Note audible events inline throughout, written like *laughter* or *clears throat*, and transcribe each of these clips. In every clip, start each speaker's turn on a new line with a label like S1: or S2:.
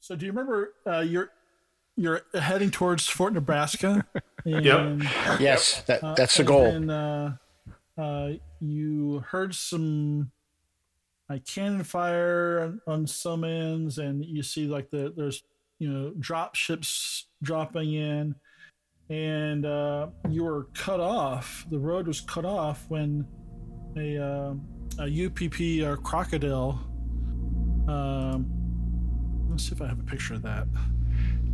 S1: So do you remember uh, you're you're heading towards Fort Nebraska? and,
S2: Yes,
S1: uh,
S2: that that's the
S1: and
S2: goal.
S1: then, uh, uh, you heard some like cannon fire on, on summons, and you see like the there's you know drop ships dropping in, and uh, you were cut off. The road was cut off when a uh, a UPP uh, crocodile. Um, let's see if I have a picture of that.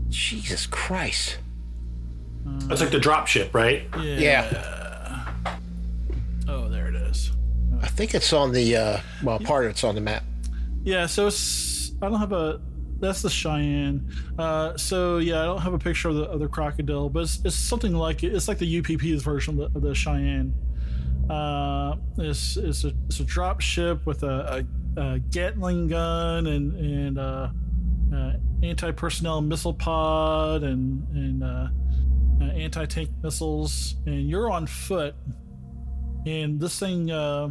S2: Jesus Christ.
S3: That's like the drop ship, right?
S1: Yeah.
S2: Yeah,
S1: Oh, there it is.
S2: I think it's on the uh, well, part of it's on the map.
S1: Yeah, so it's, I don't have a. That's the Cheyenne. Uh, so yeah, I don't have a picture of the of the crocodile, but it's, it's something like it. It's like the UPP's version of the, of the Cheyenne. Uh, it's it's a it's a drop ship with a, a, a Gatling gun and and uh, uh, anti personnel missile pod and and uh, uh, anti tank missiles. And you're on foot, and this thing. Uh,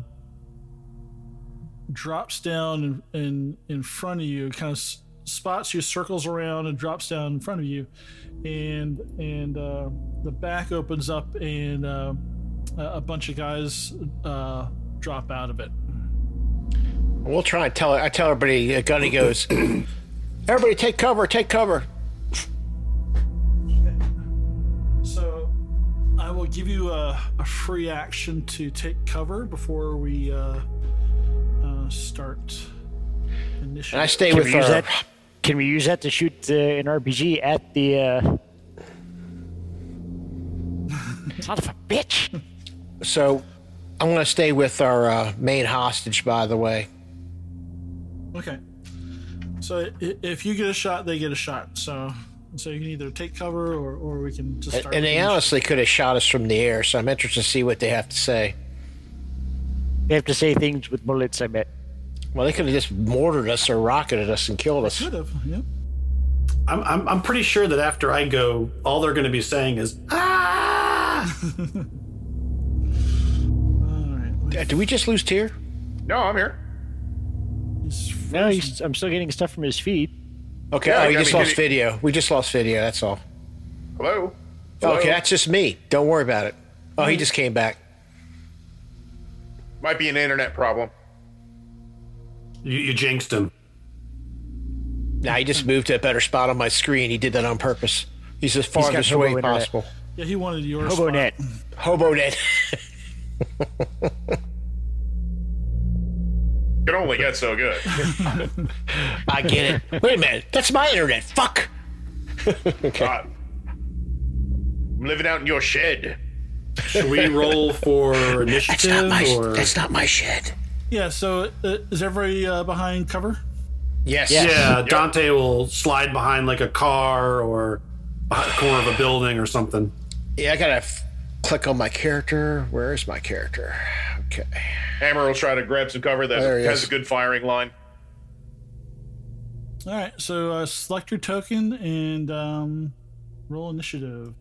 S1: drops down in, in in front of you kind of s- spots you circles around and drops down in front of you and and uh, the back opens up and uh, a a bunch of guys uh, drop out of it
S2: We'll try and tell. I tell everybody. Uh, Gunny goes. *clears throat* everybody, take cover. Take cover.
S1: so i will give you a, a free action to take cover before we uh, uh, start initiative
S2: And I stay
S4: Can
S2: with
S4: we use
S2: her.
S4: that? Can we use that to shoot uh, an RPG at the? Uh... Son of a bitch!
S2: So, I'm going to stay with our uh, main hostage. By the way,
S1: Okay. So i- if you get a shot, they get a shot. So so you can either take cover or, or we can just start.
S2: and they
S1: the
S2: honestly could have shot us from the air. So I'm interested to see what they have to say.
S4: They have to say things with bullets. I bet.
S2: Well, they could have just mortared us or rocketed us and killed us.
S1: Should have. Yep.
S3: I'm, I'm, I'm pretty sure that after I go, all they're going to be saying is, ah!
S1: All right. Well,
S2: Uh, Did we just lose tier?
S5: No, I'm here.
S1: he's
S4: No,
S1: frozen.
S4: he's, I'm still getting stuff from his feet.
S2: Okay,
S5: Yeah,
S2: oh, we
S5: I
S2: just
S5: mean,
S2: lost
S5: can you-
S2: video. We just lost video. That's all.
S5: Hello.
S2: Okay, that's just me. Don't worry about it. Oh, he just came back.
S5: Might be an internet problem.
S3: You, you jinxed him.
S2: Now he just moved to a better spot on my screen. He did that on purpose. He's the
S4: got
S2: farthest
S4: hobo
S2: away
S4: internet.
S2: possible.
S1: yeah, he wanted your
S4: Hobo
S1: spot.
S4: net.
S2: Hobo net. *laughs*
S5: It only get so good.
S2: *laughs* I get it. Wait a minute. That's my internet. Fuck.
S5: God. I'm living out in your shed.
S3: Should
S2: *laughs*
S3: we roll for
S2: That's
S3: initiative
S2: not my.
S3: or?
S2: That's not my shed.
S1: Yeah. So uh, is everybody uh, behind cover?
S2: Yes.
S3: Yeah, Dante will slide behind like a car or behind the corner of a building or something.
S2: Yeah, I gotta f- click on my character. Where is my character? Okay.
S5: Hammer will try to grab some cover that
S2: There he
S5: has
S2: is.
S5: a good firing line.
S1: All right. So uh, select your token and um, roll initiative.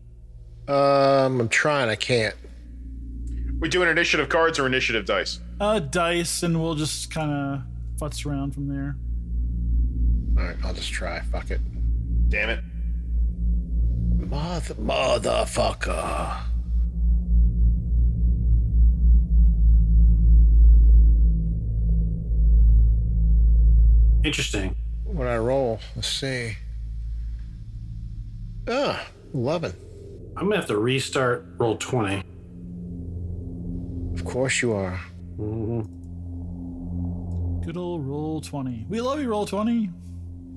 S2: Um, I'm trying. I can't.
S5: We doing initiative cards or initiative dice?
S1: Uh, dice, and we'll just kind of futz around from there.
S2: All right, I'll just try. Fuck it.
S5: Damn it.
S2: Mother, motherfucker.
S3: Interesting.
S2: What I roll? Let's see. Ah, eleven.
S3: I'm gonna have to restart roll twenty.
S2: Of course you are.
S1: Good old roll twenty. We love you, roll twenty.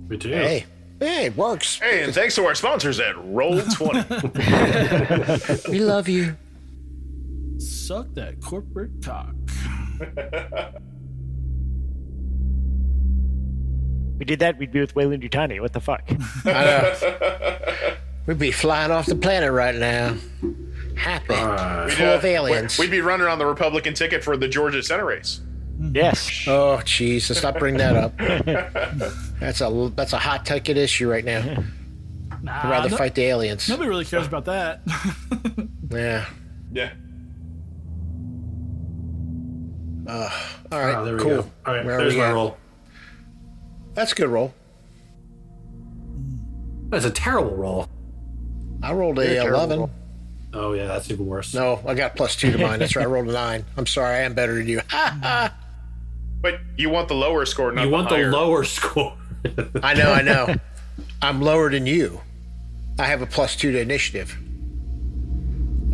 S3: We do.
S2: Hey, hey, it works.
S5: Hey, and thanks to our sponsors at
S2: *laughs*
S5: Roll Twenty. uh,
S2: We love you.
S1: Suck that corporate cock.
S4: We did that. We'd be with Wayland Utani. What the fuck?
S2: We'd be flying off the planet right now. Happy. Full
S5: Yeah,
S2: of aliens.
S5: We'd be running on the Republican ticket for the Georgia Senate race.
S4: yes.
S2: oh, jeez. Let's not bring that up. that's a that's a hot ticket issue right now. I'd rather
S1: no-
S2: fight the aliens.
S1: Nobody really cares about that. *laughs*
S2: Yeah.
S5: Yeah.
S2: All right.
S3: Oh, there we
S2: cool.
S3: go. All right,
S2: Where are
S3: there's
S2: we
S3: my
S2: at?
S3: roll.
S2: That's a good roll.
S3: That's a terrible roll.
S6: I rolled a
S3: terrible.
S6: eleven.
S3: Oh yeah, that's even worse.
S6: No, I got plus two to mine. That's right. I rolled a nine. I'm sorry. I am better than you.
S5: But you want the lower score, not
S3: you want
S5: higher.
S3: the lower *laughs* score.
S6: I know. I
S7: *laughs*
S6: know. I'm lower than you. I have a plus two to initiative.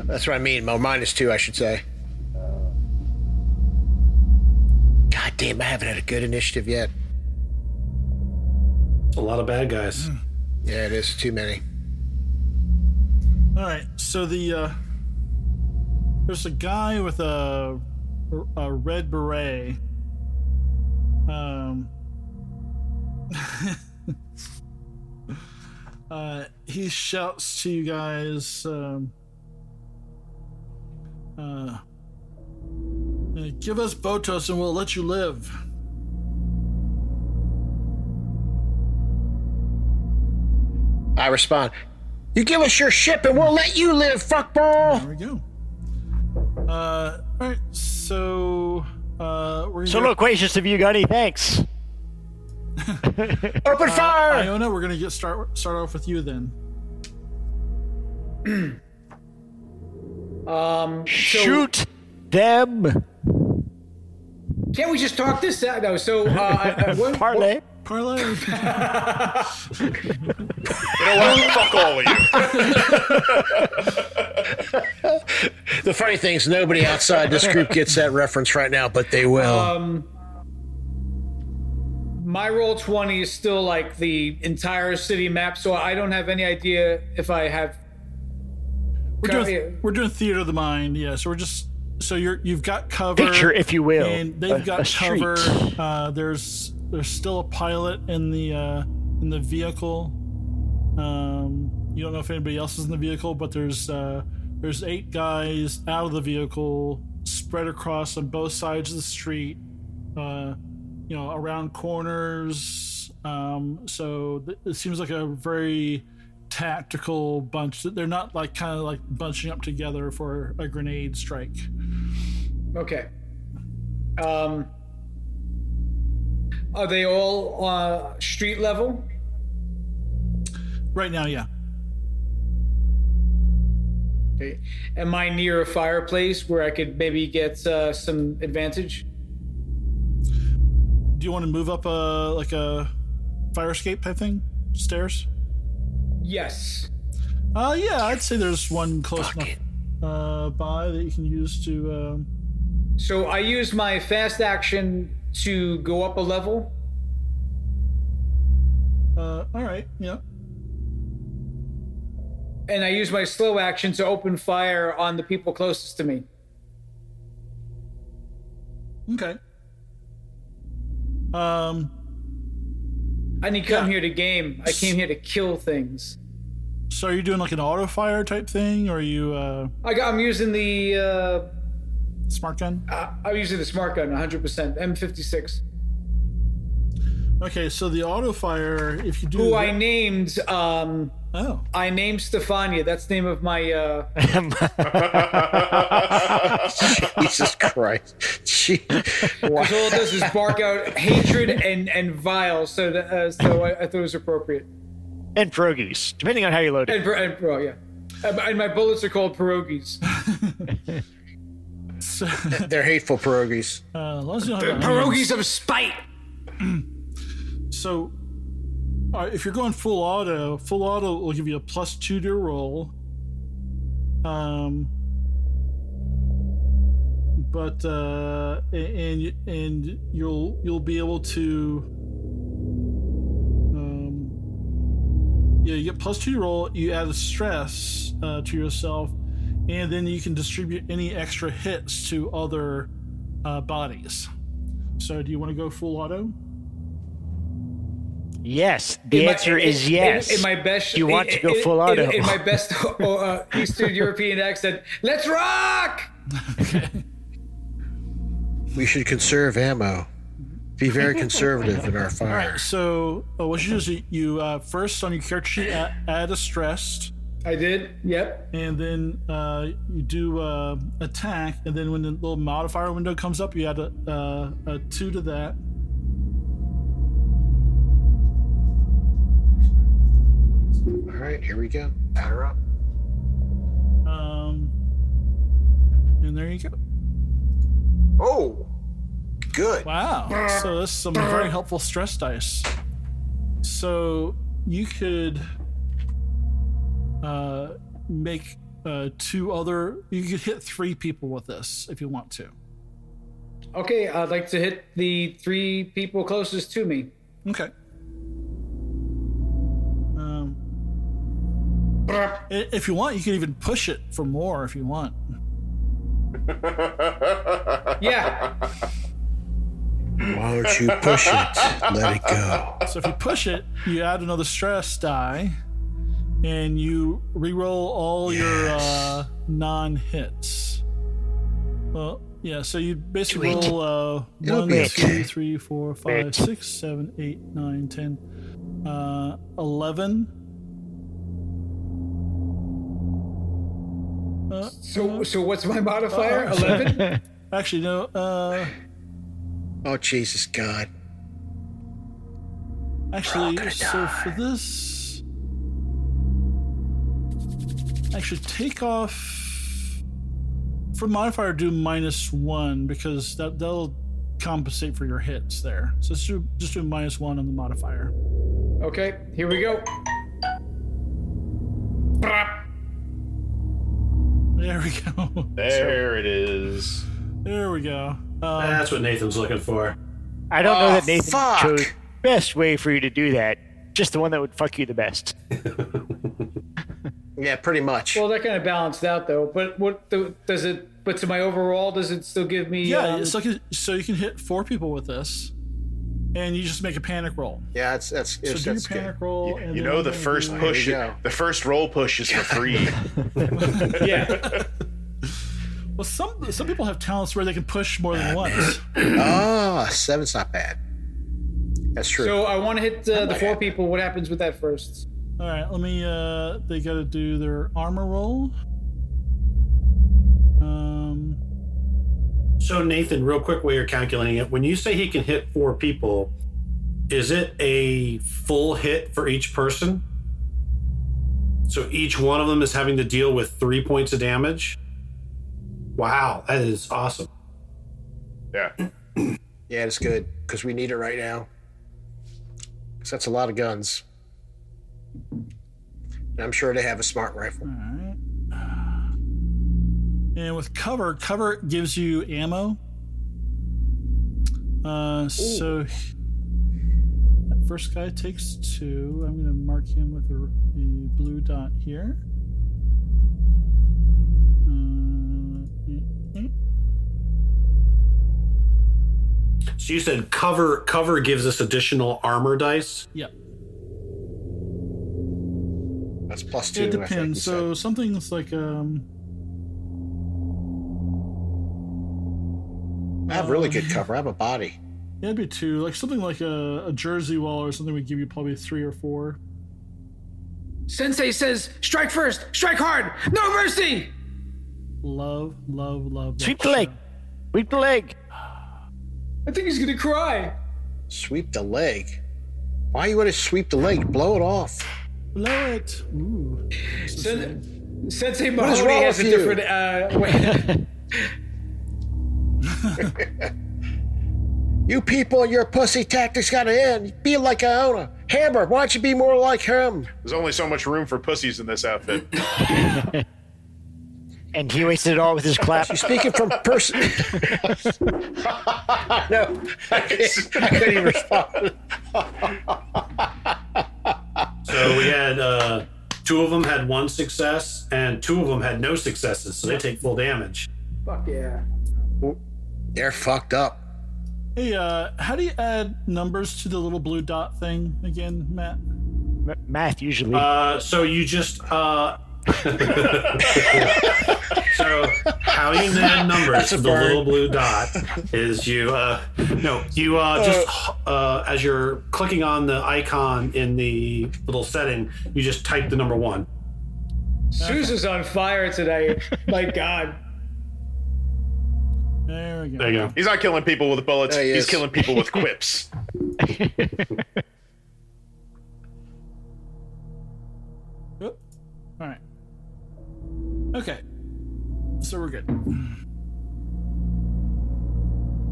S6: That's what I mean. Or minus two, I should say. God damn, I haven't had a good initiative yet.
S3: a lot of bad guys.
S6: Yeah, it is too many.
S1: All right. So the uh, there's a guy with a a red beret. Um. *laughs* uh, he shouts to you guys. Um, uh, uh, give us Botos and we'll let you live.
S6: I respond, You give us your ship and we'll let you live, fuckball!
S1: There we go. Uh, all right. So uh, we're gonna
S4: So
S1: go-
S4: loquacious of you, Gunny. Thanks.
S6: Open
S7: Uh,
S6: fire!
S1: Iona, we're gonna get start start off with you then.
S7: Um, so
S4: Shoot them.
S7: can't we just talk this out? No. So uh,
S6: *laughs*
S7: I- I- what-
S4: Parlay.
S1: Parlay.
S5: You know
S3: *laughs*
S5: what? Fuck all of you.
S6: The funny thing is, nobody outside this group gets that reference right now, but they will.
S7: Uh, Um, my roll 20 is still like the entire city map so i don't have any idea if i have
S1: We're
S7: Got
S1: doing,
S7: you.
S1: we're doing theater of the mind, yeah. So we're just so you're you've got cover,
S4: Picture, if you will.
S1: and they've
S4: a-
S1: got
S4: a street.
S1: cover.
S4: *laughs*
S1: Uh, there's there's still a pilot in the uh, in the vehicle. Um, you don't know if anybody else is in the vehicle, but there's uh, there's eight guys out of the vehicle, spread across on both sides of the street. Uh, you know, around corners. Um, so th- it seems like a very tactical bunch. They're not like kind of like bunching up together for a grenade strike.
S7: okay um are they all uh street level
S1: Right now, yeah.
S7: okay. am i near a fireplace where i could maybe get uh, some advantage
S1: Do you want to move up a like a fire escape type thing? Stairs?
S7: yes
S1: Uh yeah, I'd say there's one close
S6: Fuck
S1: enough
S6: it.
S1: uh by that you can use to um
S7: so i use my fast action to go up a level
S1: uh all right, yeah.
S7: and i use my slow action to open fire on the people closest to me
S1: Okay. Um
S7: i didn't come
S1: Yeah.
S7: here to game i came here to kill things
S1: so are you doing like an auto fire type thing or are you uh
S7: I got, I'm using the uh,
S1: smart gun?
S7: I- I'm using the smart gun 100% M56,
S1: Okay, so the auto fire, if you do
S7: who
S4: Mm-hmm.
S7: I named um,
S1: Oh. *laughs*
S7: I named Stefania. That's the name of my
S4: *laughs*
S7: uh,
S6: *laughs* Jesus Christ. *laughs* Gee. Wow.
S7: all it does is bark out hatred and and vile. So that, uh, so I, I thought it was appropriate.
S4: and pierogies, depending on how you load it.
S7: And, per- and oh yeah, and, and my bullets are called pierogies.
S4: Mm.
S1: So,
S6: They're hateful pierogies.
S1: uh, as long as you don't have onions.
S7: pierogies of spite.
S1: So, all right, if you're going full auto, full auto will give you a plus two to your roll. Um, but uh, a- and and you'll you'll be able to. Um, yeah, you get plus two to your roll. You add a stress uh, to yourself, and then you can distribute any extra hits to other uh, bodies. So, do you want to go full auto?
S4: Yes, the
S7: In my-
S4: answer
S7: in-
S4: is
S7: in-
S4: yes.
S7: In, my best,
S4: You want
S7: in-
S4: to go
S7: in-
S4: full
S7: in-
S4: auto.
S7: In, my best *laughs* uh, Eastern European accent, let's rock.
S6: We should conserve ammo. Be very conservative in our fire.
S1: So uh, what you do is you- you uh, first on your character sheet add, add a stressed,
S7: I did. Yep.
S1: and then uh, you do uh, attack, and then when the little modifier window comes up, you add a, uh, a two to that.
S6: All right, here we go. Power up.
S1: Um, and there you go.
S6: Oh, good.
S1: Wow. So that's some very helpful stress dice. So you could uh, make uh, two other. You could hit three people with this if you want to.
S7: Okay, I'd like to hit the three people closest to me.
S1: Okay. Um, i- if you want, you could even push it for more if you want.
S3: *laughs*
S7: Yeah.
S6: Why don't you push it? Let it go.
S1: So if you push it, you add another stress die, and you re-roll all your uh, non-hits. Well, yeah. So you basically
S6: Wait.
S1: roll uh,
S6: It'll
S1: one,
S6: be okay.
S1: two, three, four, five,
S4: Wait.
S1: six, seven, eight, nine, ten, uh, eleven. Uh,
S7: So so what's my
S6: *laughs*
S7: modifier?
S1: Uh-oh.
S7: Eleven.
S1: actually, no. Uh,
S6: Oh, Jesus, God.
S1: Actually, so for this, actually take off from modifier. Do minus one because that that'll compensate for your hits there. So just do, just do minus one on the modifier.
S7: Okay, here we go.
S1: There we go.
S5: *laughs*
S1: *laughs*
S5: There it is.
S1: There we go. Um,
S3: That's what Nathan's looking for.
S4: I don't know
S6: Oh,
S4: that Nathan
S6: fuck.
S4: chose the best way for you to do that. Just the one that would fuck you the best.
S6: Yeah, pretty much.
S7: Well, that kind of balanced out though. But what the, does it? But to my overall, does it still give me?
S1: yeah,
S7: um,
S1: so you can- so you can hit four people with this, and you just make a panic roll.
S6: yeah, that's that's
S1: So
S6: it's,
S1: do your
S6: that's
S1: panic
S6: good.
S1: roll. and
S5: You
S1: then
S5: know
S1: we're
S5: the
S1: gonna
S5: first
S1: do-
S5: push,
S6: There you go.
S5: the first roll push is for
S1: *laughs*
S5: free.
S6: *laughs*
S7: yeah.
S1: Well, some some people have talents where they can push more than once.
S6: Ah, seven's not bad. That's true.
S7: So I want to hit uh,
S6: *laughs*
S7: the four people. What happens with that first?
S1: All right, let me. Uh, they got to do their armor roll. Um,
S3: So Nathan, real quick, while you're calculating it, when you say he can hit four people, is it a full hit for each person? So each one of them is having to deal with three points of damage. Wow, that is awesome.
S5: yeah.
S6: yeah, it's good because we need it right now. 'Cause that's a lot of guns. And I'm sure they have a smart rifle.
S1: all right. And with cover, cover gives you ammo. Uh, so he- that first guy takes two. I'm going to mark him with a, a blue dot here. Uh, mm, mm.
S3: So you said cover cover gives us additional armor dice.
S1: yep.
S6: That's plus two.
S1: It
S6: I think you
S1: depends. So something's like um,
S6: said. I have really
S1: um,
S6: good cover. I have a body.
S1: yeah, it'd be two. Like something like a, a jersey wall or something would give you probably three or four.
S7: Sensei says, "Strike first, strike hard, no mercy."
S1: Love, love, love. that
S4: Sweep the leg.
S1: show.
S4: Sweep the leg.
S7: I think he's gonna cry.
S6: Sweep the leg. Why you want to sweep the leg? Blow it off.
S1: Blow it. Ooh.
S7: Sen- Sensei
S6: is
S7: Mahoney
S6: wrong
S7: has a
S6: with you?
S7: different uh, way.
S6: You people, your pussy tactics gotta end. Be like Iona. Hammer, why don't you be more like him?
S5: There's only so much room for pussies in this
S6: *laughs*
S5: outfit.
S4: And he wasted it all with his
S6: *laughs*
S4: clap.
S6: Speaking from *laughs* person. no, I can't- I couldn't even respond.
S3: So we had uh, two of them had one success, and two of them had no successes, so they take full damage.
S7: Fuck
S6: *laughs*
S7: yeah.
S6: They're fucked up.
S1: Hey, uh, how do you add numbers to the little blue dot thing again, Matt?
S4: M- math usually.
S3: Uh, so you just uh, *laughs* so how you add numbers to the
S6: burn.
S3: little blue dot is you uh, no you uh, just uh, as you're clicking on the icon in the little setting, you just type the number one.
S7: Susan's on fire today. My God.
S1: There we go.
S3: There you go.
S5: He's not killing people with bullets.
S6: Yeah, he
S5: He's
S6: is.
S5: killing people
S6: *laughs*
S5: with quips.
S1: Okay. So we're good.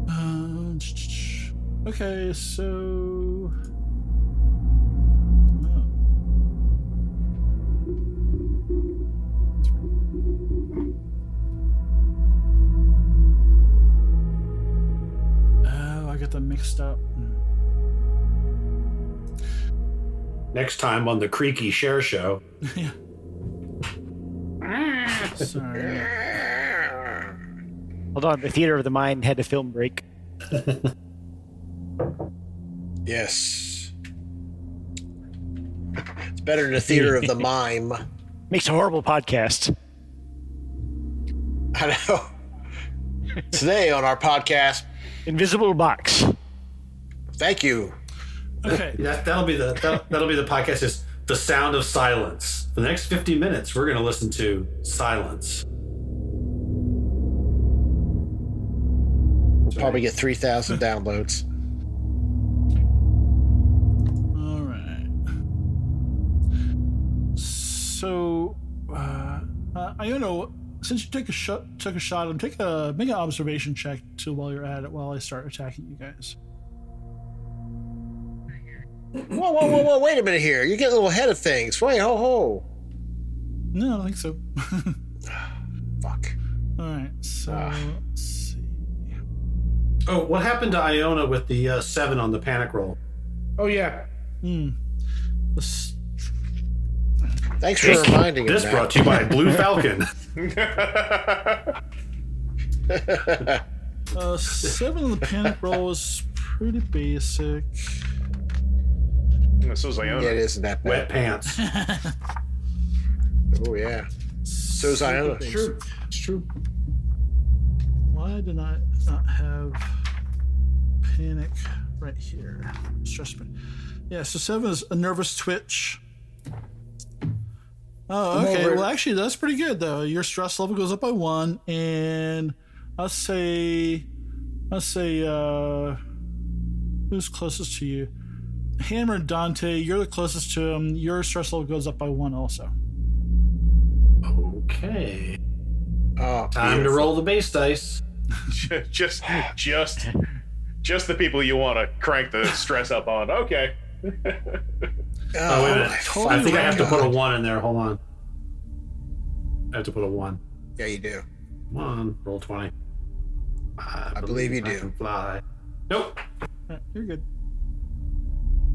S1: Uh, ch- ch- ch. Uh, okay, so. Oh. Oh, I got them mixed up. Hmm,
S3: Next time on the Creaky Share Show.
S1: yeah. Sorry.
S4: Hold on, the theater of the mind had a film break.
S6: Yes. It's better than the theater *laughs* of the mime.
S4: Makes a horrible podcast.
S6: I know. Today on our podcast,
S4: Invisible box.
S6: thank you.
S1: Okay.
S3: That, that'll be the that'll, that'll be the podcast is the sound of silence. For the next 50 minutes, we're going to listen to silence.
S6: We'll probably get 3,000 downloads.
S1: All right. So, uh, uh, Iono, since you took a shot, took a shot, at him, take a make an observation check to while you're at it. While I start attacking you guys.
S6: Whoa, whoa, whoa, whoa! Wait a minute here. You're getting a little ahead of things. Wait, ho, ho.
S1: No, I don't think so.
S6: Fuck.
S1: All right. So let's see.
S3: Oh, what happened to Iona with the uh, seven on the panic roll?
S7: Oh yeah.
S1: Let's-
S6: Thanks for reminding
S3: This
S6: us.
S3: brought to you by *laughs* Blue Falcon.
S1: Uh, seven on the panic roll is pretty basic.
S5: So is oh, Iona.
S6: Yeah, it isn't that
S3: Wet
S6: bad.
S3: pants.
S6: Oh yeah. So's Iona.
S1: It's true. It's true. Why did I not have panic right here? Stress me. Yeah, so seven is a nervous twitch. Oh, okay. Well, actually, that's pretty good though. Your stress level goes up by one, and I'll say, I'll say, uh, who's closest to you? Hammer and Dante, you're the closest to him. Your stress level goes up by one, also.
S3: Okay.
S6: Oh,
S3: Time to
S6: beautiful.
S3: roll the base dice.
S5: *laughs* just, just, just the people you want to crank the stress up on. Okay.
S3: Oh, wait a
S6: Oh,
S3: minute.
S1: totally
S3: I think I have to put a
S6: God.
S3: one in there. Hold on. I have to put a one.
S6: yeah, you do.
S3: One. Roll 20. I,
S6: believe you
S3: I
S6: do.
S3: can Fly. Nope.
S1: Alright, you're good.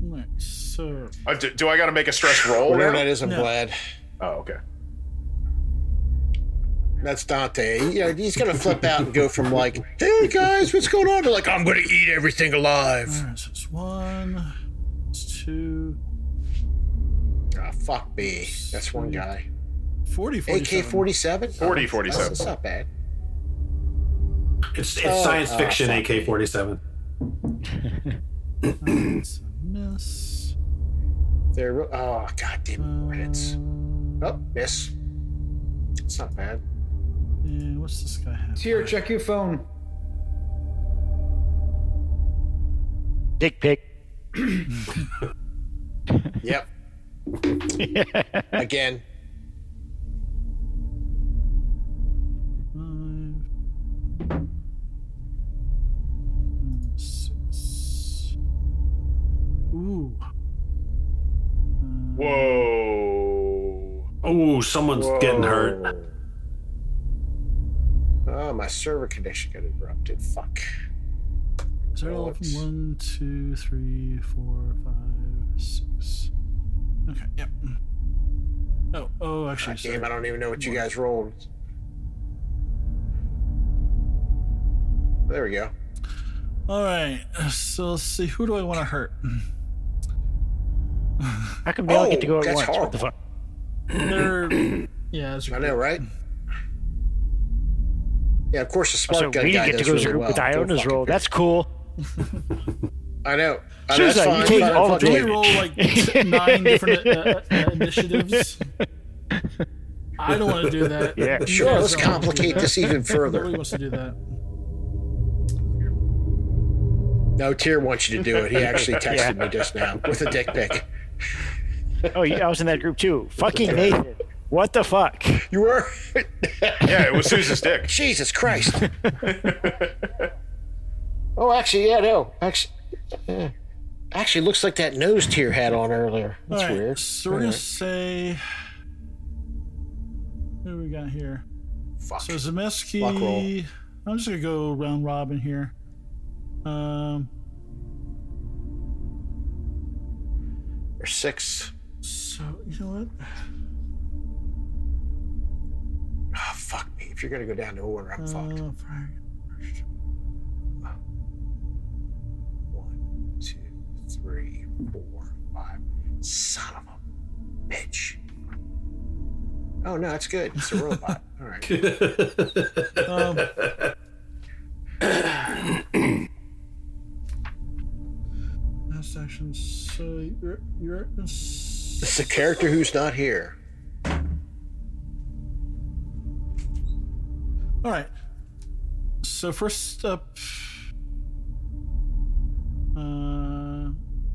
S1: Alright, so
S5: Uh, do, do I got to make a stress roll?
S6: Whatever
S5: now?
S6: that is, I'm
S1: No.
S6: glad.
S5: Oh, okay.
S6: That's Dante. You know, he's gonna flip out and go from like, "Hey guys, what's going on?" to like, "I'm gonna eat everything alive."
S1: alright, so it's one, it's two,
S6: Ah, fuck me. That's one guy.
S1: 40, 47.
S6: AK forty seven.
S5: 40, 47.
S6: That's not bad.
S3: It's, it's
S6: Oh,
S3: science
S6: oh,
S3: fiction
S6: fuck.
S3: AK 47.
S1: It's a miss.
S6: They're real- oh god damn it, it's oh miss. It's not bad.
S1: And what's this guy have?
S7: Here, check your phone.
S4: Dick pic.
S6: Yep. Again,
S1: Five, six. Ooh.
S5: Whoa.
S3: Oh, someone's getting hurt.
S6: oh my server connection got interrupted. Fuck.
S1: Is that all of them? One, two, three, four, five, six. Okay, yep. Oh, oh, actually,
S6: God
S1: sorry.
S6: damn, I don't even know what you guys rolled. There we go.
S1: All right, so let's see. Who do I want to hurt?
S4: How come they all get to go
S6: Oh,
S4: at
S6: that's
S4: once? What the fuck?
S1: They're *clears throat* yeah, it's
S6: I know, right? Yeah, of course the smart
S4: So
S6: gun
S4: we
S6: guy
S4: didn't get to
S6: does
S4: go as a
S6: really
S4: group
S6: well.
S4: with
S6: Go
S4: Iona's
S6: fucking
S4: roll.
S6: figure.
S4: That's cool.
S6: I know. I know
S4: Suicide, you
S6: that's fine.
S4: take
S6: fine,
S4: all the
S6: fucking-
S1: They
S4: damage.
S1: roll like t- nine different uh, uh, initiatives. *laughs* I don't want to do that.
S4: Yeah.
S1: You
S6: Sure,
S1: guys
S6: let's
S1: don't wanna do
S6: complicate
S1: that.
S6: this even
S1: Nobody
S6: further.
S1: wants to do that.
S6: No, Tier wants you to do it. He actually texted me just now with a dick pic.
S4: Oh, yeah, I was in that group too. Fucking Nathan. What the fuck?
S6: You were?
S5: Yeah, it was Susan's dick.
S6: Jesus Christ. oh, actually, yeah, no. Actually, yeah. actually, looks like that nose tear had on earlier. That's
S1: All right,
S6: weird.
S1: So we're
S6: All
S1: gonna
S6: right.
S1: say who do we got here?
S6: Fuck.
S1: So
S6: Luck roll.
S1: Zemeski. I'm just gonna go round robin here. Um,
S6: There's six.
S1: so you know what?
S6: Oh, fuck me. If you're gonna go down to order, I'm fucked.
S1: Uh, Frank.
S6: One, two, three, four, five. Son of a bitch. Oh no, it's good. It's a robot. *laughs* All right.
S1: Um, last action. So you're you're.
S6: It's a character who's not here.
S1: All right. So first up, uh,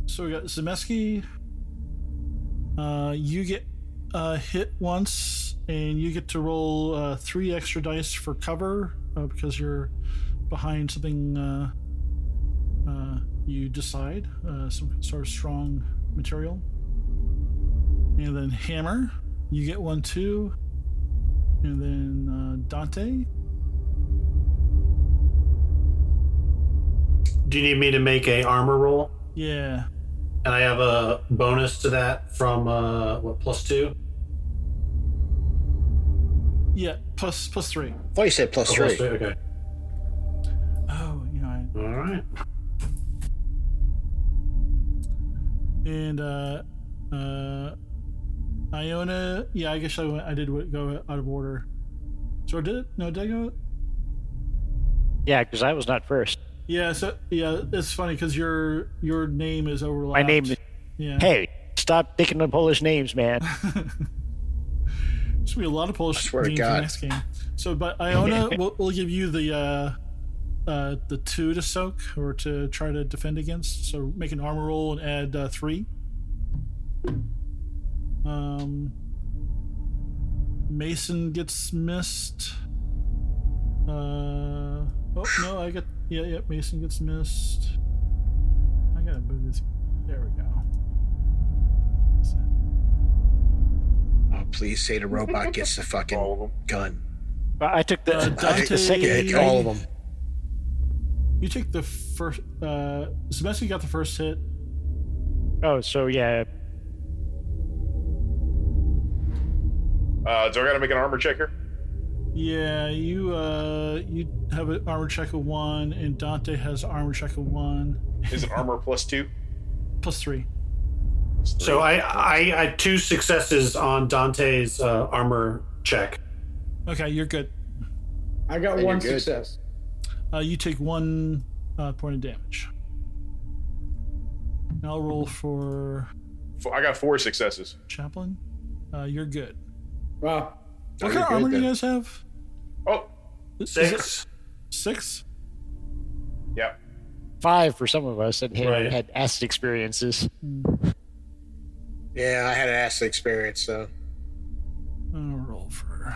S1: so we got Zemeski. Uh, you get uh, hit once, and you get to roll uh, three extra dice for cover uh, because you're behind something. Uh, uh, you decide uh, some sort of strong material, and then hammer. You get one too, and then uh, Dante.
S3: *laughs* Do you need me to make a armor roll?
S1: Yeah.
S3: And I have a bonus to that from uh, what plus two?
S1: Yeah, plus plus three.
S6: I thought you said plus
S3: Oh,
S6: three.
S3: plus three. Okay.
S1: Oh, you know, I-
S3: All right.
S1: and uh, uh, Iona. Yeah, I guess I went, I did w- go out of order. So I did it? No, did I go?
S4: Yeah, because I was not first.
S1: Yeah. So yeah, it's funny because your your name is
S4: My
S1: overlapped.
S4: name is.
S1: Yeah.
S4: Hey, stop picking on Polish names,
S6: *laughs*
S4: man.
S1: There's gonna be a lot of Polish
S6: swear to
S1: names in the
S6: God.
S1: next game. So, but
S6: *laughs*
S1: Iona, we'll, we'll give you the uh, uh, the two to soak or to try to defend against. So make an armor roll and add uh, three. Um, Mason gets missed. Uh, oh no, I got yeah yeah. Mason gets missed. I gotta move this. There we go. That's it.
S6: Oh, please say the robot gets the
S5: All
S6: fucking
S5: of them.
S6: gun.
S4: But I took the,
S1: Uh,
S4: I took
S1: Dante-
S4: the second.
S6: Yeah, all of them.
S1: You take the first. Uh, Zemeski got the first hit.
S4: Oh, so yeah,
S5: Uh, do I gotta make an armor checker?
S1: Yeah, you uh, you have an armor check of one, and Dante has armor check of one
S5: Is it armor plus two?
S1: plus three.
S5: Plus three.
S3: So I I I had two successes on Dante's uh, armor check.
S1: Okay, you're good.
S7: I got
S6: you're
S7: one
S6: good.
S7: success.
S1: Uh, you take one uh, point of damage. Now I'll roll for
S5: F- I got four successes.
S1: Chaplin. Uh, you're good.
S7: Wow.
S1: What
S6: Oh,
S1: kind
S6: you're
S1: of
S6: good
S1: armor do
S6: then.
S1: you guys have?
S5: Oh,
S3: Six.
S1: Six.
S5: yeah.
S4: five for some of us that had,
S3: Right.
S4: had acid experiences.
S6: Yeah, I had an acid experience, so
S1: I'll roll for.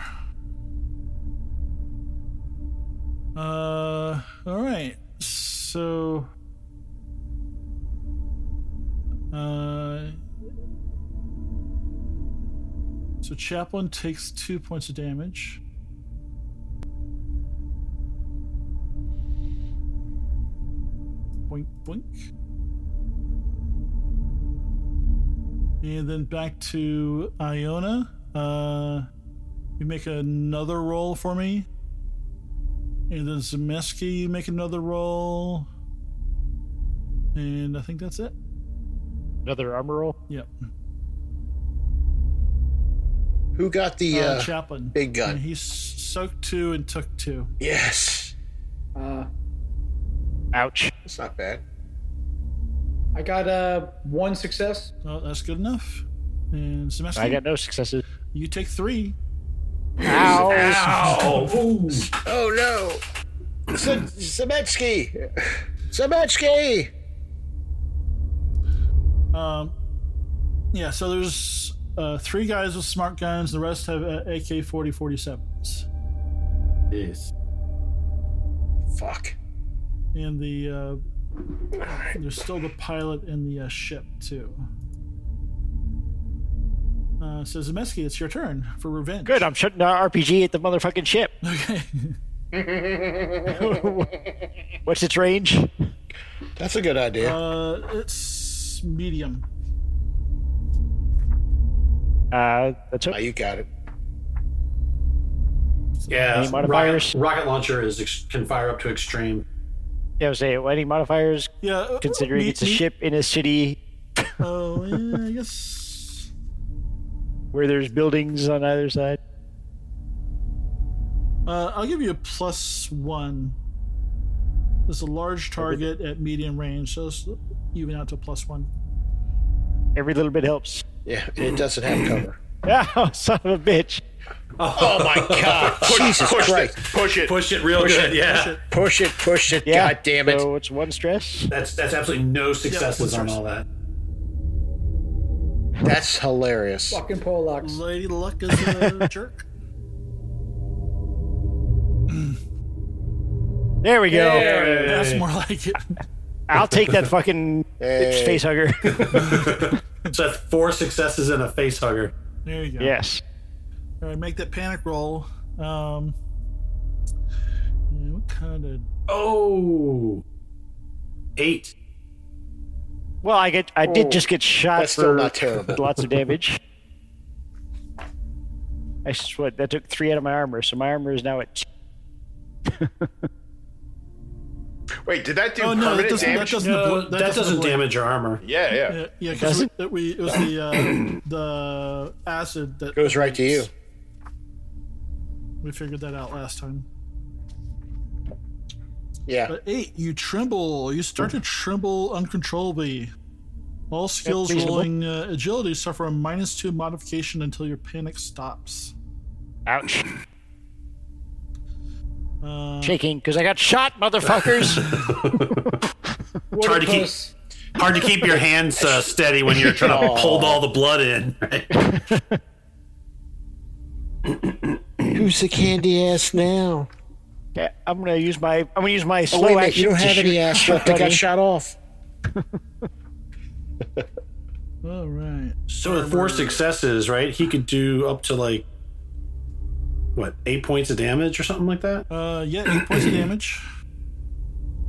S1: Uh, all right. So, uh, so Chaplin takes two points of damage. Boink, boink. And then back to Iona. Uh, you make another roll for me. And then Zemeski, you make another roll. And I think that's it.
S4: Another armor roll.
S1: Yep. Uh,
S6: who got the
S1: Uh,
S6: uh,
S1: Chaplin.
S6: big
S1: And
S6: gun?
S1: he s- soaked two and took two.
S6: Yes,
S7: Uh,
S4: Ouch.
S6: *laughs* that's not bad.
S7: I got uh, one success.
S1: Well, that's good enough. And Zemeski,
S4: I got no successes.
S1: you take three.
S3: Ow! Ooh.
S6: Oh no, Z- Zemetsky, Zemetsky.
S1: Um, yeah, so there's uh, three guys with smart guns, the rest have uh, AK 40 47s.
S3: Yes.
S6: Fuck.
S1: And the uh, there's still the pilot in the uh, ship, too. Uh, so, Zemeski, it's your turn for revenge.
S4: Good, I'm shooting our RPG at the motherfucking ship.
S1: Okay. *laughs*
S4: What's its range?
S6: That's a good idea.
S1: Uh, it's medium.
S4: Uh, that's
S6: Ah,
S4: it.
S6: you got it.
S3: Yeah.
S4: Any
S3: Rocket,
S4: modifiers?
S3: rocket launcher is ex- can fire up to extreme.
S4: Yeah, I was saying, any modifiers
S1: Yeah. uh,
S4: considering
S1: me-
S4: it's a
S1: me-
S4: ship in a city
S1: Oh, yeah, I guess.
S4: where there's buildings on either side?
S1: Uh, I'll give you a plus one. It's a large target at medium range, so it's even out to plus one.
S4: Every little bit helps. *laughs*
S6: Yeah, and it doesn't have cover.
S4: Oh, son of a bitch.
S6: Oh my *laughs* god. Jesus
S5: push
S6: Christ.
S5: it. Push it.
S3: Push it real good. yeah.
S6: Push it, push it,
S4: Yeah.
S6: god damn it.
S4: So it's one stress.
S3: That's that's absolutely no successes on all that.
S6: That's hilarious.
S7: Fucking Polacks.
S1: Lady Luck is
S4: *laughs*
S1: a jerk.
S4: There we go.
S1: That's more like it.
S4: I'll take that fucking
S6: Hey.
S4: face hugger.
S3: So that's four successes and a face hugger.
S1: There you go.
S4: yes.
S1: All right, make that panic roll. Um, yeah, what kind of?
S3: Oh, eight.
S4: Well, I get I did just get shot
S6: Oh, That's
S4: for
S6: still not terrible.
S4: lots of
S6: *laughs*
S4: damage. I sweat that took three out of my armor, so my armor is now at two.
S5: Wait, did that do
S1: Oh no, that
S5: permanent
S1: doesn't. That
S5: damage?
S1: doesn't.
S3: No,
S1: ablo-
S3: that, doesn't
S1: ablo-
S3: damage your armor.
S5: yeah, yeah.
S1: Uh, Yeah, yeah, because
S4: Doesn't?
S1: it, we- it was the uh, *coughs* the acid that
S6: Goes right to you.
S1: We figured that out last time.
S6: Yeah.
S1: But eight, you tremble. You start to tremble uncontrollably. All skills
S4: reasonable.
S1: rolling uh, agility suffer a minus two modification until your panic stops.
S4: Ouch.
S1: Uh,
S4: Shaking because I got shot,
S6: *laughs*
S4: motherfuckers.
S3: It's hard to keep
S7: Puss.
S3: hard to keep your hands uh, steady when you're trying to hold all the blood in. right?
S6: Who's the candy ass now?
S4: Yeah, I'm gonna use my I'm gonna use my
S6: Oh,
S4: slow
S6: wait a minute,
S4: action.
S6: you don't
S4: to
S6: have
S4: shoot
S6: any ass left that got
S4: somebody.
S6: shot off.
S1: all right.
S3: So with four successes, right? He could do up to like what eight points of damage or something like that.
S1: Uh, yeah, eight points of damage.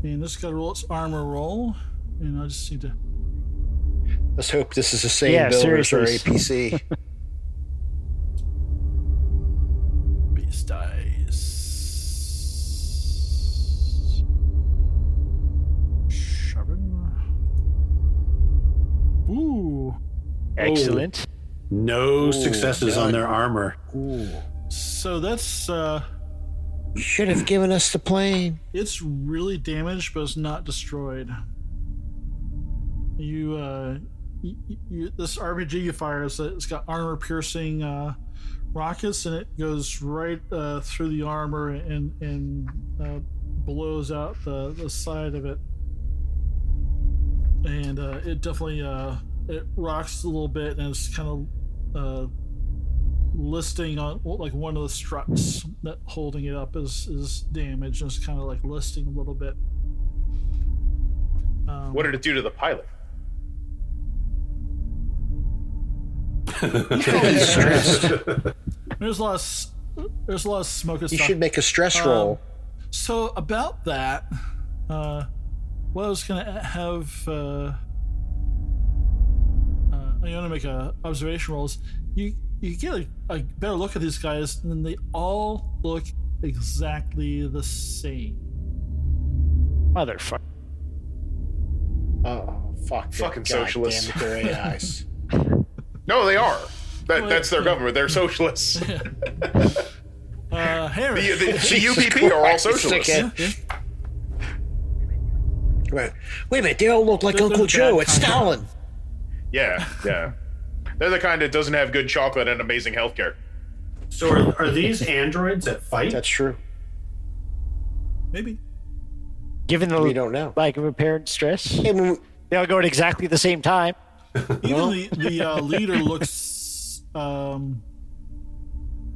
S1: And this got to roll its armor roll. And I just need to.
S6: Let's hope this is the same
S4: Yeah,
S6: builder as our
S4: seriously.
S3: *laughs*
S6: APC.
S1: Beast dice. Seven. Ooh.
S6: Oh.
S4: Excellent.
S3: No successes on
S6: God.
S3: their armor.
S1: So that's uh
S6: you should have given us the plane.
S1: it's really damaged but it's not destroyed. You uh you, you, this RPG you fire is it's got armor piercing uh rockets and it goes right uh through the armor and and uh, blows out the, the side of it. And uh it definitely uh it rocks a little bit and it's kind of uh listing on like one of the struts that holding it up is is damaged and it's kind of like listing a little bit um,
S5: What did it do to the pilot?
S1: there's a lot of s- there's a lot of smoke and
S6: You
S1: stuff
S6: should make a stress
S4: Um,
S6: roll.
S1: so about that uh what i was gonna have uh, uh i'm gonna make a observation rolls you you get a, a better look at these guys and they all look exactly the same
S4: Motherfucker.
S6: Oh, fuck. that.
S5: Fucking *laughs*
S6: God
S5: socialists.
S6: Damn it, their AIs.
S5: No, they are. That, that's their government. They're socialists.
S1: uh
S5: The,
S1: harry
S5: the, the UPP are all
S6: Christ,
S5: socialists.
S6: dickhead.
S1: Yeah.
S6: Right. Wait a minute, they all look like
S1: They're-
S6: Uncle
S1: they're the
S6: Joe.
S1: bad
S6: It's
S1: kind.
S6: Stalin.
S5: Yeah, yeah. They're the kind that doesn't have good chocolate and amazing healthcare.
S3: So are, are these androids that fight?
S6: That's true.
S1: maybe
S4: Given
S6: We
S4: the
S6: don't know.
S4: lack of apparent stress,
S6: Hey, when we-
S4: they all go at exactly the same time.
S1: Even the, the uh, leader looks um,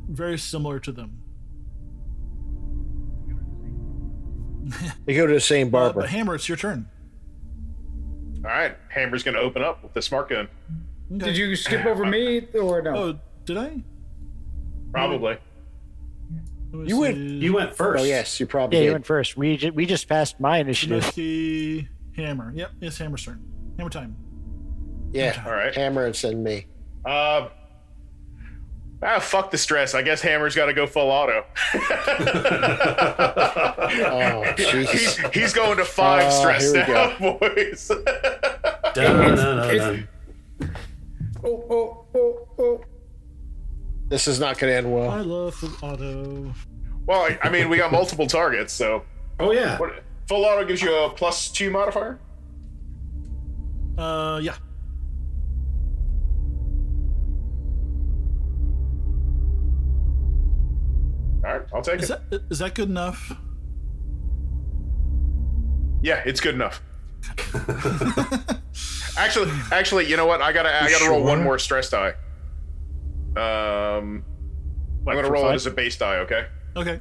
S1: very similar to them.
S6: They go to the same
S1: Uh,
S6: barber.
S1: but Hammer, it's your turn.
S5: All right, Hammer's going to open up with the smart gun.
S1: Okay.
S7: Did you skip over me or no?
S1: Oh, did I?
S5: Probably.
S1: Let me
S6: You went-
S1: see.
S3: You went first. *laughs*
S6: Oh yes, you probably
S4: Yeah,
S6: did.
S4: you went first. We ju- we just passed my initiative.
S1: Smokey Hammer. Yep, it's Hammer's turn. Hammer time.
S6: yeah,
S5: All right.
S6: Hammer and send me.
S5: Um, ah, fuck the stress. I guess Hammer's got to go full auto. *laughs*
S6: Oh
S5: He's,
S6: jeez.
S5: he's going to five
S6: Uh,
S5: stress
S6: here we
S5: now, *laughs* boys.
S3: Dun, dun, dun, dun.
S7: Oh, oh, oh, oh.
S6: this is not going to end well.
S1: I love full auto.
S5: well, I- I mean, we got multiple targets, so
S3: Oh yeah.
S5: what, full auto gives you a plus two modifier.
S1: Uh, yeah.
S5: All right, I'll take
S1: Is
S5: it.
S1: that is that good enough?
S5: Yeah, it's
S4: *laughs*
S5: good enough. actually, actually, you know what? I gotta, I gotta roll one
S6: sure?
S5: more stress die. Um, I'm gonna
S4: for
S5: roll it
S4: five?
S5: as a base die, okay?
S1: Okay.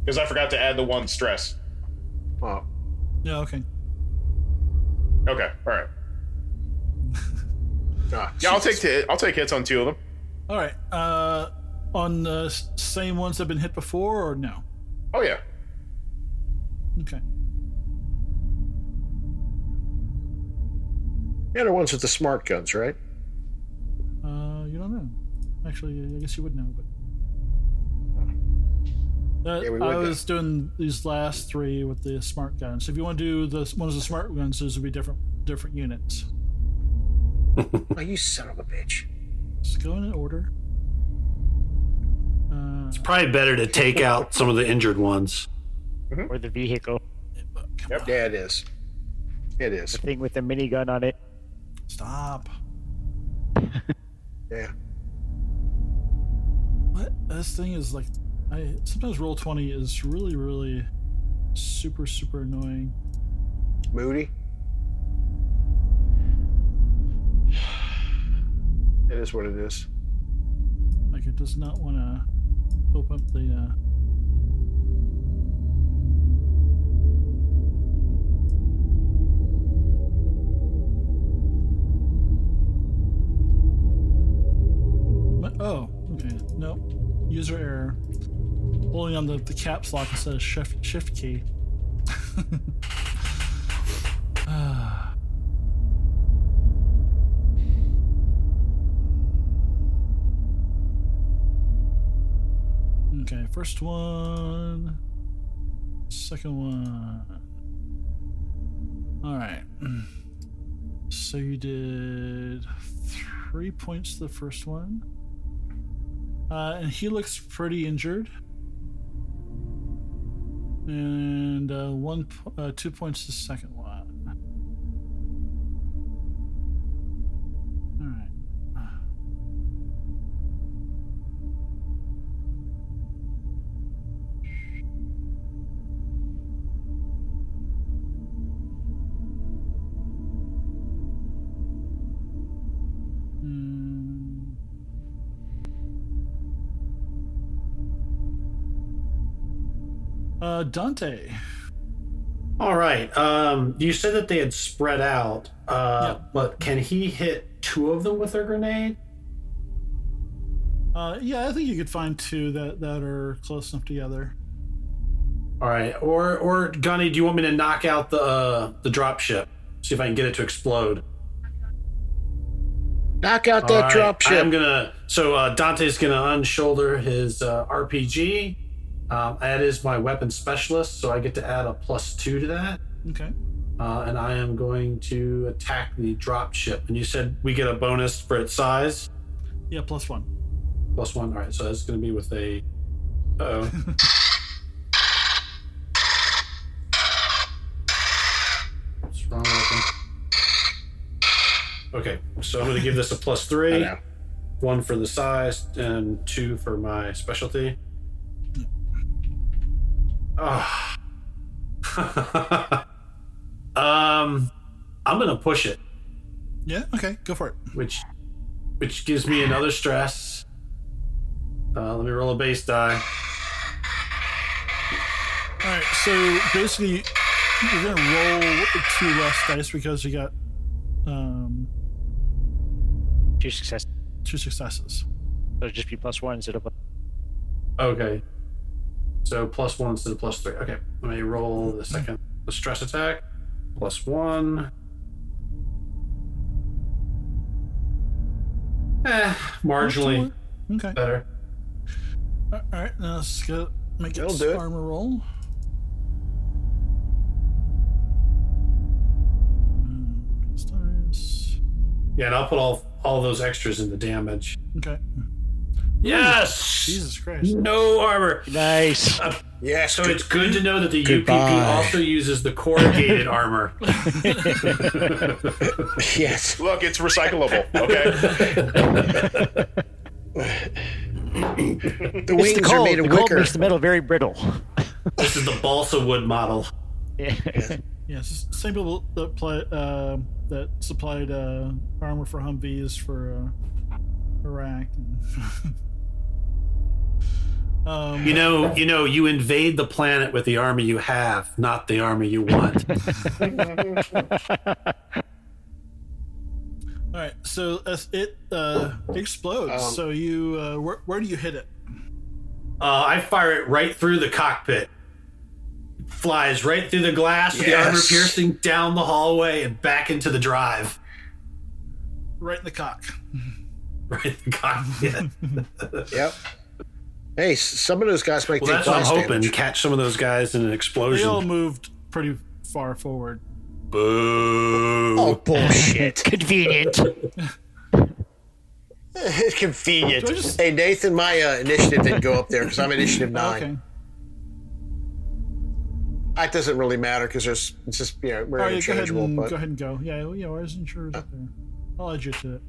S5: Because I forgot to add the one stress.
S6: Oh,
S1: Yeah. Okay.
S5: Okay, all
S4: *laughs*
S5: right. Ah, Yeah, I'll take, t- I'll take hits on two of them.
S1: All right. Uh, on the s- same ones that have been hit before, or no?
S5: Oh yeah.
S1: Okay.
S6: the other ones with the smart guns, right?
S1: Uh, you don't know. Actually, I guess you would know, but. Uh,
S6: Yeah, we would
S1: I
S6: know.
S1: was doing these last three with the smart guns. If you want to do the ones with the smart guns, those would be different different units.
S6: Oh, you son of a bitch.
S1: Just go in order. Uh,
S3: Probably better to take out some of the injured ones.
S6: Mm-hmm.
S4: or the vehicle
S6: Yeah, it is. It is.
S4: thing with the minigun on it.
S1: stop.
S6: Yeah.
S1: What this thing is like? I sometimes roll twenty is really, really, super, super annoying.
S6: Moody. It is what it is.
S1: Like it does not want to open up the. Uh... What- Oh, okay. Nope. User error. Holding on the, the caps lock instead of shift shift key. Okay, first one, second one. All right. *clears throat* So you did three points to the first one. Uh, and he looks pretty injured. And uh, one, po- uh, two points to the second one. All right. Mm. Uh, Dante.
S3: All right. Um, you said that they had spread out, uh,
S1: Yeah.
S3: but can he hit two of them with a grenade?
S1: Uh, yeah, I think you could find two that that are close enough together.
S3: All right. Or or Gunny, do you want me to knock out the uh, the drop ship? See if I can get it to explode.
S6: Knock out
S3: All
S6: that
S3: right,
S6: drop ship.
S3: I'm gonna. So uh, Dante's gonna unshoulder his uh, RPG. Um, that is my weapon specialist, so I get to add a plus two to that.
S1: Okay.
S3: Uh, and I am going to attack the drop ship. And you said we get a bonus for its size,
S1: Yeah, plus one.
S3: plus one. All right, so that's gonna be with a. Uh oh. It's wrong weapon. Okay, so I'm gonna give this a plus
S6: I
S3: three
S6: know.
S3: one for the size and two for my specialty. Ah. *laughs* um, I'm gonna push it,
S1: Yeah. Okay. Go for it.
S3: which which gives me another stress. Uh, let me roll a base die.
S1: All right, so basically, you're gonna roll two less dice because you got um,
S4: Two successes.
S1: two successes.
S4: It'll just be plus one instead of.
S3: Okay. So plus one instead of plus three. Okay. Let me roll the second the stress attack. Plus one. Eh, marginally
S1: Okay.
S3: better.
S1: All right, now let's go make
S6: That'll
S1: its
S6: do it.
S1: armor roll. Um, base dice.
S3: Yeah, and I'll put all all those extras in the damage.
S1: Okay.
S3: Yes!
S1: Jesus Christ.
S3: No armor.
S4: Nice.
S6: Yes.
S3: So
S6: good-
S3: it's good to know that the
S6: Goodbye.
S3: UPP also uses the corrugated armor.
S6: *laughs* yes.
S5: Look, it's recyclable.
S4: *laughs*
S5: Okay.
S6: The wings
S4: the
S6: are
S4: cold.
S6: made
S4: The
S6: of
S4: cold
S6: wicker.
S4: makes the metal very brittle. *laughs*
S3: This is the balsa wood model.
S4: Yeah.
S1: Yes, it's the same people that play uh, that supplied uh, armor for Humvees for uh, Iraq. *laughs* And um,
S3: You know, you know, you invade the planet with the army you have, not the army you want.
S6: *laughs*
S3: Uh,
S1: all right, so as it uh, explodes.
S6: Um,
S1: so you, uh, where, where do you hit it?
S3: Uh, I fire it right through the cockpit. Flies right through the glass with the
S6: Yes.
S3: armor piercing down the hallway and back into the drive. *laughs*
S1: Right in the cock.
S3: Right in the cockpit. well,
S6: Yep. Hey, s- some of those guys might take
S3: that's what I'm
S6: blast
S3: hoping.
S6: damage.
S3: Catch some of those guys in an
S1: They all
S3: explosion.
S1: moved pretty far forward.
S3: Boo.
S6: Oh bullshit!
S4: Convenient.
S6: it's *laughs* convenient.
S1: Do I just-
S6: Hey Nathan, my uh, initiative didn't go up there because
S4: *laughs*
S6: I'm
S4: Oh,
S6: initiative nine.
S1: Okay. Oh,
S6: That doesn't really matter because there's it's just you know we're
S1: All right, Oh, go ahead,
S6: interchangeable.
S1: and,
S6: but
S1: go ahead and go. Yeah, well, yeah. Where's insurers up there? I'll add you to it.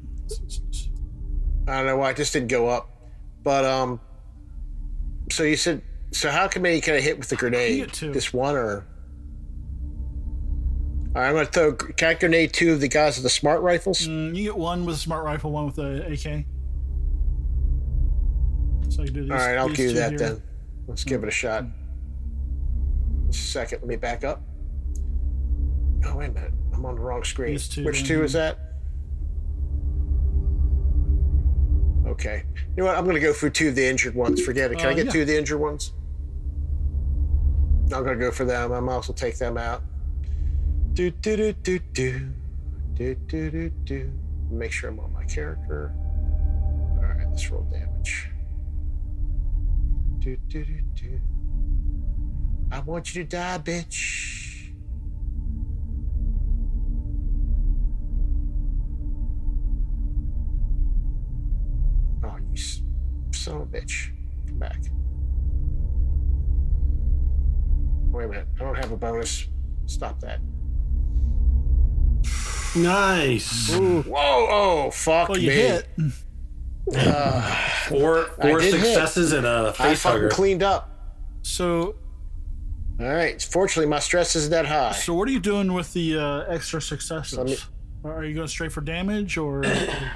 S6: I don't know why it just didn't go up. But um, so you said so how can many can I hit with the grenade?
S1: get two.
S6: Just one or? All right, I'm gonna throw can I grenade two of the guys with the smart rifles.
S1: Mm, you get one with a smart rifle, one with a AK. So I can do these.
S6: All right, I'll
S1: these
S6: do
S1: two
S6: that
S1: here.
S6: then. Let's give it a shot. Just a second, let me back up. Oh wait a minute, I'm on the wrong screen.
S1: These two
S6: Which
S1: down
S6: two
S1: here.
S6: is that? Okay. You know what? I'm going to go for two of the injured ones. Forget it. Can
S1: Uh,
S6: I get
S1: yeah.
S6: two of the injured ones? I'm going to go for them. I'm also take them out. Do do do do do do do do do. Make sure I'm on my character. All right, let's roll damage. Do do do do. I want you to die, bitch. Oh, you s- son of a bitch. Come back. Wait a minute. I don't have a bonus. Stop that.
S3: Nice.
S6: Whoa! Oh, fuck
S1: Well,
S6: me.
S1: you hit.
S3: Four four
S6: did hit.
S3: successes and a
S6: I
S3: face
S6: fucking
S3: hugger.
S6: cleaned up.
S1: So,
S6: All right. Fortunately, my stress isn't that high.
S1: so what are you doing with the uh, extra successes?
S6: Let me-
S1: are you going straight for damage
S6: *clears throat*
S1: or?
S6: I'm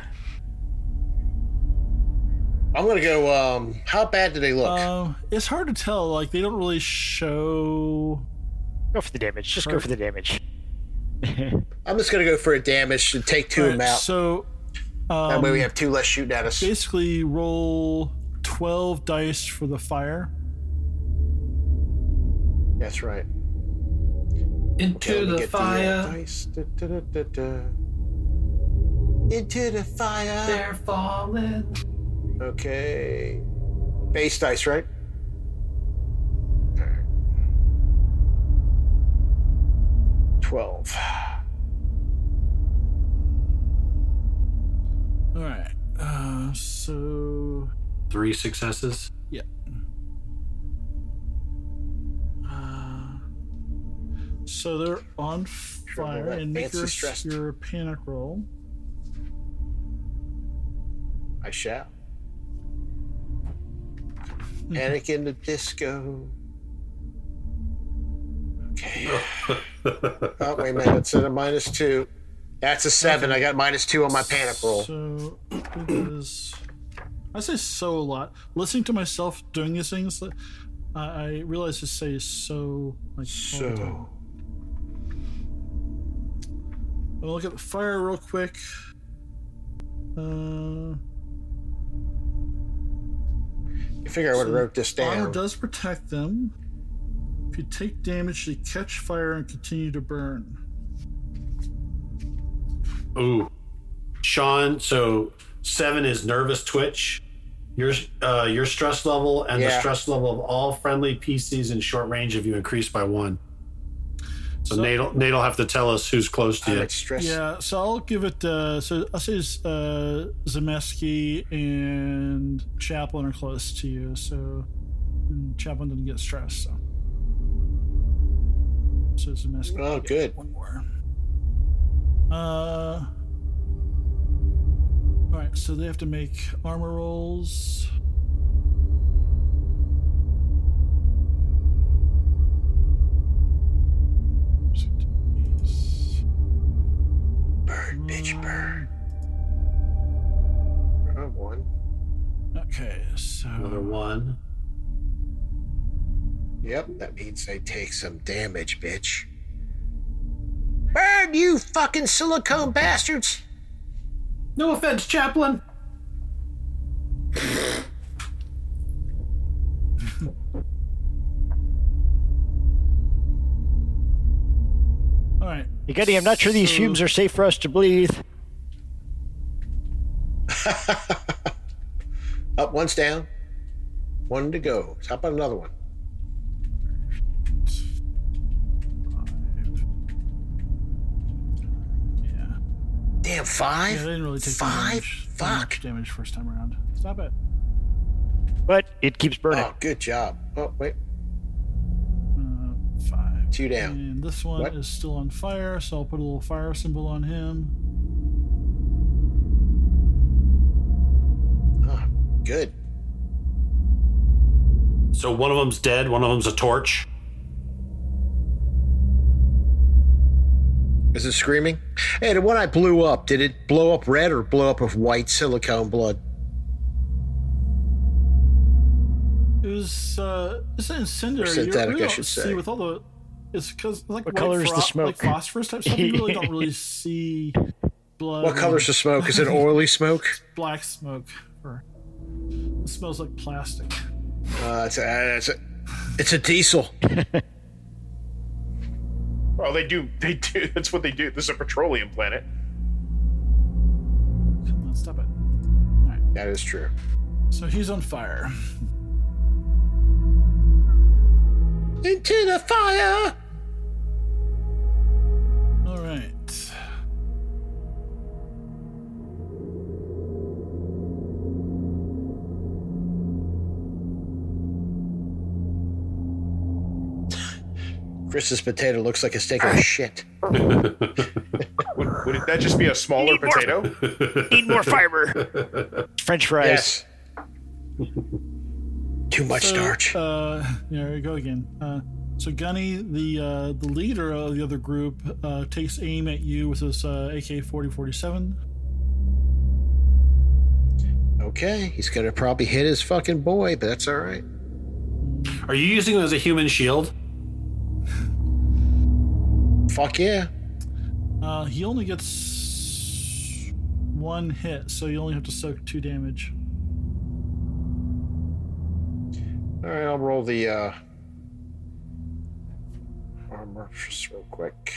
S6: gonna go. Um, how bad do they look?
S1: Um, it's hard to tell. Like they don't really show.
S4: go for the damage. Just go for the damage.
S6: I'm just gonna go for a damage and take two of them
S1: Alright,
S6: out.
S1: so,
S6: that way
S1: um,
S6: we have two less shooting at us.
S1: basically roll twelve dice for the fire.
S6: That's right.
S3: Into
S6: Let me
S3: the
S6: get the, uh,
S3: fire.
S6: dice. Da, da, da, da, da. Into the fire.
S3: They're falling.
S6: Okay. Base dice, right? Alright. Twelve.
S1: All right. Uh, so
S3: Three successes. *laughs*
S1: uh, So they're on
S6: roll
S1: fire
S6: that
S1: and make
S6: fancy
S1: your,
S6: stress.
S1: your panic roll.
S6: I shall. Panic in the disco. Okay. oh, wait a minute. It's at a minus two. That's a seven. I got minus two on my panic roll.
S1: So it is. I say so a lot. Listening to myself doing these things, like, I, I realize to say so. Like, all the time.
S6: So
S1: I'm gonna look at the fire real quick. Uh,
S6: you figure I would have wrote this
S1: armor
S6: down.
S1: does protect them. If you take damage, they catch fire and continue to burn.
S3: Ooh. Sean, so seven is nervous twitch. Your uh, your stress level and the
S6: Yeah.
S3: stress level of all friendly PCs in short range of you increase by one. So,
S1: So-
S3: Nate'll Nate'll have to tell us who's close to
S6: I'm
S3: you.
S6: at stress.
S1: Yeah, so I'll give it. Uh, so I'll say uh, Zemeski and Chaplin are close to you. So and Chaplin didn't get stressed. So, so Zemeski.
S6: Oh, good.
S1: One more. Uh. All right, so they have to make armor rolls.
S6: Burn, bitch, burn. Oh, one.
S1: Okay, so
S3: Another one.
S6: Yep, that means they take some damage, bitch. Burn, you fucking silicone bastards!
S3: No offense, Chaplain.
S1: all right.
S4: Goody, I'm not sure these
S1: So-
S4: fumes are safe for us to breathe.
S6: Up, one's down. One to go. How about another one?
S1: Yeah.
S6: Damn,
S1: Yeah,
S6: five?
S1: they didn't really take that
S6: Five?
S1: much- that
S6: Fuck.
S1: much damage first time around. Stop it.
S4: But it keeps burning.
S6: Oh, good job. Oh, wait,
S1: Uh, five.
S6: two down.
S1: And this one is
S6: What?
S1: still on fire, so I'll put a little fire symbol on him. Mm.
S6: Oh, good.
S3: So one of them's dead. One of them's a torch. *laughs*
S6: Is it screaming? Hey, the one I blew up, did it blow up red or blow up with white silicone blood?
S1: It was uh, it's an incendiary.
S6: Or
S1: You
S6: synthetic,
S1: really
S6: I
S1: don't
S6: should
S1: see
S6: say.
S1: With all the, it's because like
S4: What
S1: white
S4: color is the
S1: phro-
S4: smoke?
S1: Like phosphorus type stuff. You really don't
S4: *laughs*
S1: really see blood.
S6: What color's the
S1: and *laughs*
S6: smoke? Is it oily smoke?
S1: black smoke? Or it smells like plastic.
S6: Uh, it's, a, it's, a, it's a diesel.
S5: Well, they do. They do. *laughs* That's what they do. This is a petroleum planet.
S1: Come on, stop it.
S6: That is true.
S1: So he's on fire.
S6: Into the fire!
S1: All right.
S6: Chris's potato looks like it's taking a shit.
S5: Would, would it, that just be a smaller
S4: Need more. *laughs*
S5: potato?
S4: Need more fiber.
S6: *laughs*
S4: French fries.
S6: Yes. Too much
S1: So,
S6: starch.
S1: Uh, there we go again. Uh, so Gunny, the uh, the leader of the other group, uh, takes aim at you with his uh, AK forty forty seven.
S6: Okay, he's gonna probably hit his fucking boy, but that's all right.
S3: Are you using it as a human shield?
S6: Fuck yeah.
S1: Uh, he only gets one hit, so you only have to soak two damage.
S6: All right, I'll roll the uh, armor just real quick.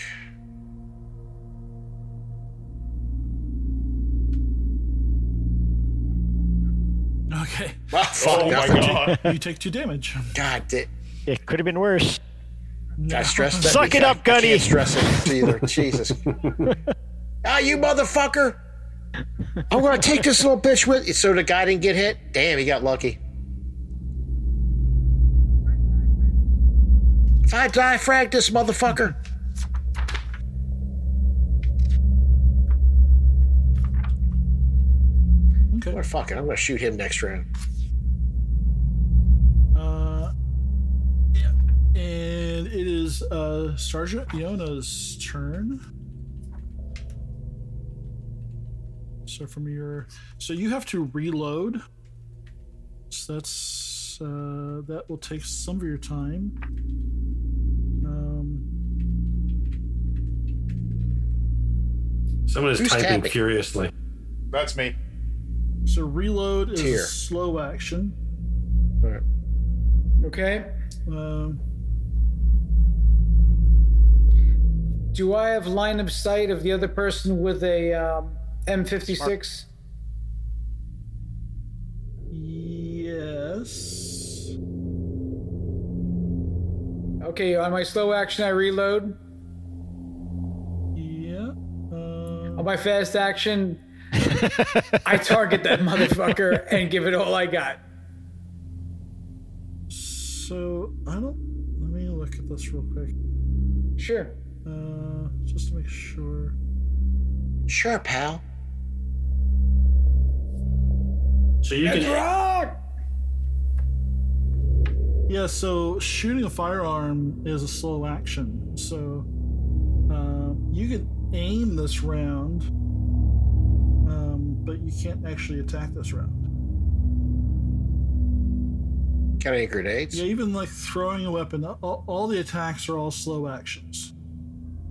S1: Okay,
S6: Oh, fuck,
S5: Oh my
S6: nothing.
S5: god!
S1: you take two damage.
S6: God, did,
S4: It could have been worse.
S6: I stressed that.
S4: Suck it
S6: I-
S4: up,
S6: I
S4: Gunny.
S6: can't stress it either. Jesus. Ah, you motherfucker! I'm gonna take this little bitch with. So the guy didn't get hit. Damn, he got lucky. If I die, frag this motherfucker.
S1: Okay.
S6: Or fuck it, I'm gonna shoot him next round.
S1: Uh, yeah. And it is uh, Sergeant Iona's turn. So from your, so you have to reload. So that's uh, that will take some of your time. Um,
S3: Someone is
S6: Who's
S3: typing
S6: tapping?
S3: furiously.
S5: That's me.
S1: so reload is
S6: Tier.
S1: slow action.
S6: All right.
S7: Okay.
S1: Um,
S7: Do I have line of sight of the other person with a um, M56?
S1: yes.
S7: Okay, on my slow action, I reload.
S1: Yeah. Uh,
S7: On my
S3: *laughs*
S7: fast action, I target that motherfucker and give it all I got.
S1: so I don't. Let me look at this real quick.
S7: Sure.
S1: Uh, just to make sure.
S6: Sure, pal.
S3: So you can
S7: Rock!
S1: Yeah, so shooting a firearm is a slow action. So uh, you can aim this round, um, but you can't actually attack this round.
S6: Got any grenades?
S1: Yeah, even like throwing a weapon, all, all the attacks are all slow actions.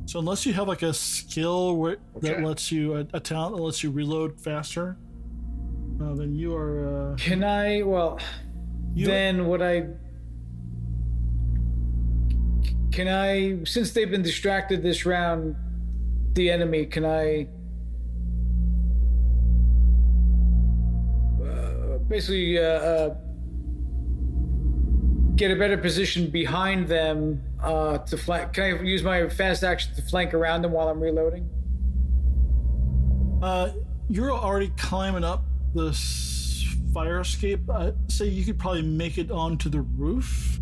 S1: So unless you have like a skill where, that
S6: Okay.
S1: lets you, a, a talent that lets you reload faster, uh, then you are. Uh,
S7: Can I? Well,
S1: you,
S7: then would I? Can I? Since they've been distracted this round, the enemy. Can I? Uh, basically, uh, uh, get a better position behind them uh, to flank. Can I use my fast action to flank around them while I'm reloading?
S1: Uh, you're already climbing up this fire escape. I'd say you could probably make it onto the roof.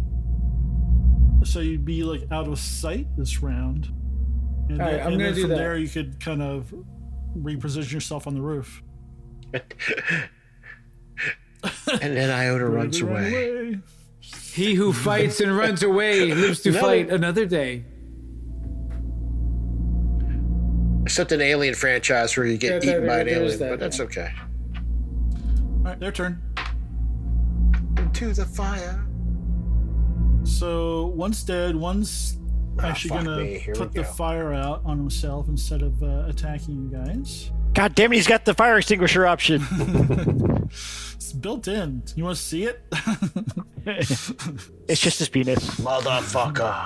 S1: So you'd be like out of sight this round. And
S7: All right,
S1: then,
S7: I'm
S1: and
S7: gonna
S1: then
S7: do
S1: from
S7: that.
S1: there you could kind of reposition yourself on the roof.
S6: And then Iota runs
S1: Run
S6: away.
S7: He *laughs* who fights and runs away lives to fight another day.
S6: Except an alien franchise where you get
S7: Yeah,
S6: eaten by
S7: there- there
S6: an
S7: is that,
S6: alien, but that's
S7: yeah.
S6: okay.
S1: All right, their turn.
S6: To the fire.
S1: So one's dead, one's actually
S6: Ah, fuck
S1: gonna
S6: me, here we
S1: put the
S6: go.
S1: fire out on himself instead of uh, attacking you guys.
S4: God damn it, he's got the fire extinguisher option.
S1: It's built in. You want to see it? *laughs*
S4: it's just his penis.
S6: Motherfucker.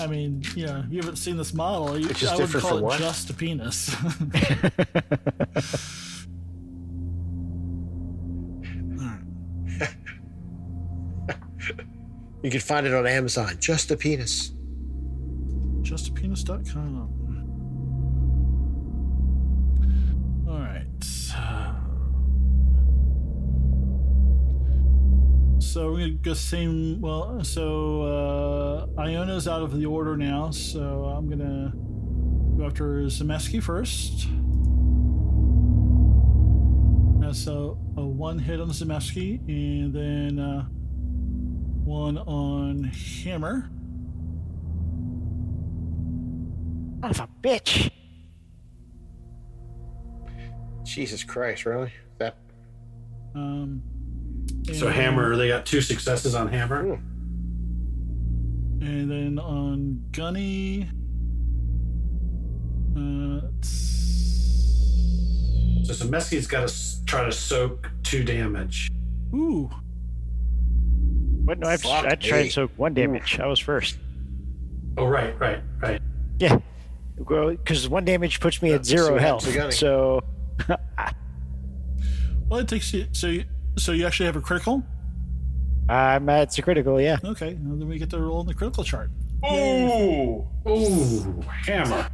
S1: I mean, you know, you haven't seen this model. You,
S6: It's just
S1: I would
S6: different
S1: call
S6: for
S1: it
S6: what?
S1: just a penis.
S6: *laughs*
S1: *laughs*
S6: you can find it on Amazon. Just a penis.
S1: Justapenis.com. All right. So we're gonna go same. Well, so uh, Iona's out of the order now. So I'm gonna go after Zemeski first. That's a, a one hit on Zemeski, and then uh, one on Hammer.
S4: Son of a bitch.
S6: Jesus Christ, really? That
S1: Um,
S3: so
S1: and-
S3: hammer. They got two successes on hammer.
S1: And then on Gunny. Uh, it's-
S3: So Semesky's got to try to soak two damage.
S1: ooh.
S4: What? No, I've,
S6: Fuck
S4: I'd try
S6: me.
S4: and soak one damage. I was first.
S3: Oh right, right, right.
S4: Yeah. Because one damage puts me at zero
S6: what happens
S4: health.
S6: again.
S4: So,
S1: Well, it takes you. So you, so you actually have a critical?
S4: uh, I'm at a critical, yeah.
S1: Okay. well, then we get to roll in the critical chart.
S5: Ooh.
S3: Ooh, hammer.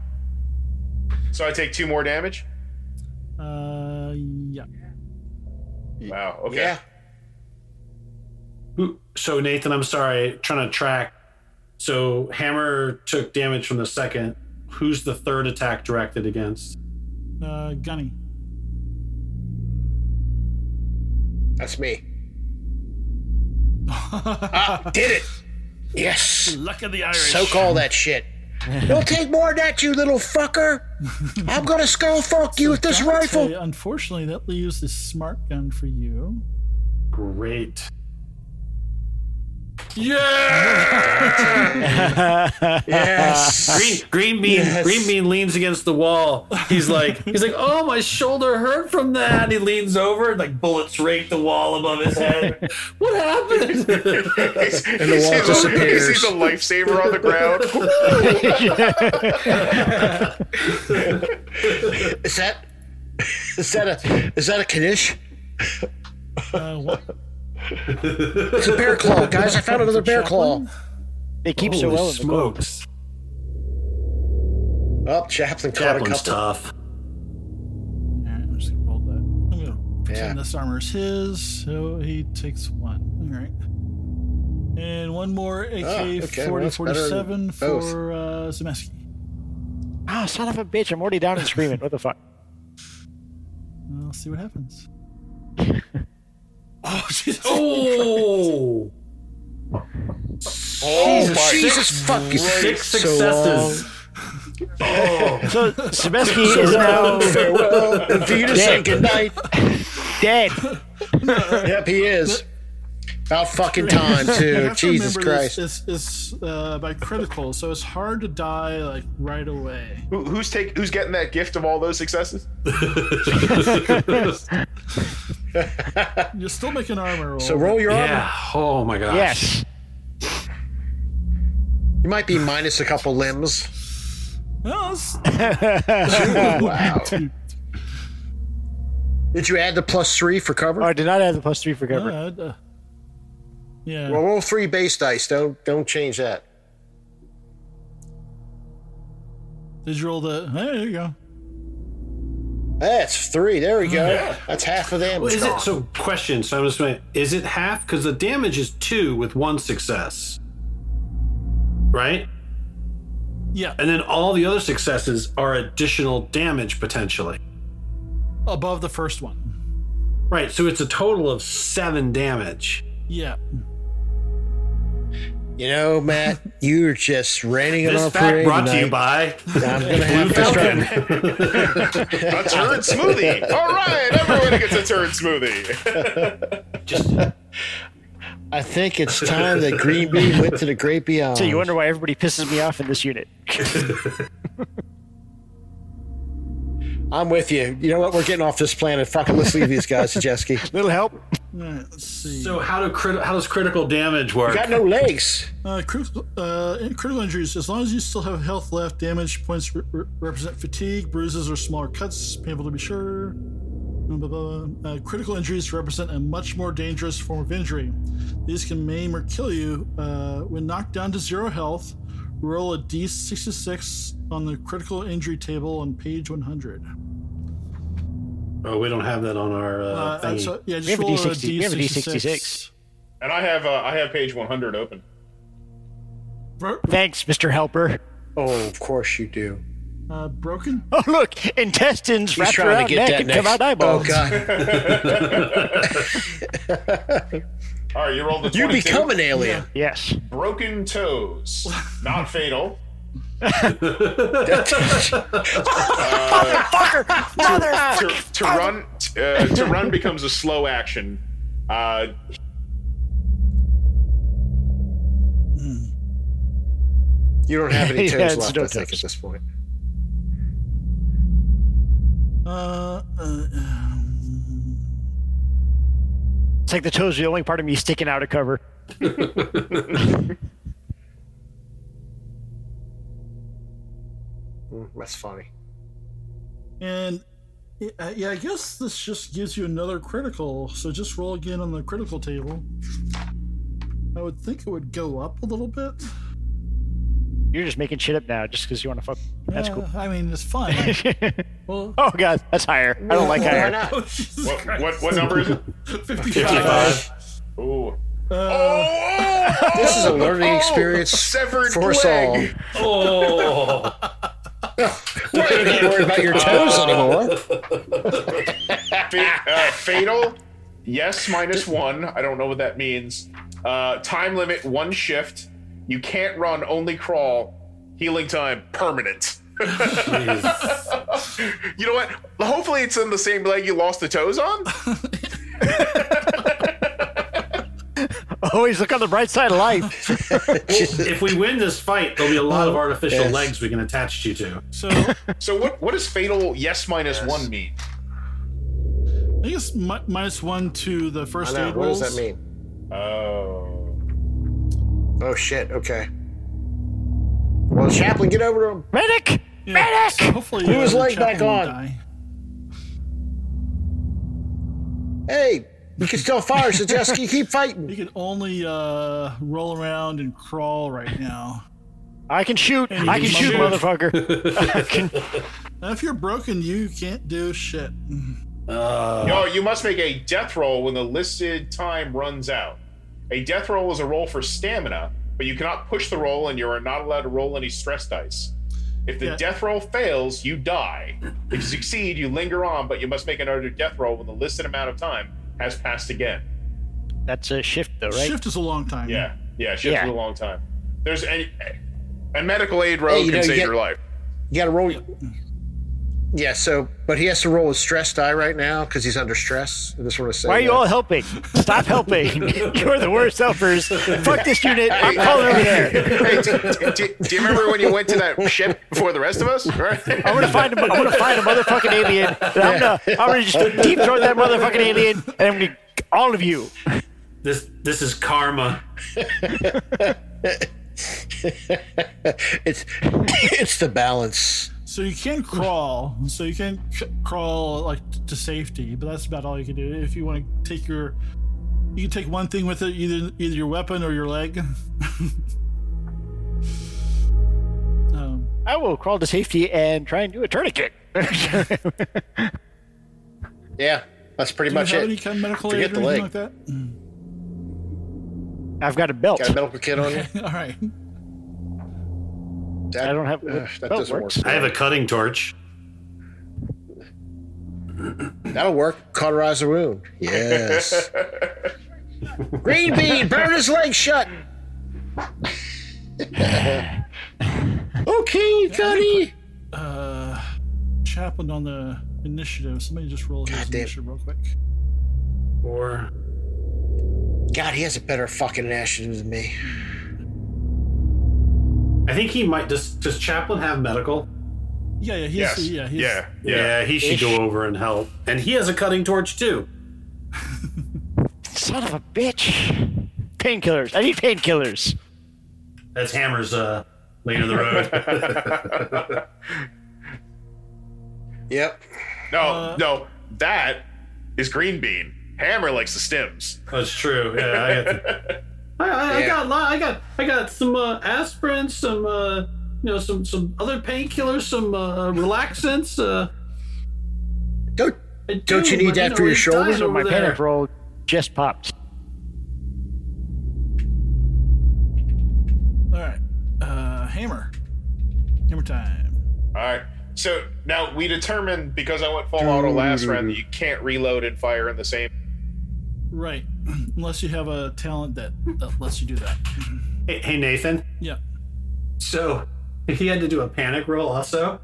S5: So I take two more damage.
S1: Uh, yeah.
S5: Wow. Okay. *laughs*
S6: Yeah.
S3: Ooh, So Nathan, I'm sorry, trying to track. So hammer took damage from the second. Who's the third attack directed against?
S1: Uh, Gunny.
S6: That's me. ah, did it! Yes!
S1: Luck of the Irish.
S6: Soak all that shit. *laughs* You'll take more than that, you little fucker. I'm gonna skull fuck you with this
S1: Dante,
S6: rifle.
S1: Unfortunately, that leaves the smart gun for you.
S3: Great.
S6: Yes.
S3: Green, green bean.
S6: Yes.
S3: Green bean leans against the wall.
S1: *laughs*
S3: He's like, he's like, oh, my shoulder hurt from that. And he leans over, and like bullets rake the wall above
S1: *laughs*
S3: his head. what happened?
S5: and
S6: the wall disappears.
S5: He sees a lifesaver on the
S6: *laughs*
S5: ground.
S6: Is that is that a is that a Kanish?
S1: Uh, what,
S6: It's a bear claw, Oh, guys. I found another bear claw.
S4: They keep so
S3: Holy
S4: well. in the cold.
S3: smokes.
S6: Up, oh, Chaplin caught a
S3: That one's
S6: couple.
S3: tough.
S1: All right, I'm just gonna roll that. I'm gonna pretend
S6: Yeah.
S1: this armor is his, so he takes one. All right, and one more AK
S6: Ah, okay, well,
S1: forty
S6: that's better than
S1: forty-seven
S6: both.
S1: for uh, Zemeski.
S4: Ah, son of a bitch! I'm already down and screaming. What the fuck?
S1: I'll see what
S6: *laughs*
S1: happens. oh *laughs* Jesus!
S3: Oh,
S5: oh my
S6: Jesus fucking
S3: six successes. oh,
S4: So Sebeski is
S6: *laughs*
S4: now
S6: Farewell. And for you to say
S4: Dick.
S6: goodnight.
S4: dead.
S6: Yep, he is. About fucking time
S1: You
S6: too.
S1: have to
S6: Jesus
S1: remember
S6: Christ.
S1: This is uh, by critical, so it's hard to die like right away.
S5: Who, who's take? Who's getting that gift of all those
S6: *laughs*
S5: successes?
S1: You still make an armor roll.
S6: So roll your armor.
S3: yeah. Oh my gosh.
S4: Yes.
S6: You might be minus a couple limbs.
S1: Well, that's- *laughs*
S6: Wow. Did you add the plus three for cover?
S4: Oh, I did not have the plus three for cover.
S1: uh, uh, yeah.
S6: Well, roll three base dice. Don't don't change that.
S1: Did you roll the? Hey, there you go.
S6: That's three. There we go. That's half of them.
S3: Well, is it so? Question. So I'm just going. Is it half? Because the damage is two with one success, right?
S1: Yeah,
S3: And then all the other successes are additional damage potentially.
S1: above the first one.
S3: Right. So it's a total of seven damage.
S1: Yeah.
S6: You know, Matt, you're just raining on
S3: This
S6: our
S3: fact
S6: parade.
S3: brought to you
S6: tonight.
S3: by
S6: *laughs* I'm gonna have to
S3: Falcon.
S6: start.
S5: A turd smoothie. All right, everyone gets a turd smoothie. *laughs*
S6: I think it's time that Green Bean went to the great beyond.
S4: So you wonder why everybody pisses me off in this unit.
S6: I'm with you. You know what? We're getting off this planet. Fucking let's leave these guys, Jeski.
S4: Little help.
S1: All right, let's see.
S3: So how do crit- how does critical damage work?
S6: Got no legs.
S1: Uh, critical, uh, in critical injuries. As long as you still have health left, damage points re- re- represent fatigue, bruises, or smaller cuts. Painful to be sure. Blah, blah, blah, blah. Uh, critical injuries represent a much more dangerous form of injury. These can maim or kill you. Uh, when knocked down to zero health, roll a d66 on the critical injury table on page 100.
S3: oh, we don't have that on our uh,
S1: Uh,
S3: thingy.
S1: so, yeah, just
S4: have a
S1: roll a
S4: D60 we have a
S1: d66.
S4: D66.
S5: And I have uh, I have page 100 open.
S1: Bro-
S4: Thanks, Mr. Helper. *laughs*
S6: Oh, of course you do.
S1: uh, broken
S4: Oh, look, intestines
S6: He's
S4: wrapped
S6: trying
S4: around
S6: to
S4: neck
S6: get that
S4: and
S6: next.
S4: come out eyeballs.
S6: Oh God!
S5: All right, you rolled the
S6: You
S5: 22.
S6: become an alien.
S4: Yes.
S5: broken
S6: *laughs*
S5: toes, not fatal. to, to run uh, to run becomes a slow action. Uh,
S6: You don't have any
S4: Yeah,
S6: toes
S4: it's
S6: left.
S4: no
S6: I think
S4: toes.
S6: at this point.
S1: Uh, um, uh,
S4: It's like the toes are the only part of me sticking out of cover.
S6: Mm, that's funny.
S1: and uh, yeah, I guess this just gives you another critical. So just roll again on the critical table. I would think it would go up a little bit.
S4: You're just making shit up now just because you want to fuck. That's
S1: Yeah,
S4: cool. *laughs*
S1: I mean, it's fine. well,
S4: oh, God, that's higher. I don't like
S6: *laughs*
S4: higher.
S1: *laughs* oh, Jesus
S5: what,
S1: Christ.
S5: what what number is it?
S1: 55.
S5: Ooh.
S1: Uh,
S5: Oh! *laughs*
S6: *laughs* This is a learning experience
S5: severed
S6: for us all.
S5: leg.
S6: You
S3: oh,
S6: don't have to worry about *laughs* your toes anymore.
S5: Fa- uh, fatal. Yes, minus one. I don't know what that means. Uh, time limit one shift. You can't run, only crawl. Healing time permanent. *laughs* you know what? Hopefully, it's in the same leg you lost the toes on.
S4: Always look on the bright side of life.
S3: if we win this fight, there'll be a lot of artificial
S6: *laughs* Yes.
S3: legs we can attach you to.
S1: So I
S5: So what? What does fatal yes minus
S6: Yes.
S5: one mean?
S1: think it's mi- minus one to the
S6: I
S1: first
S6: know.
S1: aid
S6: What does
S1: rolls.
S6: that mean?
S5: Oh.
S6: Oh shit. Okay. Well, Chaplin, get over to him.
S4: Medic!
S1: Yeah,
S4: Medic!
S1: so hopefully,
S6: Put his
S1: the
S6: leg back
S1: chaplain won't
S6: on.
S1: die.
S6: Hey, you can still fire, so
S5: *laughs*
S6: just keep- keep
S1: He
S6: fighting.
S1: can only uh, roll around and crawl right now.
S4: I can shoot.
S1: And you
S4: I
S1: can
S4: can shoot,
S1: shoot.
S4: motherfucker.
S1: And if you're broken, you can't do shit.
S5: No, you must make a death roll when the listed time runs out. A death roll is a roll for stamina, but you cannot push the roll, and you are not allowed to roll any stress dice. If the
S1: Yeah.
S5: death roll fails, you die. If you succeed, you linger on, but you must make another death roll when the listed amount of time has passed again.
S4: That's a shift, though, right?
S1: Shift is a long time.
S5: Yeah, yeah, shit
S4: Yeah.
S5: for a long time. There's any a medical aid road
S6: Hey, you
S5: can
S6: know, you
S5: save
S6: get-
S5: your life.
S6: You got to roll. Yeah. So, but he has to roll his stress die right now because he's under stress. I just want to say.
S4: Why are you
S6: that.
S4: all helping? Stop helping. You're the worst helpers. Fuck this unit. I'm calling over there.
S5: *laughs* Hey, do, do- do you remember when you went to that ship before the rest of
S6: *laughs*
S5: us? Right?
S6: Oh,
S4: I'm gonna find a, I'm gonna find a motherfucking alien. And I'm gonna I'm gonna just deep throat that motherfucking alien, and I'm gonna all of you.
S3: This this is karma.
S6: It's it's the balance.
S1: So you can crawl. So you can c- crawl like t- to safety, but that's about all you can do. If you want to take your, you can take one thing with it, either either your weapon or your leg. *laughs* um,
S4: I will crawl to safety and try and do a tourniquet. *laughs*
S6: Yeah, that's pretty
S1: do you
S6: much
S1: have
S6: it.
S1: any kind of medical
S6: Forget
S1: aid
S6: the
S1: or anything
S6: leg.
S1: like that?
S4: I've got a belt.
S6: Got a medical kit on you?
S1: all right.
S6: That,
S4: I don't have-
S6: Ugh, that
S4: belt
S6: doesn't
S4: works.
S6: work.
S3: I have a cutting torch.
S6: That'll work. Cauterize the wound. *laughs* Yes. Green bean, burn his leg shut. okay, Cuddy.
S1: Uh, chaplain on the initiative. Somebody just roll his
S6: Goddamn.
S1: initiative real quick.
S3: Or
S6: God, he has a better fucking initiative than me.
S3: I think he might. Does does Chaplin have medical?
S1: Yeah, yeah, he's,
S5: yes.
S1: yeah, he's,
S5: yeah.
S3: Yeah, he should go over and help. And he has a cutting torch too.
S4: Son of a bitch. Painkillers. I need painkillers.
S3: That's Hammer's uh, lane of the *laughs* road.
S6: Yep.
S5: No,
S1: Uh-huh.
S5: no, that is green bean. Hammer likes the stims.
S3: That's true. Yeah, I got. I, I,
S6: Yeah.
S3: I got. li- I got. I got some uh, aspirin, some uh, you know, some some other painkillers, some uh, relaxants. Uh,
S6: Don't.
S3: I
S6: Don't you
S3: do,
S6: need
S3: but,
S6: that for
S3: know,
S6: your
S3: he's
S6: shoulder?
S3: dying
S6: So
S3: over
S4: Oh, My
S3: there.
S4: panic roll just popped.
S1: All right. Uh, hammer. Hammer time.
S5: All right. So now we determined because I went full auto last round that you can't reload and fire in the same.
S1: Right. *clears throat* Unless you have a talent that, that lets you do that.
S3: Hey, hey, Nathan.
S1: Yeah.
S3: So he had to do a panic roll. Also,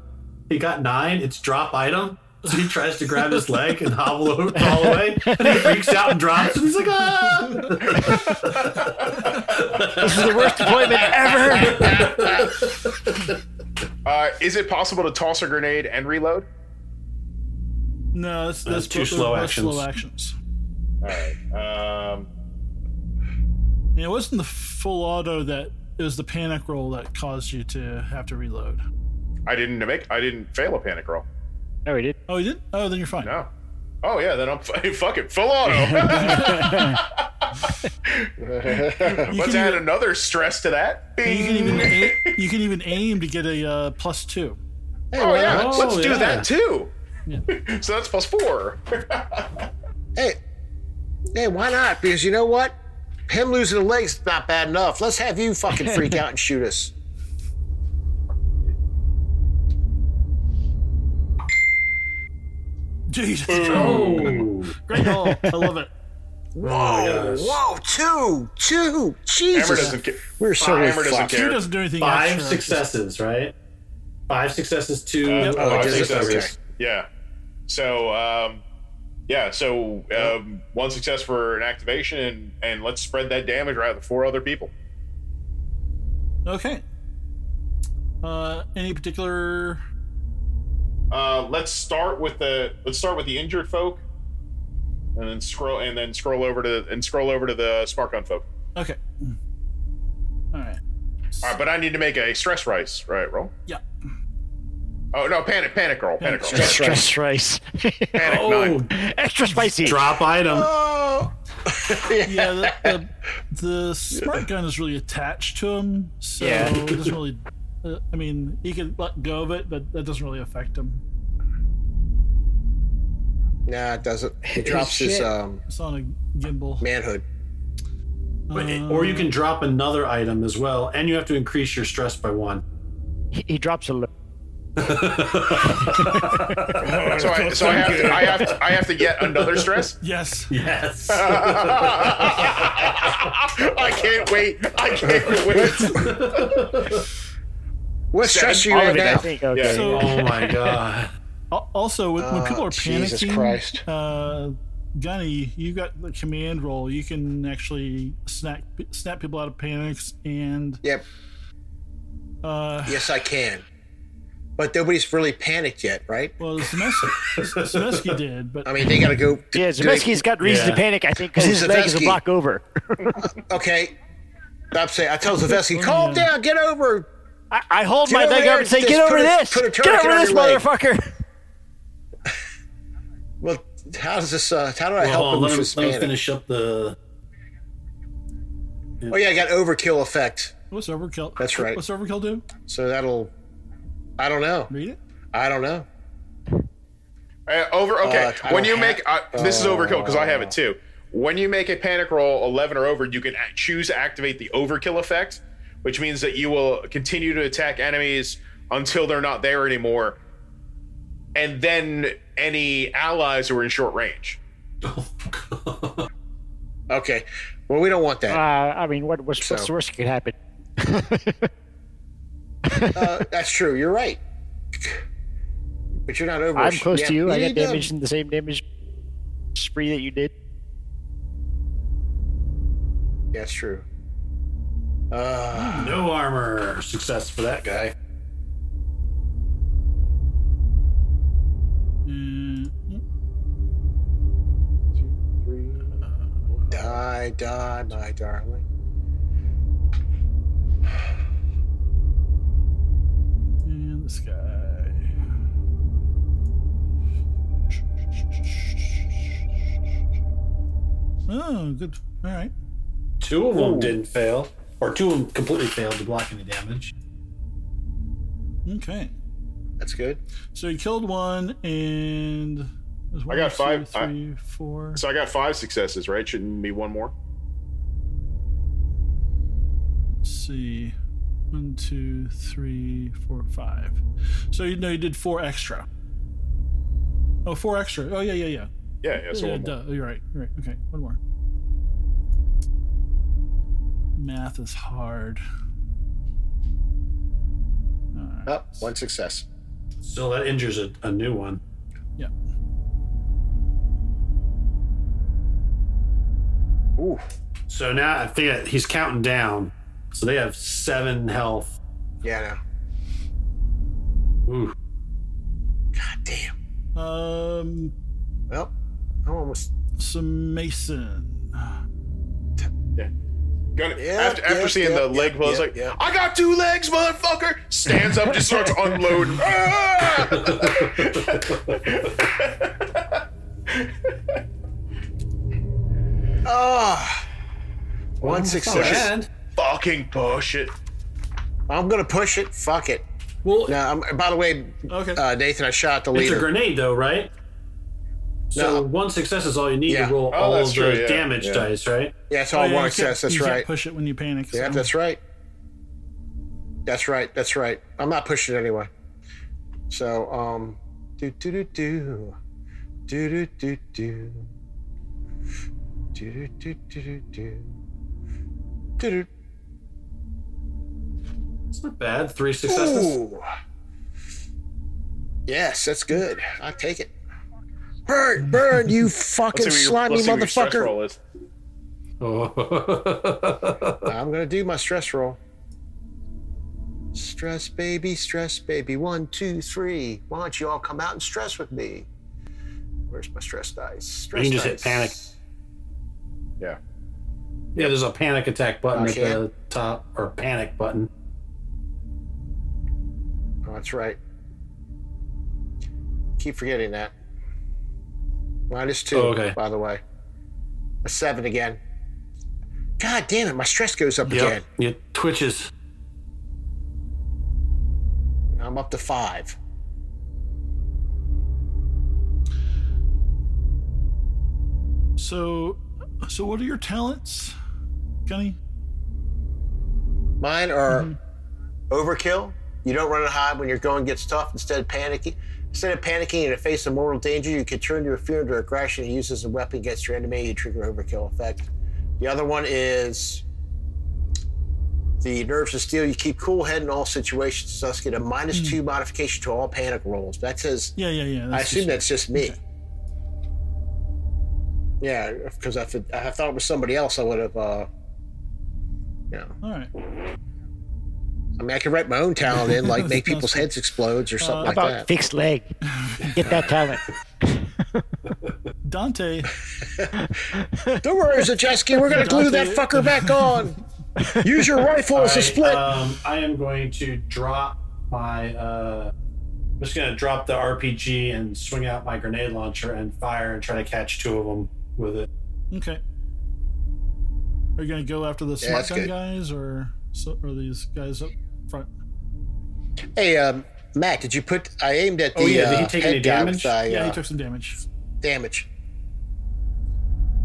S3: he got nine. It's drop item. So he tries to grab his leg and hobble over all the way, and he freaks out and drops. And he's like, ah!
S4: This is the worst deployment ever.
S5: Uh, is it possible to toss a grenade and reload?
S1: No, that's, that's,
S3: two
S1: both-
S3: slow
S1: both Slow
S3: actions.
S1: actions.
S5: All right. Um,
S1: And it wasn't the full auto that it was the panic roll that caused you to have to reload.
S5: I didn't make. I didn't fail a panic roll.
S4: No, he did.
S1: Oh, you did? Oh, then you're fine.
S5: No. Oh yeah, then I'm f- *laughs* fuck it, full auto.
S1: You,
S5: Let's
S1: can
S5: add
S1: even,
S5: another stress to that.
S1: you can
S5: Bing.
S1: even aim, you can even aim to get a uh, plus two. *laughs*
S6: Hey,
S5: Oh
S6: why
S5: yeah,
S6: not?
S5: let's
S3: Oh,
S5: do
S3: yeah.
S5: that too.
S1: Yeah.
S5: *laughs* So that's plus four.
S6: Hey, hey, why not? Because you know what? Him losing a leg's not bad enough. Let's have you fucking freak out and shoot
S5: *laughs*
S6: us.
S1: Jesus.
S3: Oh.
S1: *laughs* Great roll. I love it.
S3: Whoa!
S5: Oh,
S2: Whoa, two, two,
S5: Hammer
S2: Jesus.
S5: doesn't care.
S6: We're so
S5: Hammer doesn't
S6: reflexed.
S5: care.
S1: Two doesn't do anything.
S3: Five
S1: extra.
S3: successes, right? Five successes, two.
S5: Uh,
S1: Oh,
S5: five
S6: it does it?
S5: successes.
S6: Okay.
S5: Yeah. So, um, yeah. So um, one success for an activation, and and let's spread that damage right to four other people.
S1: Okay. Uh, any particular?
S5: Uh, let's start with the let's start with the injured folk, and then scroll and then scroll over to and scroll over to the smartphone folk.
S1: Okay. All right.
S5: All right, but I need to make a stress rice right roll.
S1: Yeah.
S5: Oh no, panic, panic roll, panic roll,
S6: That's right.
S4: Stress rice.
S5: panic
S3: Oh,
S5: nine.
S4: *laughs* Extra spicy.
S3: drop item.
S6: Oh,
S1: Yeah. The, the, the smart gun is really attached to him, so
S4: Yeah.
S1: it doesn't really. Uh, I mean, he could let go of it, but that doesn't really affect him.
S6: nah, it doesn't. He drops his
S2: shit.
S6: um,
S1: It's on a gimbal.
S6: manhood.
S3: But it- or you can drop another item as well, and you have to increase your stress by one.
S4: He, he drops a little.
S5: So I, so I have to, I have to, I have to get another stress.
S1: Yes.
S3: Yes.
S5: I can't wait. I can't wait.
S6: *laughs* What
S5: Seven.
S6: stress are you
S4: All of
S6: at
S4: it, I
S6: now?
S4: think. Okay.
S1: So-
S3: oh my god.
S1: Al- Also, when, when
S6: Ah,
S1: people are panicking,
S6: Jesus Christ.
S1: Uh, Gunny, you got the command roll. You can actually snap snap people out of panics, and
S6: Yep.
S1: uh,
S6: Yes, I can. But nobody's really panicked yet, right?
S1: well, Sineski did, but
S6: I mean, they got to go.
S4: Yeah, Zemeski's got reason
S3: Yeah.
S4: to panic, I think, because
S6: Oh,
S4: his leg is a
S6: Zemeski.
S4: block over.
S6: Okay. I'm saying, I tell Zavesky, calm down, get over.
S4: I, I hold
S6: Get
S4: my
S6: over
S4: leg
S6: here
S4: up and
S6: and
S4: say,
S6: just
S4: "Get
S6: put
S4: over
S6: a-
S4: this!
S6: put a
S4: Get
S6: tourniquet
S4: over
S6: on
S4: this,
S6: your leg."
S4: motherfucker!"
S6: Well, how does this? Uh, how do I
S3: Hold
S6: help
S3: on,
S6: him
S3: let
S6: with
S3: him,
S6: this
S3: let him
S6: panic?
S3: finish up the.
S6: Oh yeah, I got overkill effect.
S1: what's overkill?
S6: That's right.
S1: What's overkill do?
S6: So that'll. I don't know.
S1: Read it.
S6: I don't know.
S5: Uh, over. Okay.
S6: Uh, I
S5: when
S6: don't
S5: you
S6: have-
S5: make uh, this is overkill because I have it too. When you make a panic roll eleven or over, you can act- choose to activate the overkill effect, which means that you will continue to attack enemies until they're not there anymore, and then any allies who are in short range.
S6: Okay. Well, we don't want
S4: Uh,
S6: that.
S4: I mean, what, what's, what's
S6: So-
S4: the worst that could *laughs* happen?
S6: Uh, that's true. You're right. But you're not over.
S4: I'm close
S6: yeah,
S4: to you. I got
S6: done.
S4: damaged in the same damage spree that you did.
S6: Yeah, it's true. *sighs* Uh,
S3: No armor. Success for that guy.
S1: Mm,
S6: die, die, my darling.
S1: and this guy. Oh, good. All right.
S3: Two of them didn't fail, or two of them completely failed to block any damage.
S1: Okay.
S6: That's good.
S1: So you killed one, and there's one,
S5: got
S1: two,
S5: five. I-
S1: three, four.
S5: So I got five successes, right? Shouldn't be one more.
S1: Let's see, one, two, three, four, five. So you know you did four extra. Oh, four extra. Oh yeah, yeah, yeah.
S5: Yeah. Yeah. So
S1: yeah
S5: one more.
S1: duh. Oh, You're right. You're right. Okay, one more. Math is hard. All right.
S6: Up, one success.
S3: So that injures a, a new one.
S6: Ooh,
S3: So now I think that he's counting down. So they have seven health.
S6: yeah,
S3: Ooh.
S6: no. God damn.
S1: Um,
S6: Well, I'm almost.
S1: some Mason.
S5: Gunny,
S6: Yeah,
S5: after after
S6: yeah,
S5: seeing
S6: yeah,
S5: the leg
S6: yeah,
S5: blow, it's
S6: yeah,
S5: like,
S6: yeah.
S5: I got two legs, motherfucker! Stands up, just
S6: *laughs*
S5: starts unloading. Ah!
S6: Ah, one success.
S3: And
S5: Fucking push it.
S6: I'm gonna push it. Fuck it.
S1: Well,
S6: No, I'm, by the way,
S1: okay.
S6: uh, Nathan, I shot the
S3: it's a
S6: leader.
S3: grenade, though, right? So
S6: No.
S3: one success is all you need
S6: Yeah.
S3: to roll
S5: Oh,
S3: all
S5: that's
S3: of
S5: true,
S3: the
S5: yeah,
S3: damage
S5: yeah.
S3: dice, right?
S6: yeah, it's
S1: Oh,
S6: all
S1: yeah, you
S6: one
S1: can't-
S6: success. That's
S1: you can't
S6: right.
S1: Push it when you panic.
S6: Yeah,
S1: so-
S6: that's right. That's right. That's right. I'm not pushing it anyway. So, um, do do do do, do do do do, do Do do do do do do.
S3: It's not bad. Three
S6: do.
S3: successes.
S6: Ooh. Yes, that's good. I take it. Burn, burn, you *laughs*
S5: what
S6: fucking
S5: your-
S6: slimy
S5: let's see what your stress
S6: motherfucker!
S5: roll is.
S3: *laughs* Oh.
S6: I'm gonna do my stress roll. Stress baby, stress baby. One, two, three. Why don't you all come out and stress with me? Where's my stress dice? Stress
S3: can just hit panic.
S5: Yeah.
S3: yeah, there's a panic attack button
S6: I
S3: at the top, or panic button.
S6: Oh, that's right. Keep forgetting that. Minus two,
S3: Oh, okay.
S6: by the way. A seven again. God damn it, my stress goes up
S3: Yep.
S6: again.
S3: It twitches.
S6: I'm up to five.
S1: So, so what are your talents, Gunny?
S6: Mine are
S1: Mm-hmm.
S6: overkill. You don't run and hide when your going gets tough. Instead of panicking, instead of panicking in the face of mortal danger, you can turn your fear into aggression and use it as a weapon against your enemy. You trigger overkill effect. The other one is the nerves of steel. You keep cool head in all situations. Thus, get a minus two modification to all panic rolls. That says
S1: Mm. Yeah, yeah, yeah.
S6: I
S1: that's
S6: assume
S1: just-
S6: that's just me. Yeah, because if it, I thought it was somebody else, I would have. Uh, you know,
S1: All right.
S6: I mean, I could write my own talent in, like make people's heads explode or
S1: Uh,
S6: something
S1: How
S6: like
S4: About
S6: that.
S4: fixed leg. Get that *laughs* talent.
S1: Dante,
S6: Don't worry, Zajeski, we're gonna glue that fucker
S3: *laughs*
S6: back on. Use your rifle as Oh, a
S3: Alright,
S6: split.
S3: Um, I am going to drop my. Uh, I'm just going to drop the RPG and swing out my grenade launcher and fire and try to catch two of them with it.
S1: okay. Are you gonna go after the smart
S6: that's
S1: gun
S6: good.
S1: guys, or so, or these guys up front?
S6: hey, um, Matt, did you put? I aimed at the
S3: Oh, yeah, did he
S6: uh,
S3: take
S6: head
S3: any
S6: guy
S3: damage?
S6: with, uh,
S1: Yeah,
S6: uh,
S1: he took some damage.
S6: damage.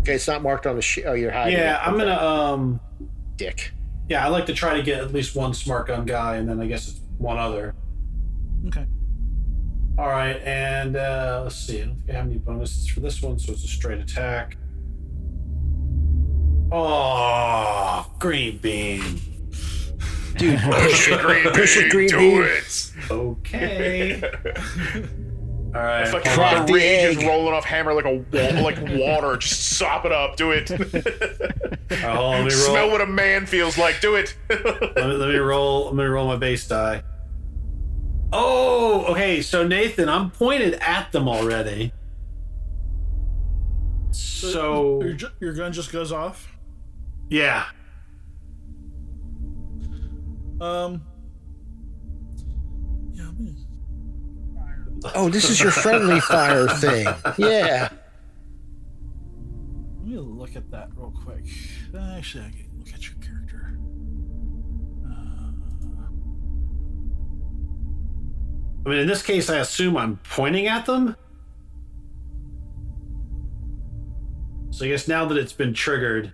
S6: Okay, it's not marked on the. Sh- oh, you're hiding.
S3: Yeah,
S6: it.
S3: I'm going to. Um,
S6: dick.
S3: yeah, I like to try to get at least one smart gun guy, and then I guess it's one other.
S1: Okay.
S3: All right, and uh, let's see. I don't think I have any bonuses for this one, so it's a straight attack. Oh, green bean.
S5: Push it, green
S6: Push it,
S5: bean,
S6: green
S5: do
S6: bean.
S5: it.
S3: Okay. All right.
S5: Fucking
S3: hold on.
S6: Crack
S5: the
S6: the
S5: rage is
S6: egg.
S5: rolling off hammer like a
S6: *laughs*
S5: wa- like water. Just sop it up. Do *laughs* it.
S3: All right, uh, hold on, let me roll.
S5: Smell what a man feels like. Do it. *laughs*
S3: let, me, let me roll. Let me roll my base die. Oh, okay. So Nathan, I'm pointed at them already. So
S1: Your, ju- your gun just goes off.
S3: yeah,
S1: Um. Yeah, I'm gonna-
S6: Oh, this is your
S3: *laughs*
S6: friendly fire thing. Yeah.
S1: Let me look at that real quick. Uh, Actually, I can look at your character.
S3: I mean in this case, I assume I'm pointing at them. So I guess now that it's been triggered,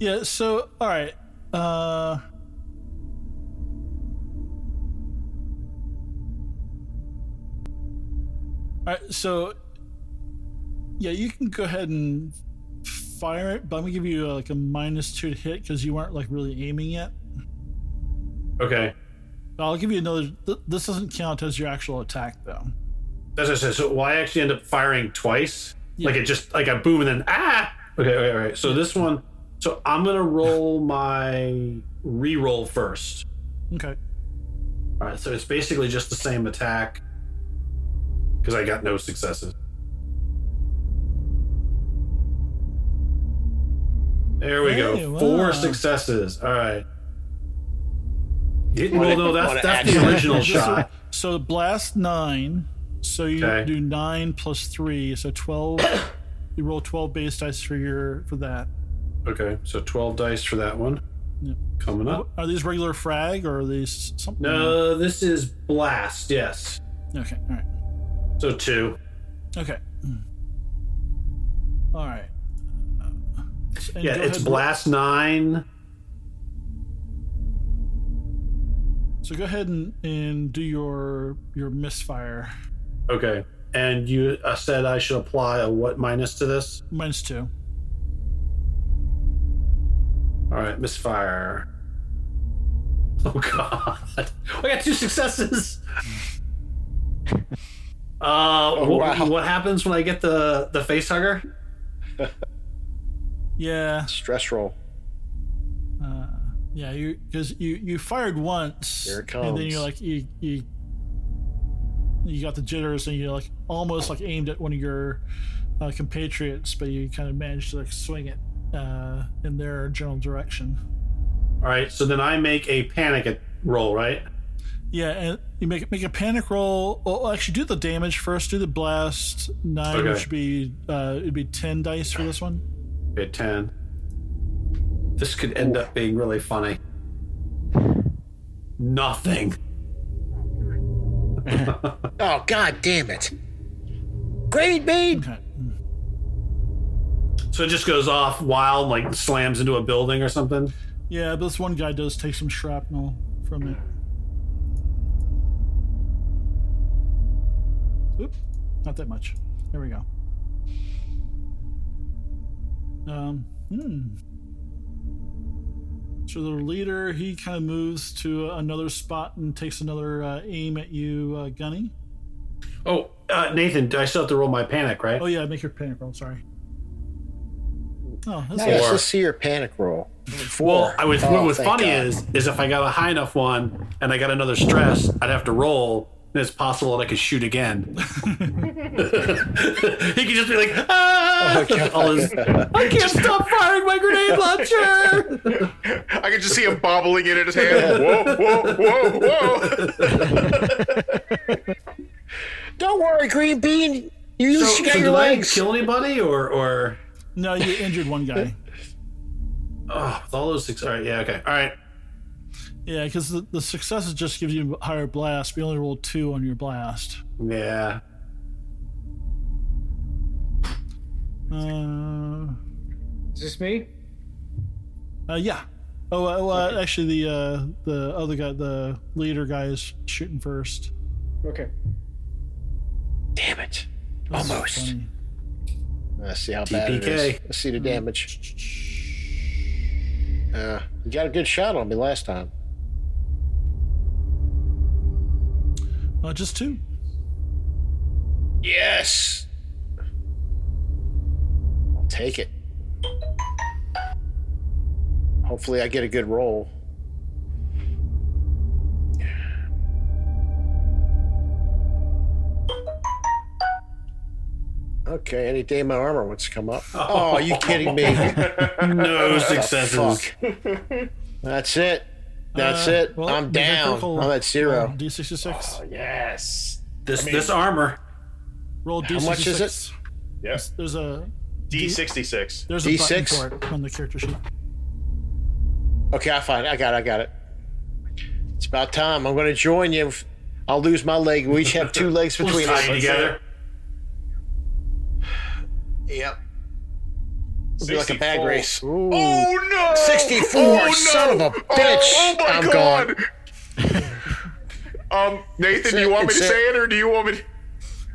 S1: Yeah. So, all right. Uh. All right. So, yeah, you can go ahead and fire it, but I'm gonna give you uh, like a minus two to hit because you weren't like really aiming yet.
S3: okay.
S1: I'll give you another. Th- this doesn't count as your actual attack, though.
S3: That's what I said. So will I actually end up firing twice?
S1: Yeah.
S3: Like it just like a boom and then ah. Okay, okay, all right. So this one. So I'm gonna roll my re-roll first.
S1: Okay.
S3: All right, so it's basically just the same attack because I got no successes. There we
S1: Hey,
S3: go.
S1: wow.
S3: Four successes. All right. Didn't
S6: Wanna-
S3: well, no, that's
S6: wanna
S3: that's the
S6: action.
S1: *laughs*
S3: original
S1: This one-
S3: shot.
S1: So blast nine. So you
S3: Okay.
S1: do nine plus three, so twelve. *coughs* you roll twelve base dice for your for that.
S3: Okay, so twelve dice for that one.
S1: Yep.
S3: Coming up.
S1: Are these regular frag or are these something?
S3: No,
S1: uh-huh.
S3: this is blast. Yes.
S1: Okay. All right.
S3: So two.
S1: Okay. All right. Uh, And
S3: yeah,
S1: go
S3: it's
S1: ahead-
S3: blast nine.
S1: So go ahead and, and do your your misfire
S3: Okay, and you uh, said I should apply a what minus to this?
S1: minus two.
S3: All right, misfire. Oh god, *laughs* I got two successes. Uh, wh-
S6: wow.
S3: what happens when I get the the face hugger?
S1: Yeah.
S6: Stress roll.
S1: Uh, yeah, you because you you fired once,
S6: Here it
S1: and then
S6: comes.
S1: you're like you you you got the jitters, and you like almost like aimed at one of your uh, compatriots, but you kind of managed to like swing it uh, in their general direction.
S3: All right, so then I make a panic at- roll, right?
S1: Yeah, and you make make a panic roll. Well, actually, do the damage first. Do the blast nine,
S3: Okay.
S1: which would be uh, it'd be ten dice for this one.
S3: At ten. This could end up being really funny. Nothing.
S6: Oh god damn it!
S2: Grade me.
S1: Okay.
S3: So it just goes off wild, like slams into a building or something.
S1: Yeah, but this one guy does take some shrapnel from it. Oop, not that much. There we go. Um, hmm. So the leader, he kind of moves to another spot and takes another uh, aim at you, uh, Gunny.
S3: Oh, uh, Nathan, do I still have to roll my panic, right?
S1: Oh yeah, make your panic roll. Sorry. Oh, that's
S6: Yes,
S3: Four.
S6: let's see your panic roll.
S3: Well, I was, what
S6: Oh,
S3: was
S6: thank
S3: funny
S6: God.
S3: is is if I got a high enough one and I got another stress, I'd have to roll, and it's possible that I could shoot again. *laughs* he could just be like, ah! all his, I can't stop firing my grenade
S6: *laughs*
S3: launcher.
S5: I could just see him bobbling it in his hand. Whoa, whoa, whoa,
S6: *laughs*
S5: whoa.
S2: Don't worry, Green Bean. You used
S3: so,
S2: to get
S3: so
S2: your
S3: did I
S2: legs.
S3: kill anybody or or
S1: no, you injured one guy.
S3: oh, with all those six? All right, yeah, okay, all right.
S1: Yeah, because the, the successes just gives you higher blast. We only rolled two on your blast.
S3: Yeah.
S1: Uh,
S7: Is this me?
S1: uh, yeah. Oh, uh, well, uh, actually, the uh, the other guy, the leader guy, is shooting first.
S7: Okay.
S6: Damn it.
S1: That's
S6: Almost.
S1: funny.
S6: Let's Uh, see how bad it
S3: TPK.
S6: is. Let's see the damage. Uh, you got a good shot on me last time.
S1: Uh, just two.
S6: Yes. I'll take it. Hopefully, I get a good roll. Okay, any day my armor wants to come up. Oh, are you kidding me? *laughs*
S3: No
S6: Fuck. That's it. That's
S1: Uh,
S6: it.
S1: well,
S6: I'm
S1: make a
S6: down.
S1: critical-
S6: I'm at zero.
S1: Roll D66.
S5: Yes.
S3: This
S5: I mean-
S3: this armor.
S1: Roll D66.
S6: much is
S5: Yes.
S1: There's a
S5: D66.
S1: there's a
S6: D6?
S1: button for it on the character sheet.
S6: Okay, I find it. I got it. I got it. It's about time. I'm going to join you. I'll lose my leg. We each have two legs
S3: We'll
S6: between
S3: tie
S6: us.
S3: it together.
S6: Yep. It'll be like a bag
S5: 64.
S6: race.
S5: Oh no!
S6: 64, son of a
S5: Oh,
S6: bitch.
S5: Oh, my
S6: I'm
S5: god! um, Nathan, do you want me to
S6: It's it.
S5: say it or do you want me to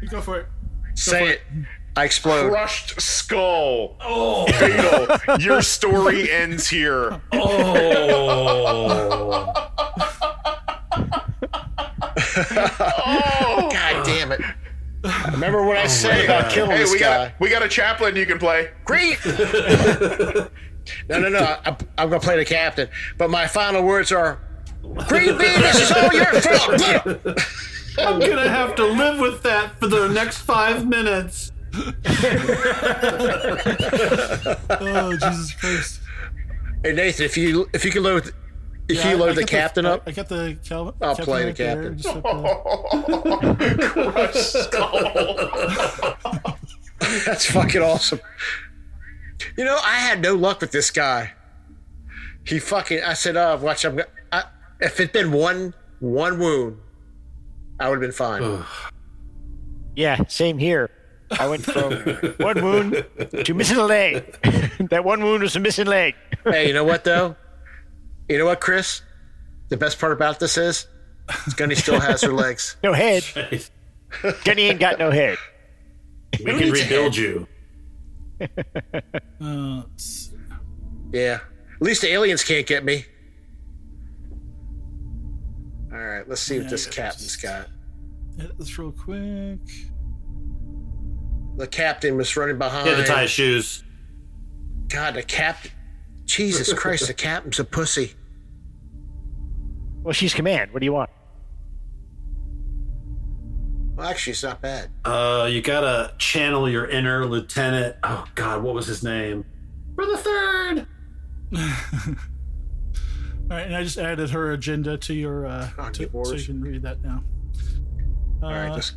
S1: You go for it.
S6: Say it. I explode.
S5: crushed skull?
S3: Oh,
S5: Fatal. Your story ends
S6: *laughs*
S5: here.
S3: oh. *laughs*
S5: Oh.
S6: God damn *laughs* it. Remember what I said about killing
S5: Hey,
S6: this
S5: we
S6: guy.
S5: got we got a chaplain you can play.
S6: Great. no, no, no. I, I'm going to play the captain. But my final words are Green Bean, this is all your fault. Get him.
S3: I'm gonna have to live with that for the next five minutes.
S1: Oh Jesus Christ!
S6: Hey, Nathan, if you if you can load if
S1: Yeah,
S6: you load
S1: I
S6: the
S1: got
S6: captain
S1: I-
S6: up,
S1: I got the Calvin.
S6: I'll play the captain.
S5: *laughs* crushed skull.
S6: That's fucking awesome. You know, I had no luck with this guy. He fucking. I said, "Oh, watch, I'm. go- I, if it'd been one one wound, I would have been fine."
S4: Yeah, same here. I went from one wound to missing a leg. *laughs* that one wound was a missing leg.
S6: hey, you know what though? You know what, Chris? The best part about this is, Gunny still has her
S1: *laughs*
S6: legs.
S4: No head.
S3: we
S4: Gunny ain't got no
S6: *laughs*
S4: head.
S3: can rebuild you.
S1: Uh, it's-
S6: Yeah. least the aliens can't get me. All right, let's see what this
S1: Yeah,
S6: captain's got.
S1: Edit this real quick.
S6: The captain was running behind.
S3: He had to tie his shoes.
S6: God, the captain. Jesus Christ, the captain's a pussy.
S4: Well, she's command. What do you want?
S6: Well, actually, it's not bad.
S3: Uh, you gotta channel your inner lieutenant. Oh God, what was his name? For the third.
S1: All right, and I just added her agenda to your uh,
S6: Oh,
S1: to,
S6: good
S1: so
S6: lord.
S1: you can read that now. Uh,
S6: All right, just.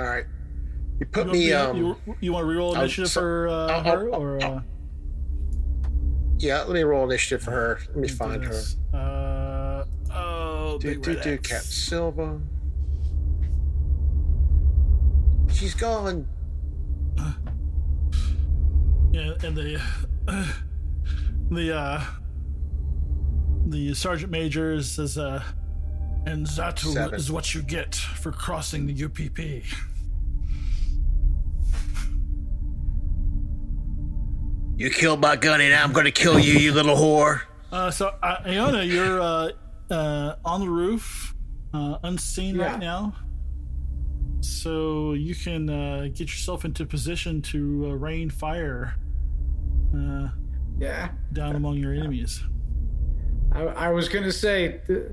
S6: All right. You
S1: you,
S6: put
S1: want
S6: me.
S1: me-
S6: um,
S1: you, you want to reroll
S6: I'll-
S1: initiative
S6: so-
S1: for uh,
S6: I'll-
S1: her
S6: I'll-
S1: or uh,
S6: Yeah, let me roll initiative for her. Let me find her.
S1: this? Uh, oh,
S6: Do
S1: big
S6: do
S1: red
S6: do,
S1: X.
S6: Cap Silva. She's gone.
S1: Yeah, and the *clears throat* the uh, the sergeant major says, uh, "And that
S6: Seven.
S1: is what you get for crossing the UPP."
S6: You killed my gunny, now I'm gonna kill you, you little whore.
S1: Uh, so, uh, Iona, you're uh, uh, on the roof, uh, unseen
S7: Yeah.
S1: right now. So you can uh, get yourself into position to uh, rain fire uh,
S7: Yeah.
S1: down among your enemies.
S7: I, I was gonna say th-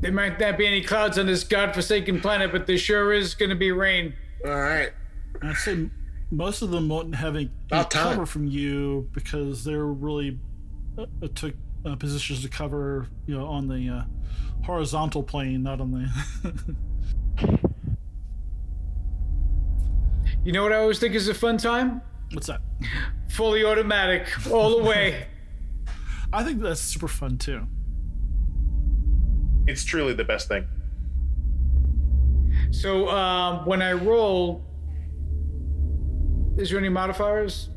S7: there might not be any clouds on this godforsaken planet, but there sure is gonna be rain.
S6: All right.
S1: And I'd say most of them won't have any any
S6: About time.
S1: cover from you because they're really uh, uh, took uh, positions to cover, you know, on the uh, horizontal plane, not on the. *laughs*
S7: You know what I always think is a fun time?
S1: What's that?
S7: Fully automatic, all the way.
S1: I think that's super fun too.
S5: It's truly the best thing.
S7: so um, when I roll, is there any modifiers?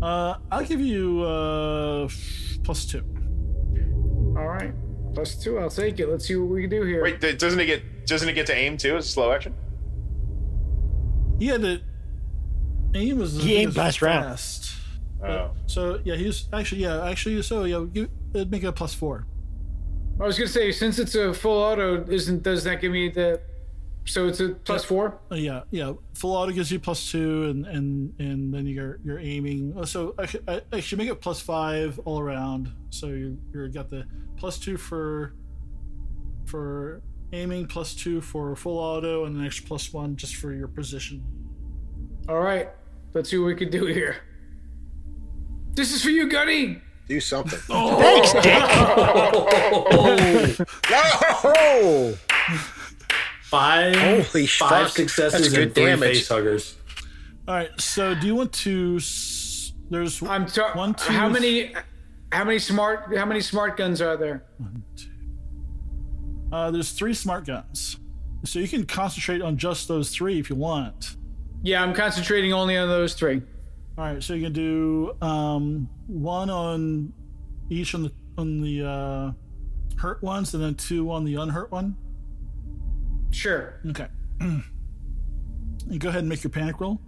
S1: Uh, I'll give you uh, f- plus two.
S7: All right, plus two. I'll take it. Let's see what we can do here.
S5: Wait, d- doesn't it get doesn't it get to aim too? Is it slow action?
S1: He had to aim was
S4: He aimed
S1: was
S4: last round.
S1: fast.
S5: Oh.
S1: So yeah, he's actually yeah, actually so yeah, give, it'd make it a plus four.
S7: I was gonna say since it's a full auto, isn't does that give me the? So it's a plus four.
S1: Uh, yeah, yeah. Full auto gives you plus two, and and and then you're you're aiming. uh, So I, should- I, I should make it plus five all around. So you you got the plus two for for aiming, plus two for full auto, and an extra plus one just for your position.
S7: All right, let's see what we can do here. This is for you, Gunny.
S5: *laughs*
S6: Do something.
S4: Thanks, Dick.
S6: Oh,
S3: Five.
S6: Holy
S3: five
S6: fuck.
S3: successes
S6: That's good
S3: and three
S6: damage.
S3: face huggers.
S1: All right. So do you want to? s- There's
S7: I'm sorry.
S1: One, two,
S7: how many? How many smart? How many smart guns are there?
S1: Uh, there's three smart guns, so you can concentrate on just those three if you want.
S7: Yeah, I'm concentrating only on those three.
S1: All right, so you can do um, one on each on the on the uh, hurt ones, and then two on the unhurt one.
S7: Sure.
S1: Okay. *clears throat* you go ahead and make your panic roll,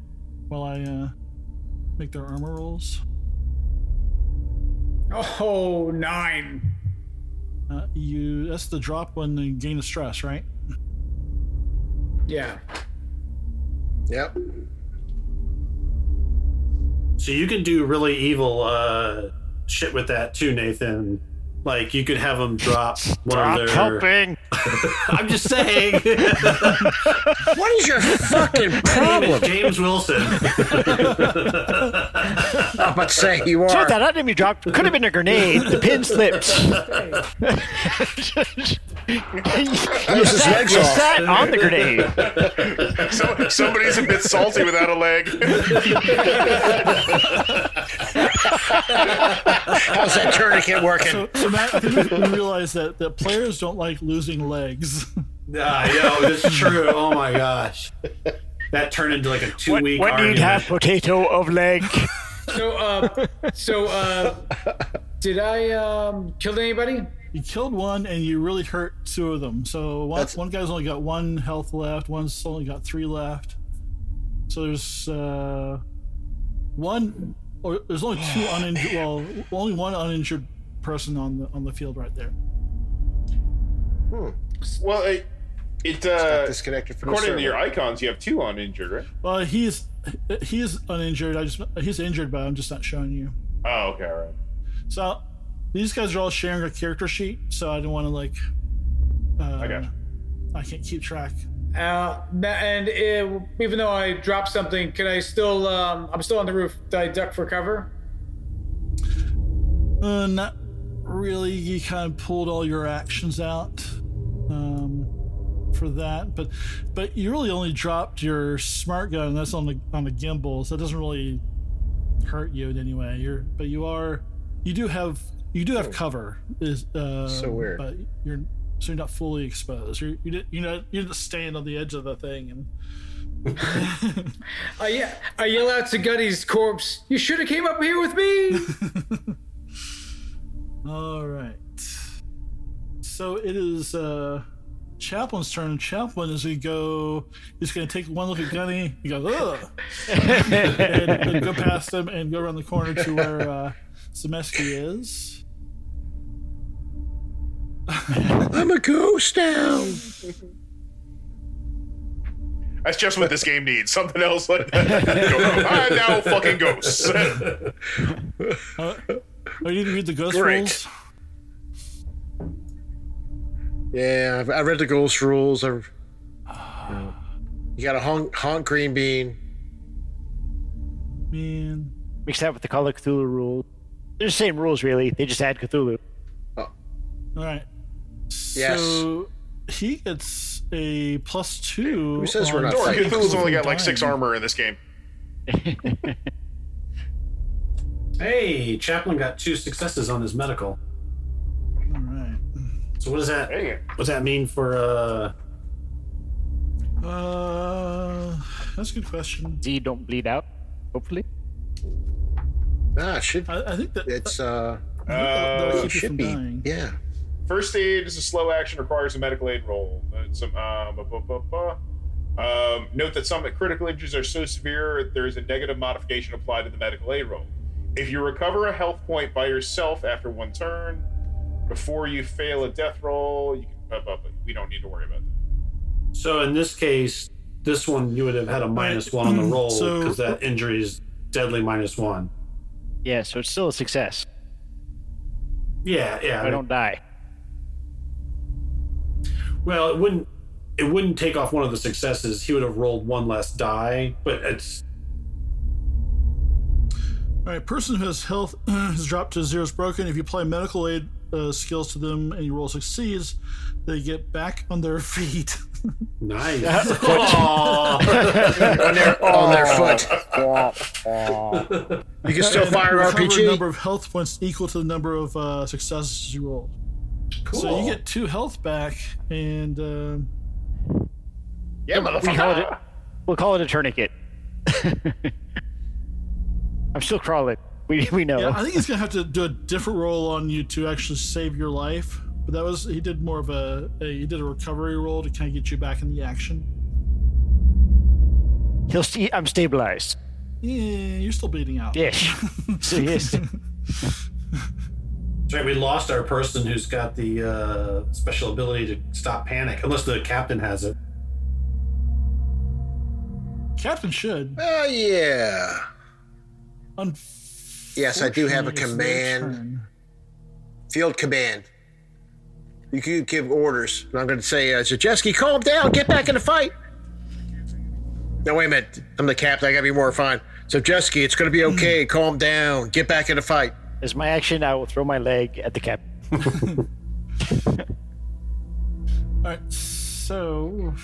S1: while I uh, make their armor rolls.
S7: Oh, nine.
S1: Uh, you that's the drop one and gain of stress, right?
S7: Yeah.
S6: yep.
S3: So you can do really evil uh, shit with that too, Nathan. Like you could have them drop one
S4: I'm
S3: of their.
S4: helping.
S3: I'm just
S6: *laughs*
S3: saying. *laughs*
S6: What is
S1: *laughs*
S6: your fucking problem?
S3: James Wilson. *laughs*
S6: I'm about to say you
S4: Shut
S6: are.
S4: that item you dropped could have been a grenade. The pin slipped. you
S6: his
S4: sat,
S6: legs
S4: you
S6: off.
S4: sat on the grenade.
S5: So, somebody's a bit salty without a leg. *laughs*
S6: How's that tourniquet working?
S1: So *laughs* Matt, I think we realize that that players don't like losing legs. *laughs*
S3: I know that's true. Oh my gosh, that turned into like a
S4: What,
S3: two-week.
S4: what need
S3: argument.
S4: have potato of leg?
S7: So, uh, so, uh, did I um, kill anybody?
S1: You killed one and you really hurt two of them. So one,
S6: That's-
S1: one guy's only got one health left, one's only got three left. So there's uh, one Or there's only two uninjured. Well, only one uninjured person on the on the field right there.
S5: Well, it, it
S6: Got
S5: uh,
S6: disconnected from the
S5: according
S6: server.
S5: to your icons, you have two uninjured, right?
S1: Well, he's he's uninjured. I just he's injured, but I'm just not showing you.
S5: Oh, okay, all right.
S1: So these guys are all sharing a character sheet, so I don't want to like. Uh,
S5: I got you.
S6: Mm-hmm.
S1: I can't keep track.
S7: Uh, na- and it, even though I dropped something, can I still? Um, I'm still on the roof. Do I duck for cover?
S1: Uh, not really. You kind of pulled all your actions out um, for that, but but you really only dropped your smart gun. And that's on the on the gimbal, so it doesn't really hurt you in any way. You're but you are you do have you do have cover. Is uh,
S6: Hmm. So weird.
S1: but you're so you're not fully exposed. You're you did, you know you just stand on the edge of the thing and.
S7: I, ye- I yell out to Gutty's corpse. You should have came up here with
S1: *laughs*
S7: me.
S1: All right. So it is uh, Chaplain's turn. Chaplain, as we go, is going to take one look at Gunny. He goes, ugh. and, and go past him and go around the corner to where uh, Zemeski is.
S2: I'm a ghost now.
S5: That's just what this game needs. Something else like that. I'm now fucking ghosts.
S1: Uh, oh, you didn't read the ghost
S6: Great.
S1: rules?
S6: Yeah, I've, I read the ghost rules. I've, you got to honk, honk green bean.
S1: Man.
S4: Mixed up with the Call of Cthulhu rule. They're the same rules, really. They just add Cthulhu.
S1: All right.
S6: Yes.
S1: So he gets a plus two.
S6: Who says we're
S1: on
S6: not
S5: Don't worry,
S6: fighting?
S5: Cthulhu's only got like six
S1: dying.
S5: armor in this game.
S3: Hey, Chaplin got two successes on his medical.
S1: All right.
S3: So what does that?
S5: Dang it.
S3: What's that mean for uh?
S1: Uh, that's a good question.
S4: Z don't bleed out, hopefully.
S6: Nah, it should
S1: I, I think that
S6: Ah, it's uh,
S1: That'll
S5: Uh,
S1: keep you
S6: should
S1: from
S6: be
S1: dying.
S6: Oh, yeah.
S5: first aid is a slow action, requires a medical aid roll. Uh, Some, um, ba- ba- ba- ba. Um, note that some critical injuries are so severe, there is a negative modification applied to the medical aid roll. If you recover a health point by yourself after one turn, before you fail a death roll, you can. But, but, but we don't need to worry about that.
S3: So in this case, this one you would have had a minus one on the roll
S1: Hmm, So-
S3: because that injury is deadly minus one.
S4: Yeah, so it's still a success.
S3: Yeah, yeah.
S4: I don't die.
S3: Well, it wouldn't. It wouldn't take off one of the successes. He would have rolled one less die, but it's
S1: All right, person who has health *clears throat* has dropped to zero is broken. If you apply medical aid uh, skills to them and your roll succeeds, they get back on their *laughs* feet.
S3: nice.
S6: on their on their
S5: Oh.
S6: foot. you can still
S1: And
S6: fire an
S1: recover a number
S6: RPG.
S1: of health points equal to the number of uh, successes you rolled.
S3: cool.
S1: So you get two health back, and um
S5: Yeah,
S4: We call it
S5: motherfucker.
S4: a- we'll call it a tourniquet. *laughs* I'm still crawling. We, we know.
S1: yeah, I think he's gonna have to do a different roll on you to actually save your life. But that was he did more of a, a he did a recovery roll to kind of get you back in the action.
S4: He'll st- I'm stabilized.
S1: Yeah, you're still bleeding out.
S4: Yes. so, yes.
S3: *laughs* That's right. We lost our person who's got the uh, special ability to stop panic, unless the captain has it.
S1: Captain should.
S6: Oh yeah.
S1: Unfortunately,
S6: Yes, I do have a
S1: it's their
S6: command.
S1: turn.
S6: Field command. You can give orders, and I'm going to say, uh, Zajeski, calm down, get back in the fight. No, wait a minute. I'm the captain. I got to be more refined. Zajeski, it's going to be okay. calm down, get back in the fight.
S4: As my action, I will throw my leg at the cap.
S1: All right, so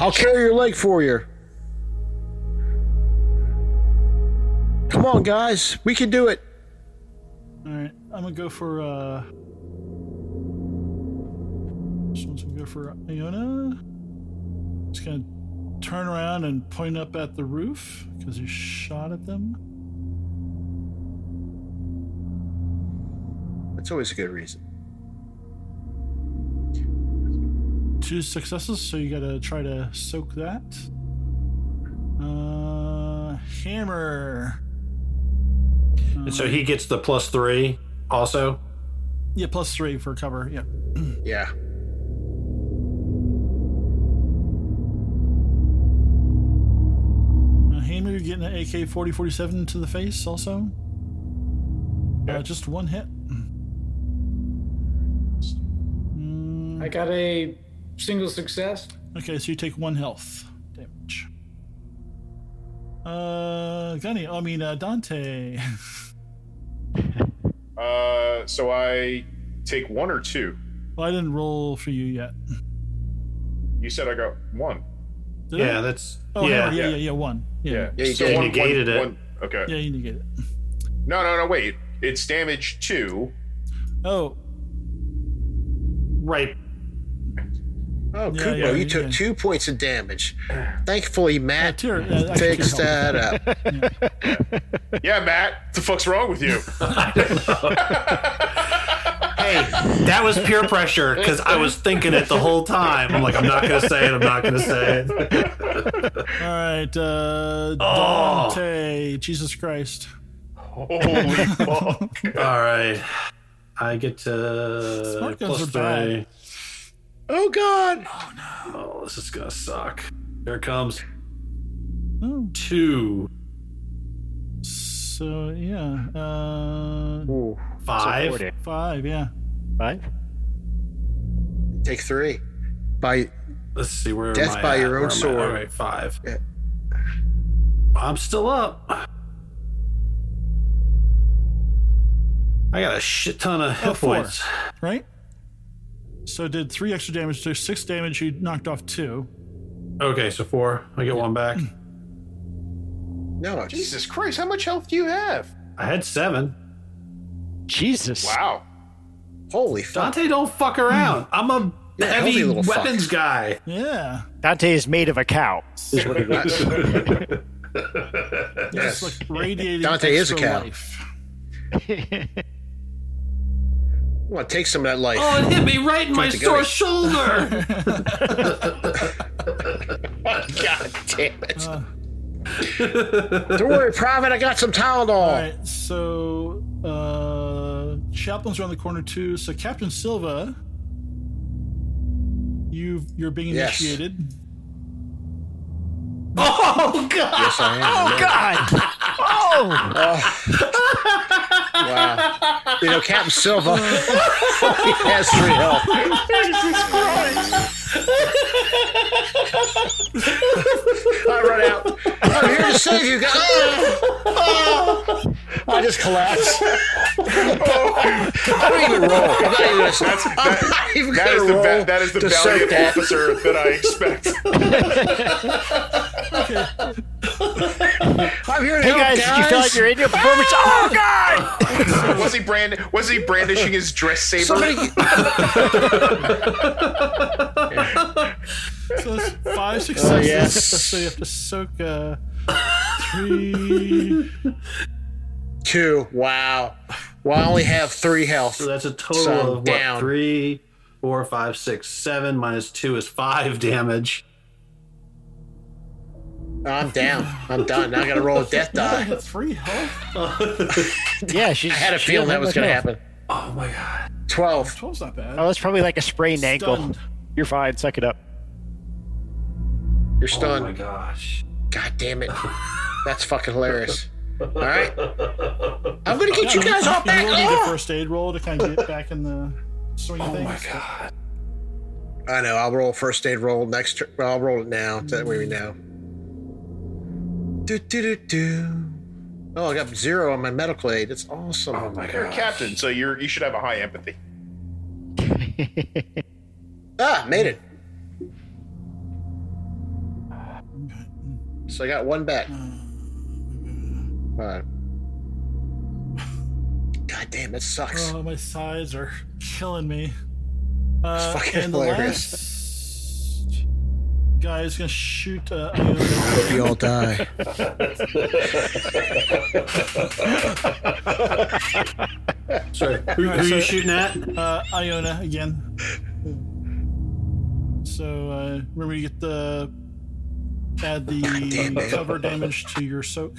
S6: I'll carry your leg for you. Come on, guys, we can do it.
S1: all right, I'm gonna go for uh. This one's gonna go for Iona. Just gonna turn around and point up at the roof because he shot at them.
S6: That's always a good reason.
S1: Two successes, so you gotta try to soak that. Uh, hammer.
S3: and so he gets the plus three also.
S1: Yeah, plus three for cover. Yeah.
S6: Yeah.
S1: Uh, Hamer, you're getting an AK 40 47 to the face also. Uh, just one hit.
S7: I got a single success.
S1: Mm, Okay, so you take one health damage. Uh, Gunny, I mean, uh, Dante. *laughs*
S5: Uh, so I take one or two.
S1: well, I didn't roll for you yet.
S5: You said I got one.
S1: Did I?
S3: Yeah, that's
S1: Oh,
S3: yeah.
S1: Hammer, yeah,
S5: yeah.
S1: yeah, yeah, one. Yeah.
S5: Yeah.
S6: Yeah, you
S5: so
S6: did.
S5: one,
S3: Negated
S5: one-
S3: it.
S5: one- okay.
S1: Yeah, you need to get it.
S5: No, no, no. Wait. It's damage two.
S1: Oh,
S3: Right.
S6: Oh,
S1: Yeah,
S6: Kupo,
S1: yeah,
S6: you took
S1: yeah.
S6: two points of damage. Thankfully,
S1: uh,
S6: Matt
S1: Tyr, yeah, I can
S6: fixed
S1: help.
S6: that up.
S5: Yeah, Matt. What the fuck's wrong
S1: *laughs*
S5: with you?
S3: Hey, that was peer pressure because I was thinking it the whole time. I'm like, I'm not gonna say it. I'm not gonna say it.
S1: All right, uh,
S3: Oh.
S1: Dante, Jesus Christ.
S5: Holy fuck.
S3: All right. I get to
S1: Smart guns
S3: plus
S1: are
S3: three.
S1: bad.
S6: Oh, God.
S3: Oh, this is gonna suck. Here it comes
S1: Oh,
S3: two,
S1: so yeah, uh,
S6: Ooh,
S3: five.
S4: Forty.
S1: five, yeah.
S4: Five?
S6: take three. By
S3: Let's see where. am
S6: Death
S3: I
S6: by
S3: at?
S6: your
S3: Where
S6: own
S3: am I?
S6: sword.
S3: All right, five.
S6: Yeah.
S3: I'm still up. I got a shit ton of hit
S1: Oh, four.
S3: points.
S1: right? So it did three extra damage. So six damage. You knocked off two.
S3: Okay, so four. I get one back.
S6: no, it's-
S5: Jesus Christ. How much health do you have?
S3: I had seven.
S4: Jesus.
S5: Wow.
S6: holy fuck!
S3: Dante, don't fuck around. I'm a
S6: You're a
S3: heavy
S6: healthy little fuck.
S3: weapons guy.
S1: Yeah,
S4: Dante is made of a cow. Is what it is.
S1: it's like radiating.
S6: Dante is a
S1: extra
S6: cow.
S1: life.
S6: I want to take some of that life.
S3: Oh, it hit me right in my
S6: Dante,
S3: sore
S6: go.
S3: shoulder.
S6: God damn it! Don't worry, Private. I got some Tylenol.
S1: All right, so uh, chaplain's around the corner too. So Captain Silva, you you're being
S6: Yes.
S1: initiated.
S3: *laughs* oh god.
S6: Yes, I am.
S4: God! Oh!
S6: Oh. Wow. You know, Captain Silva he has three health. I run out. I'm here to save you guys. Ah! Ah! I just *laughs* collapse. I don't even roll. I'm not even,
S5: That's,
S6: I'm
S5: that,
S6: not even
S5: that
S6: gonna
S5: is the
S6: roll.
S5: va- that is the
S6: to
S5: valiant
S6: soak that.
S5: officer that I
S6: *laughs*
S5: expect.
S6: I'm here to
S4: Hey
S6: help,
S4: guys, did you feel like you're in your performance?
S6: Ah!
S4: Oh God!
S5: was he brand? Was he brandishing his dress saber?
S6: Somebody,
S1: So that's five successes.
S6: Oh, yes.
S1: So you have to soak uh, three.
S6: two. Wow. Well, I only have three
S3: *laughs*
S6: health.
S3: So that's a total
S6: So I'm
S3: of what,
S6: down.
S3: three, four, five, six, seven minus two is five damage.
S6: I'm down. I'm done. Now I gotta roll a death
S1: I
S6: die.
S1: had three health.
S4: Yeah, she's.
S6: I had a feeling that was gonna happen.
S3: Oh my god.
S6: Twelve.
S1: Twelve's not bad.
S4: Oh, that's probably like a sprained ankle.
S1: Stunned.
S4: You're fine. Suck it up. *laughs*
S6: You're
S3: Oh my
S6: stunned.
S3: gosh.
S6: God damn it. That's fucking hilarious. All right. I'm gonna get you guys all
S1: You *laughs*
S6: back.
S1: really need a
S6: Oh!
S1: first aid roll to kind of get back in the swing of
S3: Oh
S1: things.
S3: my god.
S6: I know. I'll roll first aid roll next. tur- Well, I'll roll it now. That way we know. Do do do do. Oh, I got zero on my medical aid. That's awesome.
S3: Oh my
S5: You're a
S3: god.
S5: captain, so you're you should have a high empathy.
S6: Ah, made it. So I got one back. Alright. God damn, it sucks.
S1: Oh, my sides are killing me. Uh,
S6: fucking
S1: and the
S6: hilarious.
S1: last guy is gonna shoot. Uh, Iona.
S6: Hope you all die.
S3: Sorry. Who, who are you shooting at?
S1: uh, Iona again. So uh, remember, you get the add
S6: damn
S1: the
S6: it.
S1: cover damage to your soak.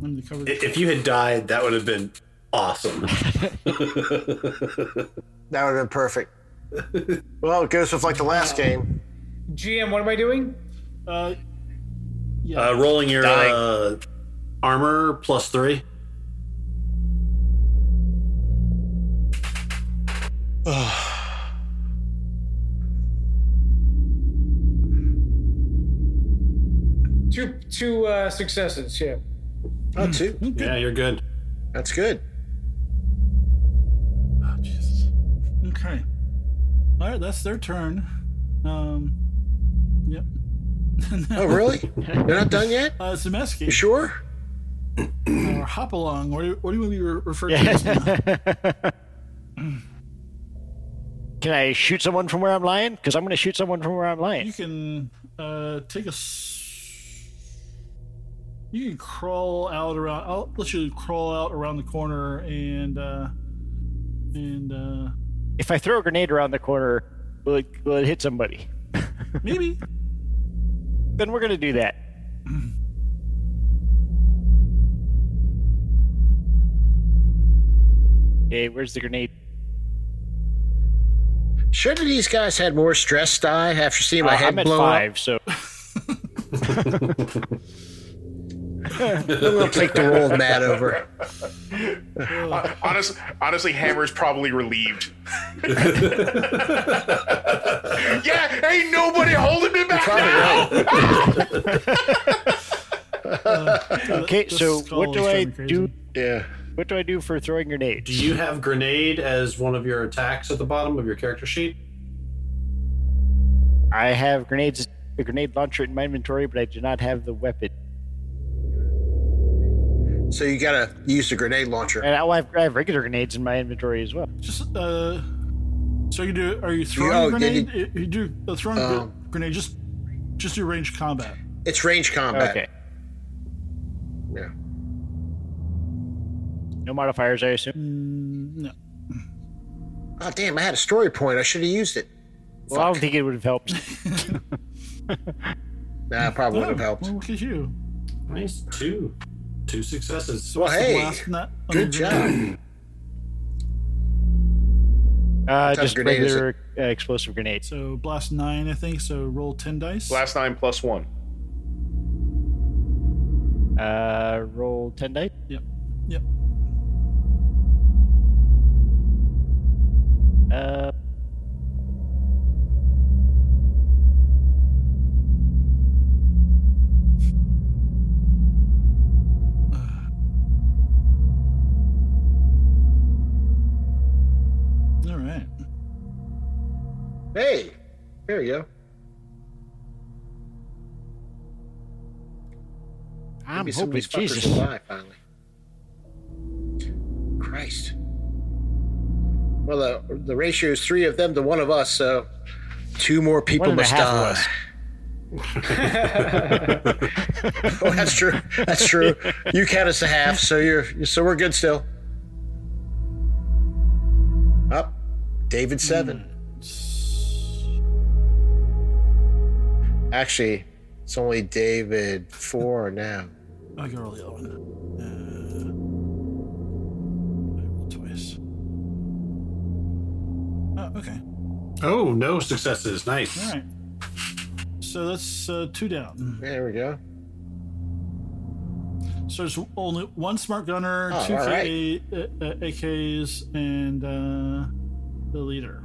S1: Let me cover
S3: If you had died, that would have been awesome.
S6: *laughs* That would have been perfect. well, it goes with like the last game.
S7: GM, what am I doing?
S1: Uh,
S3: Uh, rolling your
S8: Dying.
S3: uh, armor plus three.
S7: Two two uh, successes. Yeah.
S6: Oh, two.
S3: Yeah, you're good.
S6: That's good.
S3: Oh, Jesus.
S1: Okay. All right, that's their turn. Um, yep. *laughs*
S6: Oh, really? They're not done yet?
S1: Uh, Zemeski,
S6: You sure?
S1: or hop along. What do you, what do you want me to re- refer to? as now?
S4: Yeah. Can I shoot someone from where I'm lying? Because I'm going to shoot someone from where I'm
S1: You
S4: lying.
S1: can uh, take a. s- You can crawl out around. I'll let you crawl out around the corner and uh, and uh,
S4: If I throw a grenade around the corner, will it, will it hit somebody?
S1: maybe
S4: Then we're going to do
S6: *clears throat*
S4: that. Okay, where's the grenade?
S6: Should have these guys had more stress die after seeing my
S4: Uh,
S6: head
S4: I'm at
S6: blow
S4: five,
S6: up?
S4: so
S6: I'm gonna take the roll of Matt over.
S5: Honest, honestly, Hammer's probably
S6: *laughs*
S5: relieved. *laughs* yeah, ain't nobody holding me back now.
S4: okay.
S1: the
S4: so
S1: skull
S4: what
S1: is
S4: do I
S1: driving me
S4: do?
S1: crazy.
S6: Yeah.
S4: What do I do for throwing
S3: Do
S4: grenades?
S3: you have grenade as one of your attacks at the bottom of your character sheet?
S4: I have grenades, a grenade launcher in my inventory, but I do not have the weapon.
S6: So you gotta use the grenade launcher.
S4: And I I have, I have regular grenades in my inventory as well.
S1: just uh. So you do? Are you throwing
S6: oh,
S1: a grenade?
S6: did
S1: You, you do a throwing
S6: Um,
S1: grenade. Just just do range combat.
S6: It's range combat.
S4: Okay.
S6: Yeah.
S4: No modifiers, I assume.
S1: Mm, no.
S6: Oh damn! I had a story point. I should have used it.
S4: Well, I don't think it would have
S6: *laughs*
S4: helped. Uh,
S6: Nah, it probably would have
S1: Oh,
S6: helped.
S1: well, look at you.
S3: Nice. Two. Two successes.
S6: Well, hey,
S1: Blasting that on
S6: good
S1: the
S6: job.
S4: Uh,
S6: type of
S4: just
S6: grenade is
S4: regular uh, explosive grenades.
S1: So blast nine, I think. So roll ten dice.
S5: Last nine plus one.
S4: Uh, roll ten dice.
S1: Yep. Yep.
S4: Uh,
S1: All right.
S6: Hey, there you go.
S4: I'm
S6: Maybe some of
S4: hoping
S6: these fuckers
S4: Jesus.
S6: will die finally. Christ. Well, the, the ratio is three of them to one of us, so two more people
S4: One and a
S6: must
S4: half of
S6: die.
S4: us.
S6: *laughs* oh, that's true. That's true. You count as a half, so you're so we're good still. Up, David seven. Actually, it's only David four now.
S1: I can roll the other one. Uh, I rolled twice. Oh, okay.
S3: Oh, no successes. Nice.
S1: All right. So that's uh, two down.
S6: There we go.
S1: So there's only one smart gunner,
S6: Oh,
S1: two
S6: all right.
S1: K uh, uh, AKs, and uh, the leader.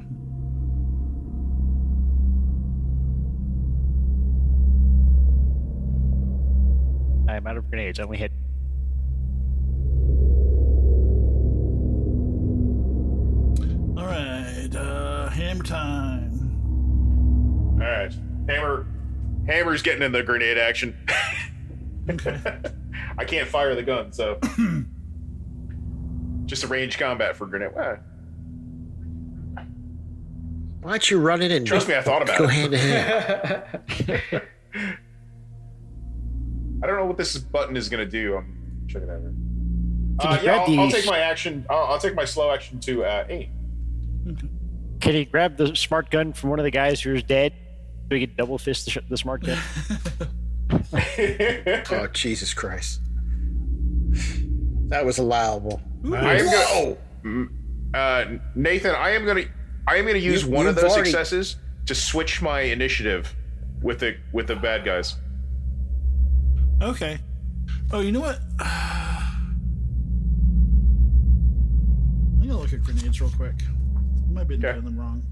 S4: I'm out of grenades. I only hit.
S1: All right. Uh, hammer time.
S5: All right, Hammer. Hammer's getting in the grenade action. *laughs*
S1: Okay.
S5: I can't fire the gun,
S6: *clears throat*
S5: so just a range combat for grenade. Well,
S6: Why don't you run it and
S5: trust me, I thought
S6: go
S5: about it.
S6: hand to hand?
S5: I don't know what this button is gonna do. I'm checking that out.
S4: Can
S5: Uh,
S4: you
S5: yeah,
S4: grab
S5: I'll, I'll
S4: these-
S5: take my action. I'll, I'll take my slow action to uh, aim. *laughs*
S4: Can he grab the smart gun from one of the guys who's dead? So he could double fist the, sh- the smart gun.
S6: Oh Jesus Christ! That was allowable.
S5: I am gonna. Uh, Nathan, I am gonna. I am gonna use
S6: You-
S5: one of
S6: you've
S5: those
S6: already-
S5: successes to switch my initiative with the with the bad guys.
S1: Okay. Oh, you know what? *sighs* I'm gonna look at grenades real quick. I might be
S5: Okay.
S1: doing them wrong.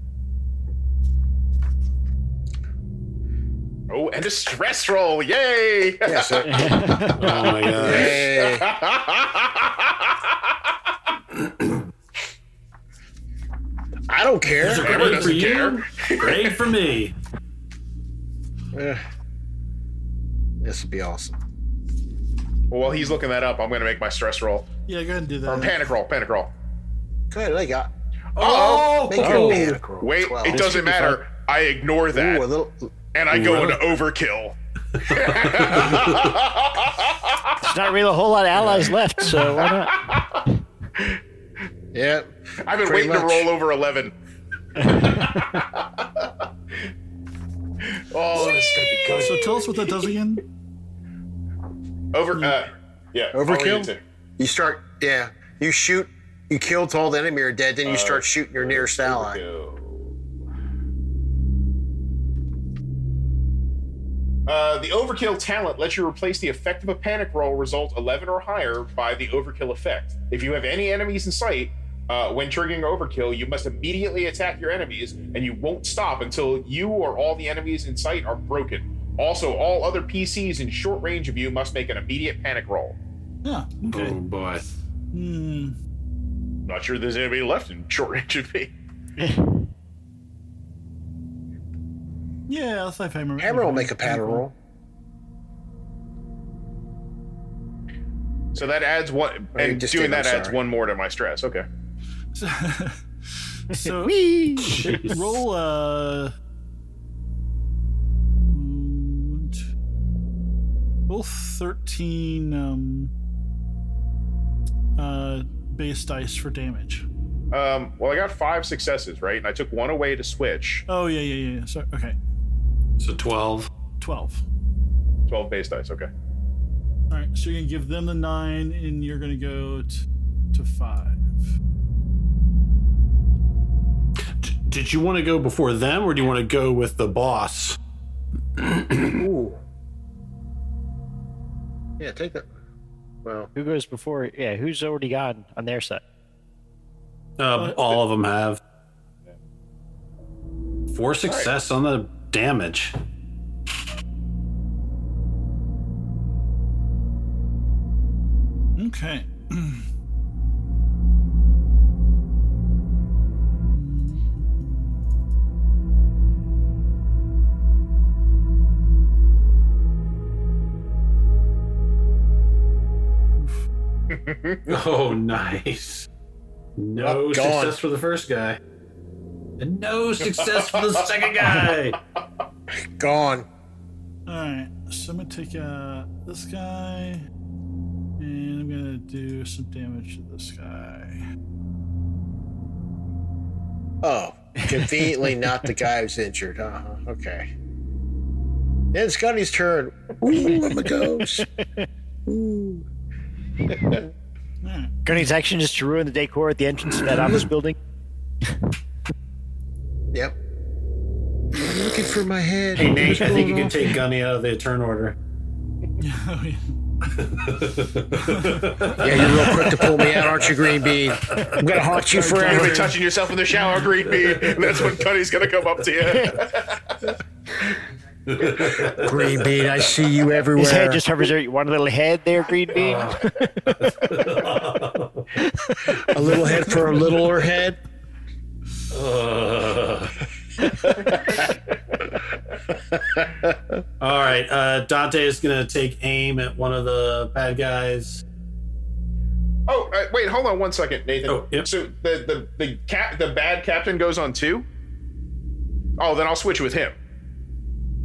S5: Oh, and a stress roll! Yay! *laughs*
S6: Yeah, so,
S3: Oh my god.
S6: Hey. I don't care.
S5: Amber
S3: Great for
S5: doesn't
S3: you.
S5: care.
S3: Great for
S1: *laughs*
S3: me.
S6: This would be awesome.
S5: Well, while he's looking that up, I'm gonna make my stress roll
S1: Yeah, go ahead and do
S5: or
S1: that.
S5: panic roll. Panic roll.
S6: Good, they got.
S5: Oh,
S6: Make your man grow
S5: wait!
S6: 12.
S5: It doesn't matter. I ignore that
S6: Ooh, a little.
S5: and I go into overkill.
S4: There's not really a whole lot of allies left, so why not?
S6: Yeah.
S5: I've been
S6: Pretty
S5: waiting
S6: much.
S5: to roll over
S6: *laughs*
S5: eleven. oh, this is gonna be good.
S1: So tell us what that does again.
S6: *laughs*
S5: Over, uh, yeah, I'll read
S6: Overkill?
S5: it too.
S6: You start. Yeah. You shoot. You kill till the enemy are dead. Then you start shooting your nearest ally.
S5: Uh, the overkill talent lets you replace the effect of a panic roll result 11 or higher by the overkill effect. If you have any enemies in sight, uh, when triggering overkill, you must immediately attack your enemies, and you won't stop until you or all the enemies in sight are broken. Also, all other PCs in short range of you must make an immediate panic roll.
S1: Yeah.
S3: Oh
S1: Okay.
S3: boy.
S1: Hmm.
S5: Not sure there's anybody left in short range of me.
S1: Yeah, that's like hammer.
S6: Hammer will make a pattern roll.
S5: So that adds one,
S6: Or you
S5: and
S6: just
S5: doing
S6: did, I'm
S5: that adds
S6: sorry.
S5: one more to my stress. Okay.
S1: *laughs* so
S4: Whee!
S1: roll uh wound. roll 13 um uh base dice for damage
S5: Um, well, I got five successes, right? And I took one away to switch.
S1: oh yeah yeah yeah, yeah. so okay
S3: So twelve.
S1: 12
S5: 12 base dice, okay.
S1: all right so you're gonna give them the nine and you're gonna go t- to five
S3: D- did you want to go before them, or do you want to go with the boss?
S6: Ooh. Yeah. Take that. Well.
S4: *laughs* Who goes before? Yeah, who's already gone on their side?
S3: Uh, all of them have four success on the damage.
S1: okay
S3: Oh, nice. No
S6: Up, gone.
S3: success for the first guy. And no success for the *laughs* second guy.
S6: Gone.
S1: all right so i'm gonna take uh this guy and i'm gonna do some damage to this guy
S6: Oh, conveniently not the guy who's injured. Uh huh. Okay. Then it's Scotty's turn.
S2: Ooh, I'm a ghost. Ooh.
S1: all right
S4: Gunny's action is to ruin the decor at the entrance *laughs* of that office building.
S6: Yep. I'm looking for my head.
S3: Hey, Nate, I think you *laughs* can take Gunny out of the turn order.
S1: oh, yeah.
S6: Yeah, you're real quick to pull me out, aren't you, Green Bean? I'm gonna haunt you
S5: You've been
S6: forever.
S5: touching yourself in
S3: *laughs*
S5: the shower, Green Bee. And that's when Cuddy's going to come up to you.
S6: Green Bean, I see you
S4: His
S6: everywhere.
S4: head *laughs* just hovers over you. One little head there, Green Bean.
S6: a little head for a littler head.
S3: All right, uh, Dante is going to take aim at one of the bad guys.
S5: Oh, uh, wait, hold on one second, Nathan.
S3: Oh, yep.
S5: So the, the, the, cap, the bad captain goes on two? Oh, then I'll switch with him.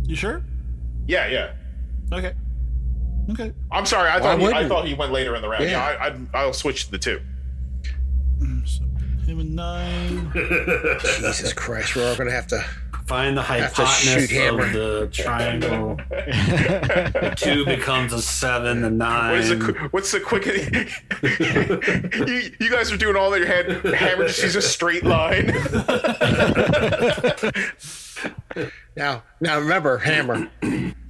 S1: you sure
S5: Yeah, yeah.
S1: okay okay
S5: I'm sorry. I thought he, I
S6: wouldn't?
S5: thought he went later in the round. Yeah,
S6: Yeah.
S5: I, I, I'll switch to the two.
S1: So him and nine.
S6: Jesus Christ, we're all gonna have to.
S3: Find the
S6: That's a
S3: hypotenuse
S6: shoot hammer.
S3: of the
S4: *laughs*
S3: triangle. the two becomes a seven, the nine.
S5: What is the, qu- what's the quick? *laughs* you, you guys are doing all that in your head. Hammer just sees a straight line. *laughs*
S6: Now, now remember, Hammer.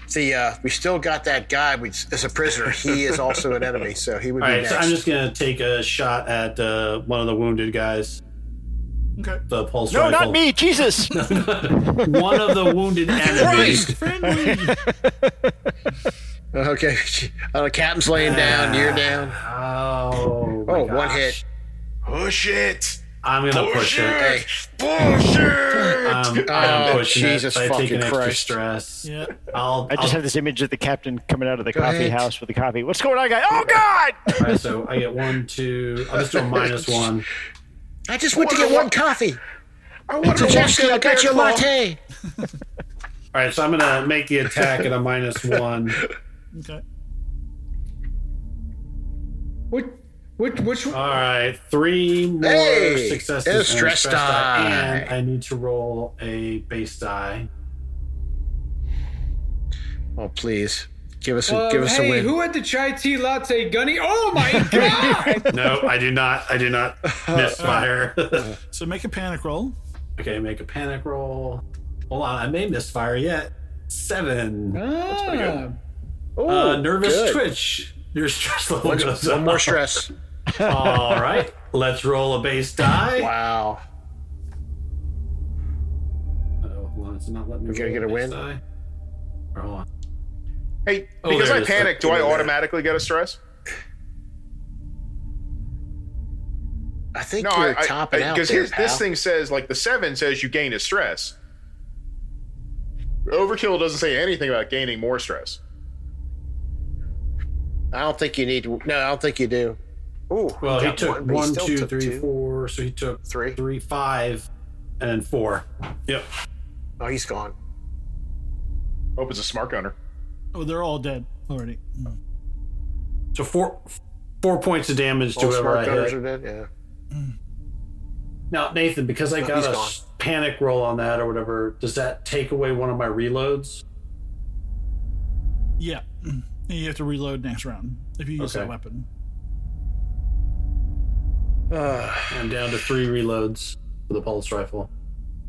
S6: See, uh, we still got that guy. We as a prisoner, he is also an enemy, so he would
S3: All
S6: be
S3: right,
S6: next.
S3: so I'm just gonna take a shot at uh, one of the wounded guys.
S1: Okay.
S3: The pulse
S4: No,
S3: rifle.
S4: not me, *laughs*
S3: *laughs*
S4: Jesus.
S3: One of the wounded
S4: *laughs*
S3: enemies.
S1: Friendly.
S6: Okay, *laughs* uh, Captain's laying down. You're down.
S3: Oh, my
S6: Oh, one
S3: Ah, gosh.
S6: hit. Oh,
S5: Push it.
S3: I'm gonna push it.
S6: Hey,
S5: Push
S3: I'm,
S5: it.
S3: I'm
S6: Oh,
S3: pushing
S6: Jesus
S3: it. I take
S6: fucking
S3: an extra
S6: Christ.
S3: stress.
S1: yeah.
S3: I'll,
S4: I just
S3: I'll,
S4: have this image of the captain coming out of the
S6: Go
S4: coffee
S6: ahead.
S4: house with the coffee. What's going on, guy? Oh God!
S3: all right, so I get one, two. I'll just do a
S6: *laughs*
S3: minus one.
S6: I just went to get one coffee.
S5: I want to watch
S6: Jessica, I
S5: that
S6: got you a
S5: bear claw.
S6: latte.
S3: All right, so I'm gonna make the attack at a
S6: *laughs*
S3: minus one.
S1: Okay.
S7: *laughs* Which, which, which?
S3: All right, three more
S6: Hey,
S3: successes.
S6: it's
S3: and a
S6: stress die.
S3: and I need to roll a base die.
S6: Oh, please give us a
S7: Uh,
S6: give us
S7: hey,
S6: a win.
S7: who had the chai tea latte gunny? Oh
S6: *laughs*
S7: my god!
S3: No, I do not. I do not misfire. *laughs*
S1: So make a panic roll.
S3: okay, make a panic roll. Hold on, I may misfire yet. Seven.
S7: ah,
S3: uh, nervous twitch. Your stress level
S6: Oh, One,
S3: goes
S6: one
S3: up.
S6: more stress.
S3: All right, let's roll a base die.
S6: Wow.
S3: Oh, hold on, it's not letting me.
S6: We gotta
S3: roll
S6: get a
S3: base
S6: win.
S3: Die. Or hold on.
S5: Hey,
S3: Oh,
S5: because
S3: there
S5: I
S3: it is.
S5: panic, do
S3: Look
S5: I
S3: at that.
S5: automatically get a stress?
S6: I think
S5: No,
S6: you're
S5: I, I,
S6: topping out
S5: because
S6: there,
S5: his-
S6: pal.
S5: this thing says like the seven says you gain a stress. Overkill doesn't say anything about gaining more stress.
S6: I don't think you need. to- No, I don't think you do. Ooh,
S3: Well, he
S6: got
S3: took
S6: but
S3: one,
S6: still
S3: two,
S6: took
S3: three, four. So he took
S6: Three.
S3: three, five, and then four. Yep.
S6: Oh, he's gone.
S5: Opens a smart gunner.
S1: Oh, they're all dead already. Mm.
S3: So four, four points of damage to
S6: All
S3: whoever
S6: smart
S3: I
S6: gunners
S3: hit.
S6: are dead. Yeah.
S3: Now, Nathan, because I got
S6: he's
S3: a
S6: gone.
S3: panic roll on that or whatever, does that take away one of my reloads?
S1: Yeah. *clears throat* Mm. And you have to reload next round if you use
S3: Okay.
S1: that weapon.
S3: I'm down to three reloads for the pulse rifle.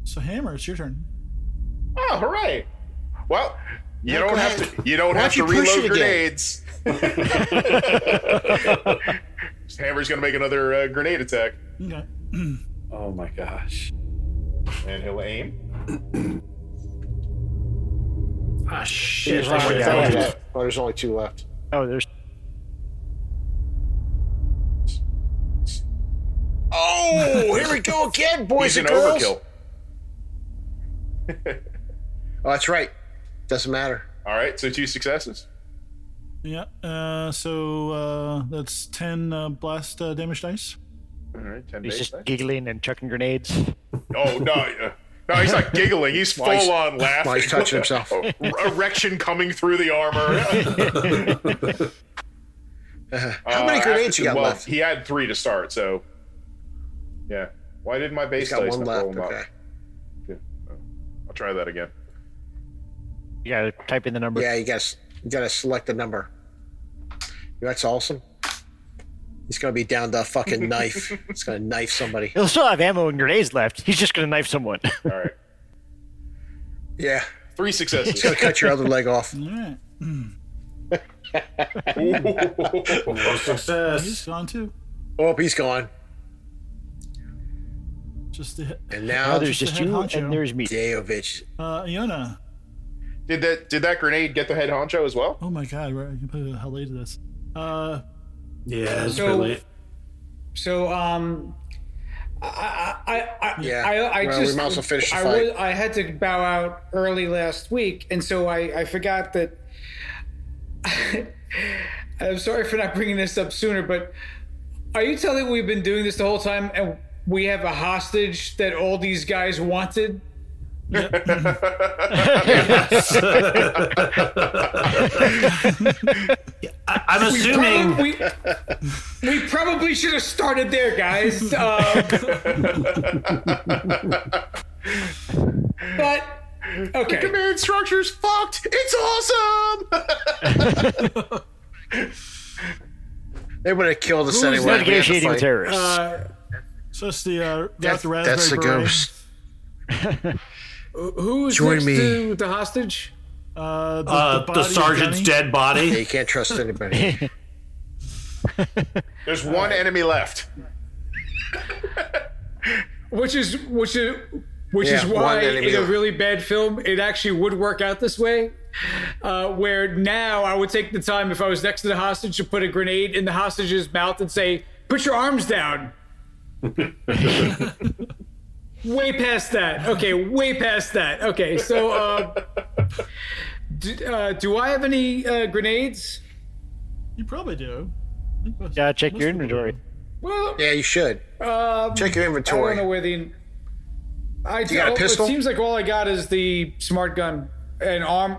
S1: So Hammer, it's your turn.
S5: Oh, hooray! Well, you
S6: Yeah, go
S5: don't have
S6: ahead.
S5: to. You don't
S6: Why
S5: have to
S6: don't you push
S5: reload
S6: it again?
S5: grenades. *laughs* Hammer's gonna make another uh, grenade attack,
S1: Okay.
S3: Oh my gosh.
S5: and he'll aim.
S3: Ah, shit.
S4: Here's
S3: I
S4: one
S3: should
S4: guy.
S3: have told you.
S6: Oh, yeah. oh, there's only two left.
S4: Oh, there's
S6: *laughs* Oh, here we go again, boys
S5: He's an
S6: and girls.
S5: overkill.
S6: Oh, that's right. Doesn't matter.
S5: All right, so two successes.
S1: Yeah. Uh, so uh, that's 10 uh, blast uh, damage dice.
S5: All right, ten
S4: he's
S5: base
S4: just
S5: back.
S4: giggling and chucking grenades.
S5: Oh no,
S6: *laughs*
S5: uh, no, he's not giggling. He's full
S6: While he's-
S5: on laughing. *laughs* Oh,
S6: while he's touching himself.
S5: Erection coming through the armor.
S6: *laughs*
S5: *laughs*
S6: How many
S5: Uh,
S6: grenades you got
S5: well,
S6: left?
S5: He had three to start, so yeah. Why did my base
S6: He's got
S5: dice
S6: one
S5: not
S6: left.
S5: roll 'em up?
S6: Okay.
S5: I'll try that again.
S4: You gotta type in the number.
S6: Yeah, you got you got to select the number. That's awesome. He's gonna be down to a *laughs* fucking knife. He's gonna knife somebody.
S4: He'll still have ammo and grenades left. He's just gonna knife *laughs* someone.
S5: All right,
S6: Yeah,
S5: three successes.
S6: he's gonna cut your other leg off.
S1: All right.
S3: No
S1: He's
S3: success.
S1: gone too.
S6: Oh, he's gone.
S1: Just to hit.
S6: And
S4: now
S6: now
S4: there's just
S1: the head
S4: you
S1: honcho.
S4: and there's me.
S6: Deovich.
S1: Uh, Iona.
S5: did that? Did that grenade get the head honcho as
S6: *laughs*
S5: well? *laughs*
S1: Oh my god, where I can put how late it is. Uh,
S3: Yeah, it's
S7: So-
S1: *laughs*
S3: really.
S7: so um, I, I, I,
S6: Yeah.
S7: I, I
S6: Well, we
S7: just
S6: might as well finish the
S7: I
S6: fight.
S7: was, I had to bow out early last week, and so I, I forgot that. *laughs* I'm sorry for not bringing this up sooner, but are you telling me we've been doing this the whole time and we have a hostage that all these guys wanted?
S3: I- I'm assuming.
S7: Probably, we probably should have started there, guys. Um, but
S5: The
S7: Okay.
S5: command structure's fucked. It's awesome.
S6: *laughs* They would have killed us anyway. We had to
S4: Negotiating with
S6: fight.
S4: terrorists.
S1: Uh, so it's the uh, that's the raspberry
S6: that's the
S1: beret.
S6: ghost.
S7: Who is
S6: Join
S7: next
S6: me.
S7: to the hostage?
S1: Uh, the,
S3: Uh,
S1: the
S3: the,
S1: body of
S3: sergeant's
S1: Gunny.
S3: dead
S6: Yeah,
S3: body.
S6: you can't trust anybody.
S5: There's one enemy left.
S7: Which is which is which
S6: Yeah,
S7: is
S6: one
S7: why
S6: enemy
S7: in a
S6: left.
S7: really bad film it actually would work out this way. Uh, where now I would take the time if I was next to the hostage to put a grenade in the hostage's mouth and say, "Put your arms down." way past that. Okay, way past that. Okay, so uh, do, uh, do I have any uh, grenades?
S1: You probably do.
S4: Gotta Uh, check your inventory.
S7: Well,
S6: yeah, you should
S7: um,
S6: check your
S7: I don't know
S6: inventory.
S7: where the. I you
S6: got a pistol?
S7: It seems like all I got is the smart gun and arm.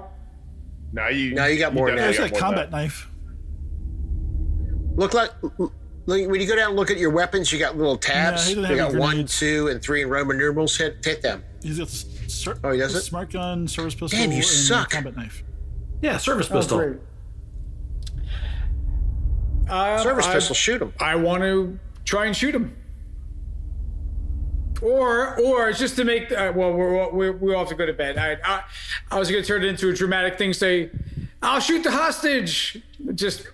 S5: Now you.
S6: Now you got more now.
S1: There's
S6: Yeah,
S5: definitely
S1: that combat
S5: got more than
S1: knife.
S6: Look like. look- When you go down and look at your weapons, you got little
S1: No,
S6: tabs.
S1: he doesn't
S6: you
S1: have
S6: got
S1: any
S6: one,
S1: grenades.
S6: two, and three in Roman numerals. Hit, hit them.
S1: He's got the ser-
S6: Oh, he does
S1: the
S6: it?
S1: smart gun, service pistol,
S6: Damn, you
S1: and
S6: suck.
S1: combat knife.
S3: Yeah, service pistol.
S7: Great. Uh,
S6: Service
S7: I,
S6: pistol, shoot them.
S7: I want to try and shoot him. Or, or just to make uh, well, we're, we're, we all have to go to bed. I, I, I was going to turn it into a dramatic thing. Say, I'll shoot the hostage. Just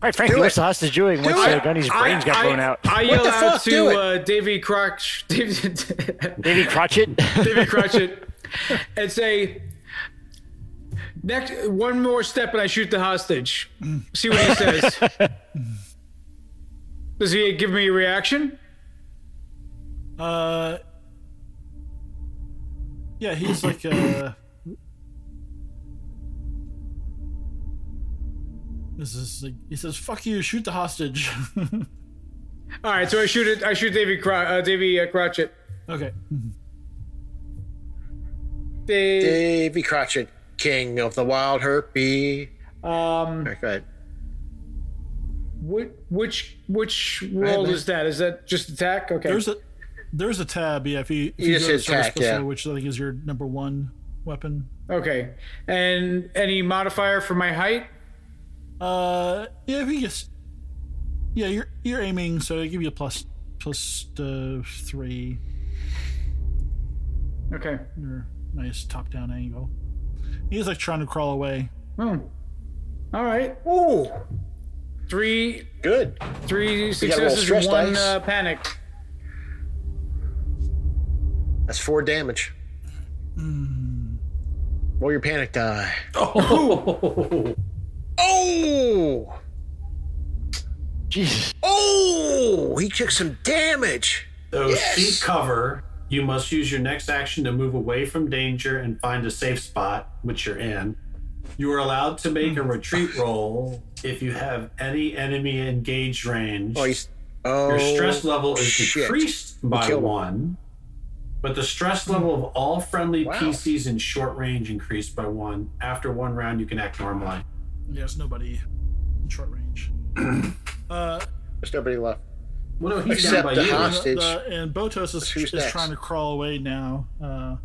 S4: Quite frankly,
S6: Do
S4: what's
S6: it.
S4: the hostage doing once
S6: it.
S4: uh, Gunny's
S7: I-
S4: brains got
S7: I-
S4: blown out?
S7: I yell
S6: the
S7: out
S6: fuck? Do
S7: to
S6: it.
S7: uh, Davy Crotch, *laughs* Davy,
S4: Davy Crotchet?
S7: Davy Crotchet, and say, "Next, one more step, and I shoot the hostage. See what he
S1: *laughs*
S7: says. Does he give me a reaction?
S1: Uh, yeah, he's like uh, this is like he says, "Fuck you, shoot the hostage." *laughs*
S7: All right, so I shoot it. I shoot Davy, Cro- uh, Davy uh, Crotchet.
S1: okay,
S7: They,
S6: Davy Crotchet, king of the wild herpy.
S7: um,
S6: All right, go ahead.
S7: which which which world
S6: man.
S7: is that? Is that just attack? Okay.
S1: there's a there's a tab. Yeah, if you, if
S6: You just
S1: go to
S6: hit
S1: service
S6: attack, yeah.
S1: which I think is your number one weapon.
S7: okay. And any modifier for my height?
S1: Uh, yeah, if you just yeah, you're you're aiming, so I give you a plus plus uh, three.
S7: Okay.
S1: Your nice top down angle. He's like trying to crawl away.
S7: Hmm. All right.
S6: Ooh,
S7: Three,
S6: good.
S7: three
S6: gotta roll
S7: successes,
S6: stress
S7: and one
S6: dice.
S7: uh, panic.
S6: That's four damage. Roll your panic die.
S3: Oh,
S6: Oh,
S4: Jesus.
S6: oh! He took some damage.
S3: So seek cover. You must use your next action to move away from danger and find a safe spot, which you're in. You are allowed to make a
S6: Hmm.
S3: retreat roll if you have any enemy engaged range.
S6: Oh, he's. Oh,
S3: your stress level is
S6: shit.
S3: decreased by
S6: killed him.
S3: one, but the stress level of all friendly
S6: Wow.
S3: PCs in short range increased by one. After one round, you can act normally.
S1: There's nobody in short range. uh,
S6: There's nobody left.
S3: Well, no, he's down
S6: Except
S3: by
S6: the
S3: you.
S6: host-
S1: the,
S6: Hostage.
S1: the- Uh, and Botos is,
S6: Who's
S1: is
S6: next?
S1: trying to crawl away now. Uh,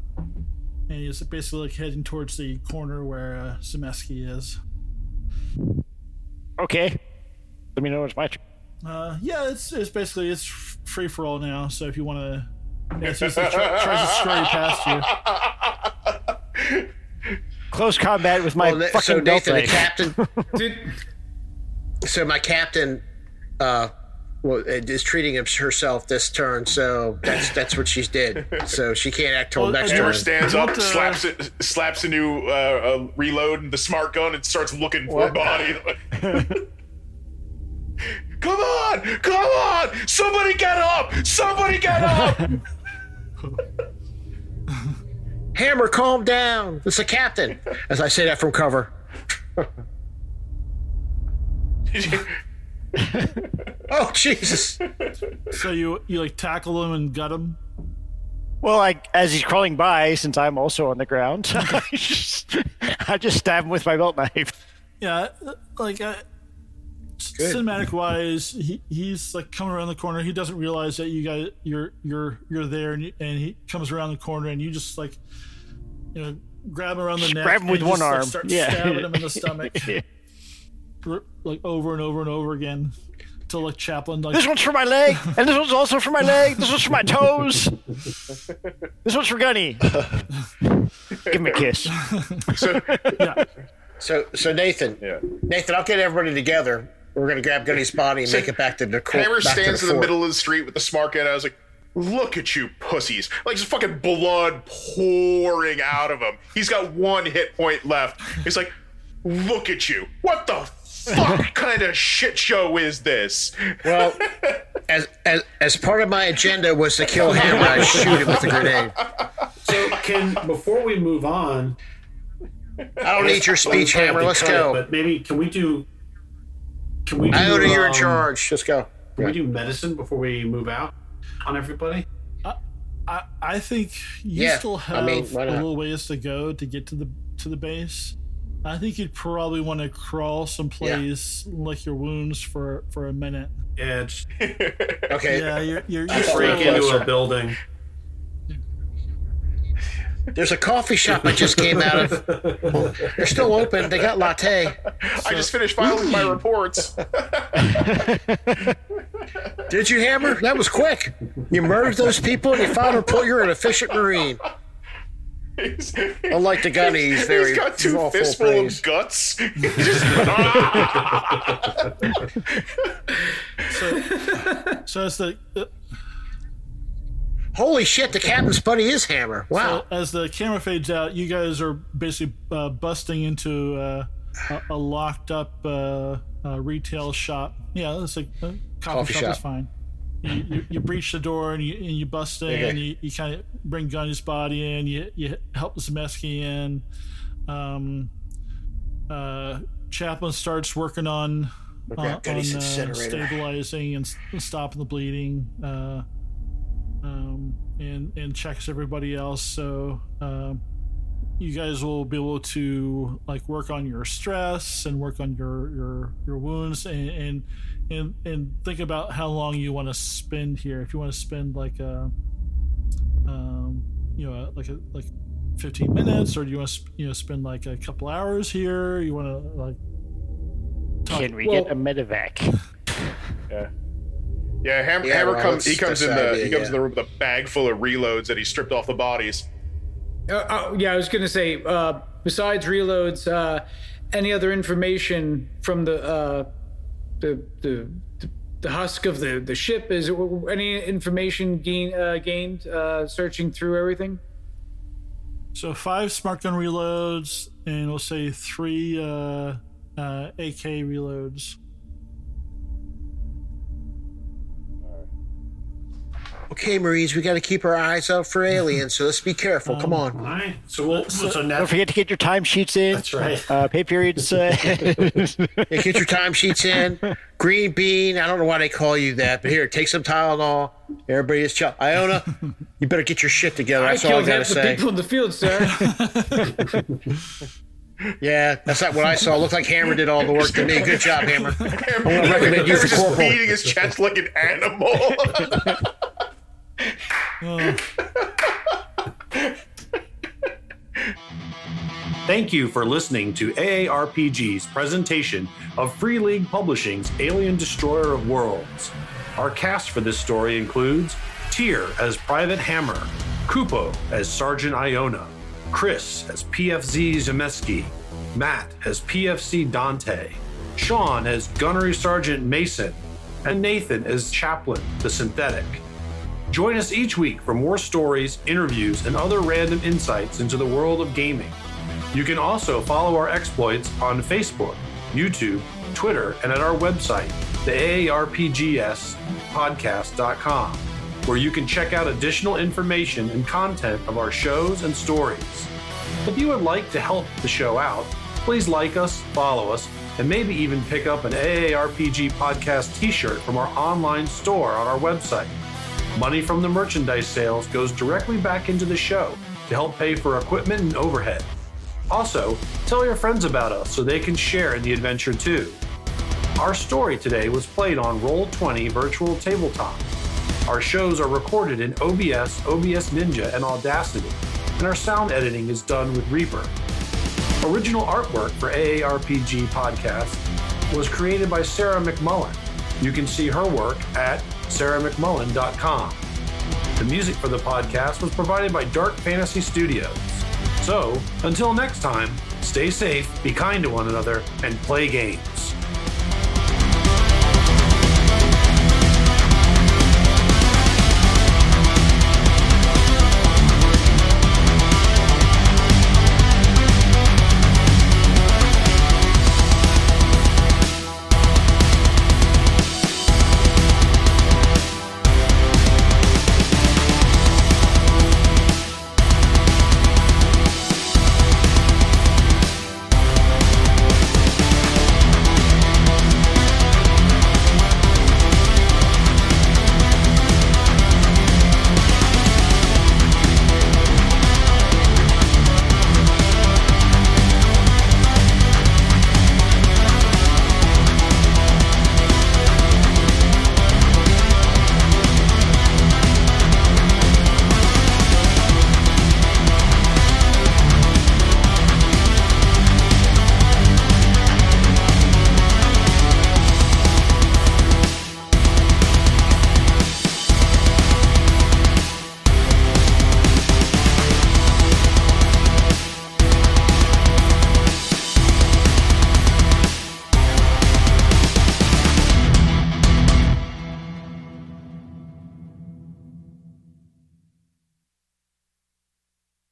S1: and he's basically like heading towards the corner where uh, Zemeski is.
S4: *laughs* Okay. Let me know when it's my turn.
S1: Uh, yeah, it's it's basically it's free for all now. So if you want to, yeah, so he tries to scurry past you.
S4: Close combat with my
S6: Oh, that-
S4: fucking
S6: so
S4: belt
S6: Nathan, the
S4: knife.
S6: captain.
S7: Did,
S6: so my captain, uh, well, is treating him- herself this turn. So that's that's what she did. So she can't act till
S1: Well,
S6: next
S1: I
S6: turn.
S1: never
S5: Or stands
S1: What
S5: up,
S1: the-
S5: slaps it, slaps a new uh, uh, reload and the smart gun, and starts looking for a
S6: What?
S5: body. come on, come on! Somebody get up! Somebody get up!
S6: *laughs* Hammer, calm down. It's a captain. As I say that
S5: *laughs*
S6: from cover. Oh Jesus!
S1: *laughs* So you you like tackle him and gut him.
S4: Well, I, as he's crawling by, since I'm also on the ground, *laughs* I just, I just stab him with my belt knife. *laughs*
S1: Yeah, uh, like uh,
S6: Good.
S1: cinematic wise, he, he's like coming around the corner. He doesn't realize that you guys you're you're you're there, and, you, and he comes around the corner, and you just like you know, grab him around the neck.
S4: Grab him
S1: and
S4: with
S1: you
S4: one
S1: just, like,
S4: arm.
S1: start
S4: Yeah.
S1: stabbing him in the
S4: *laughs*
S1: stomach, r- like over and over and over again, till like Chaplin like
S4: This one's for my leg, and this one's also for my leg. This one's for my toes. This one's for Gunny. Give him a kiss.
S5: So,
S6: So, so Nathan,
S5: yeah.
S6: Nathan, I'll get everybody together. We're gonna grab Gunny's body and make it back to the court.
S5: Hammer
S6: back
S5: stands
S6: to
S5: in the middle of the street with the smart gun. I was like, look at you pussies. Like, just fucking blood pouring out of him. He's got one hit point left. He's like, look at you. What the
S6: *laughs*
S5: fuck kind of shit show is this?
S6: Well, as, as as part of my agenda was to kill him, and I shoot him with a grenade.
S3: So can before we move on,
S6: I don't need your speech, Hammer. Let's go.
S3: But maybe can we do? Can we? Do,
S6: Iota, you're in
S3: um,
S6: charge. Let's go.
S3: Can we do medicine before we move out on everybody?
S1: I, I think you
S6: Yeah,
S1: still
S6: I
S1: have
S6: mean, why
S1: a
S6: not?
S1: little ways to go to get to the to the base. I think you'd probably want to crawl someplace, lick your wounds for for a minute.
S3: Yeah, just
S6: Okay.
S1: Yeah, you're you're,
S6: I
S1: you're
S6: thought
S1: still-
S3: break
S6: Break
S3: into
S6: closer.
S3: a building.
S6: There's a coffee shop I just came out of. they're still open. They got latte.
S5: I just finished filing my reports. *laughs*
S6: Did you hammer? That was quick. You murdered those people and you filed a report. You're an efficient Marine.
S5: He's-
S6: Unlike the Gunny, he's very.
S5: He's got two
S6: full of
S5: fistful
S6: praise.
S5: of
S6: *laughs*
S5: guts. He just, Ah!
S1: so as the uh,
S6: Holy shit, the captain's buddy is hammer. Wow.
S1: as the camera fades out, you guys are basically uh, busting into uh, a, a locked up uh, uh, retail shop. Yeah, it's a, a coffee,
S6: Coffee
S1: shop,
S6: shop.
S1: is fine. You, you, you breach the door and you, and you bust in. And
S6: Okay.
S1: you, you kind of bring Gunny's body in. You, you help Zemeski in. Um, uh, Chaplin starts working on,
S6: grab
S1: on,
S6: Gunny's
S1: on, uh,
S6: incinerator.
S1: stabilizing and s- stopping the bleeding. Uh, um, and and checks everybody else. So um, you guys will be able to like work on your stress and work on your your your wounds and and and, and think about how long you want to spend here. If you want to spend like a um, you know like a like 15 minutes or do you want to you know spend like a couple hours here you want to like
S4: Can we
S3: Well-
S4: get a medevac?
S5: Yeah, Ham-
S6: Yeah,
S5: Hammer
S6: well,
S5: comes.
S6: that's-
S5: He comes
S6: that's
S5: in
S6: the
S5: the
S6: idea,
S5: he comes in
S6: yeah.
S5: the room with a bag full of reloads that he stripped off the bodies.
S7: Uh, uh, yeah, I was going to say, uh, besides reloads, uh, any other information from the, uh, the, the, the, the husk of the, the ship? Is it, any information gain, uh, gained uh, searching through everything?
S1: So five smart gun reloads, and we'll say three uh, uh, AK reloads.
S6: Okay, Marines, we got to keep our eyes out for aliens, so let's be careful. Come on.
S3: All right. So we'll. So, now.
S4: Don't forget to get your timesheets in.
S3: That's right.
S4: Uh, pay periods. Uh,
S6: Yeah, get your timesheets in. Green bean. I don't know why they call you that, but here, take some Tylenol. Everybody is chill. Iona, you better get your shit together.
S7: I
S6: That's all I
S7: killed
S6: gotta
S7: half the
S6: say.
S7: people in the field, sir.
S6: Yeah, that's not what I saw. Looked like Hammer did all the work to me. Good
S7: *laughs*
S6: job, Hammer.
S5: Hammer,
S6: recommend you
S5: Hammer's
S6: for
S5: just
S6: corporal.
S5: beating his chest like an animal.
S6: *laughs*
S3: Thank you for listening to AARPG's presentation of Free League Publishing's Alien Destroyer of Worlds. Our cast for this story includes Tyr as Private Hammer, Kupo as Sergeant Iona, Chris as PFZ Zemeski, Matt as PFC Dante, Sean as Gunnery Sergeant Mason, and Nathan as Chaplain the Synthetic. Join us each week for more stories, interviews, and other random insights into the world of gaming. You can also follow our exploits on Facebook, YouTube, Twitter, and at our website, the AARPGspodcast.com, where you can check out additional information and content of our shows and stories. If you would like to help the show out, please like us, follow us, and maybe even pick up an AARPG podcast t shirt from our online store on our website. Money from the merchandise sales goes directly back into the show to help pay for equipment and overhead. Also, tell your friends about us so they can share in the adventure too. Our story today was played on Roll20 Virtual Tabletop. Our shows are recorded in OBS, OBS Ninja, and Audacity. and our sound editing is done with Reaper. Original artwork for AARPG Podcast was created by Sarah McMullen. You can see her work at sarahmcmullen.com. The music for the podcast was provided by Dark Fantasy Studios. So, until next time, stay safe, be kind to one another, and play games.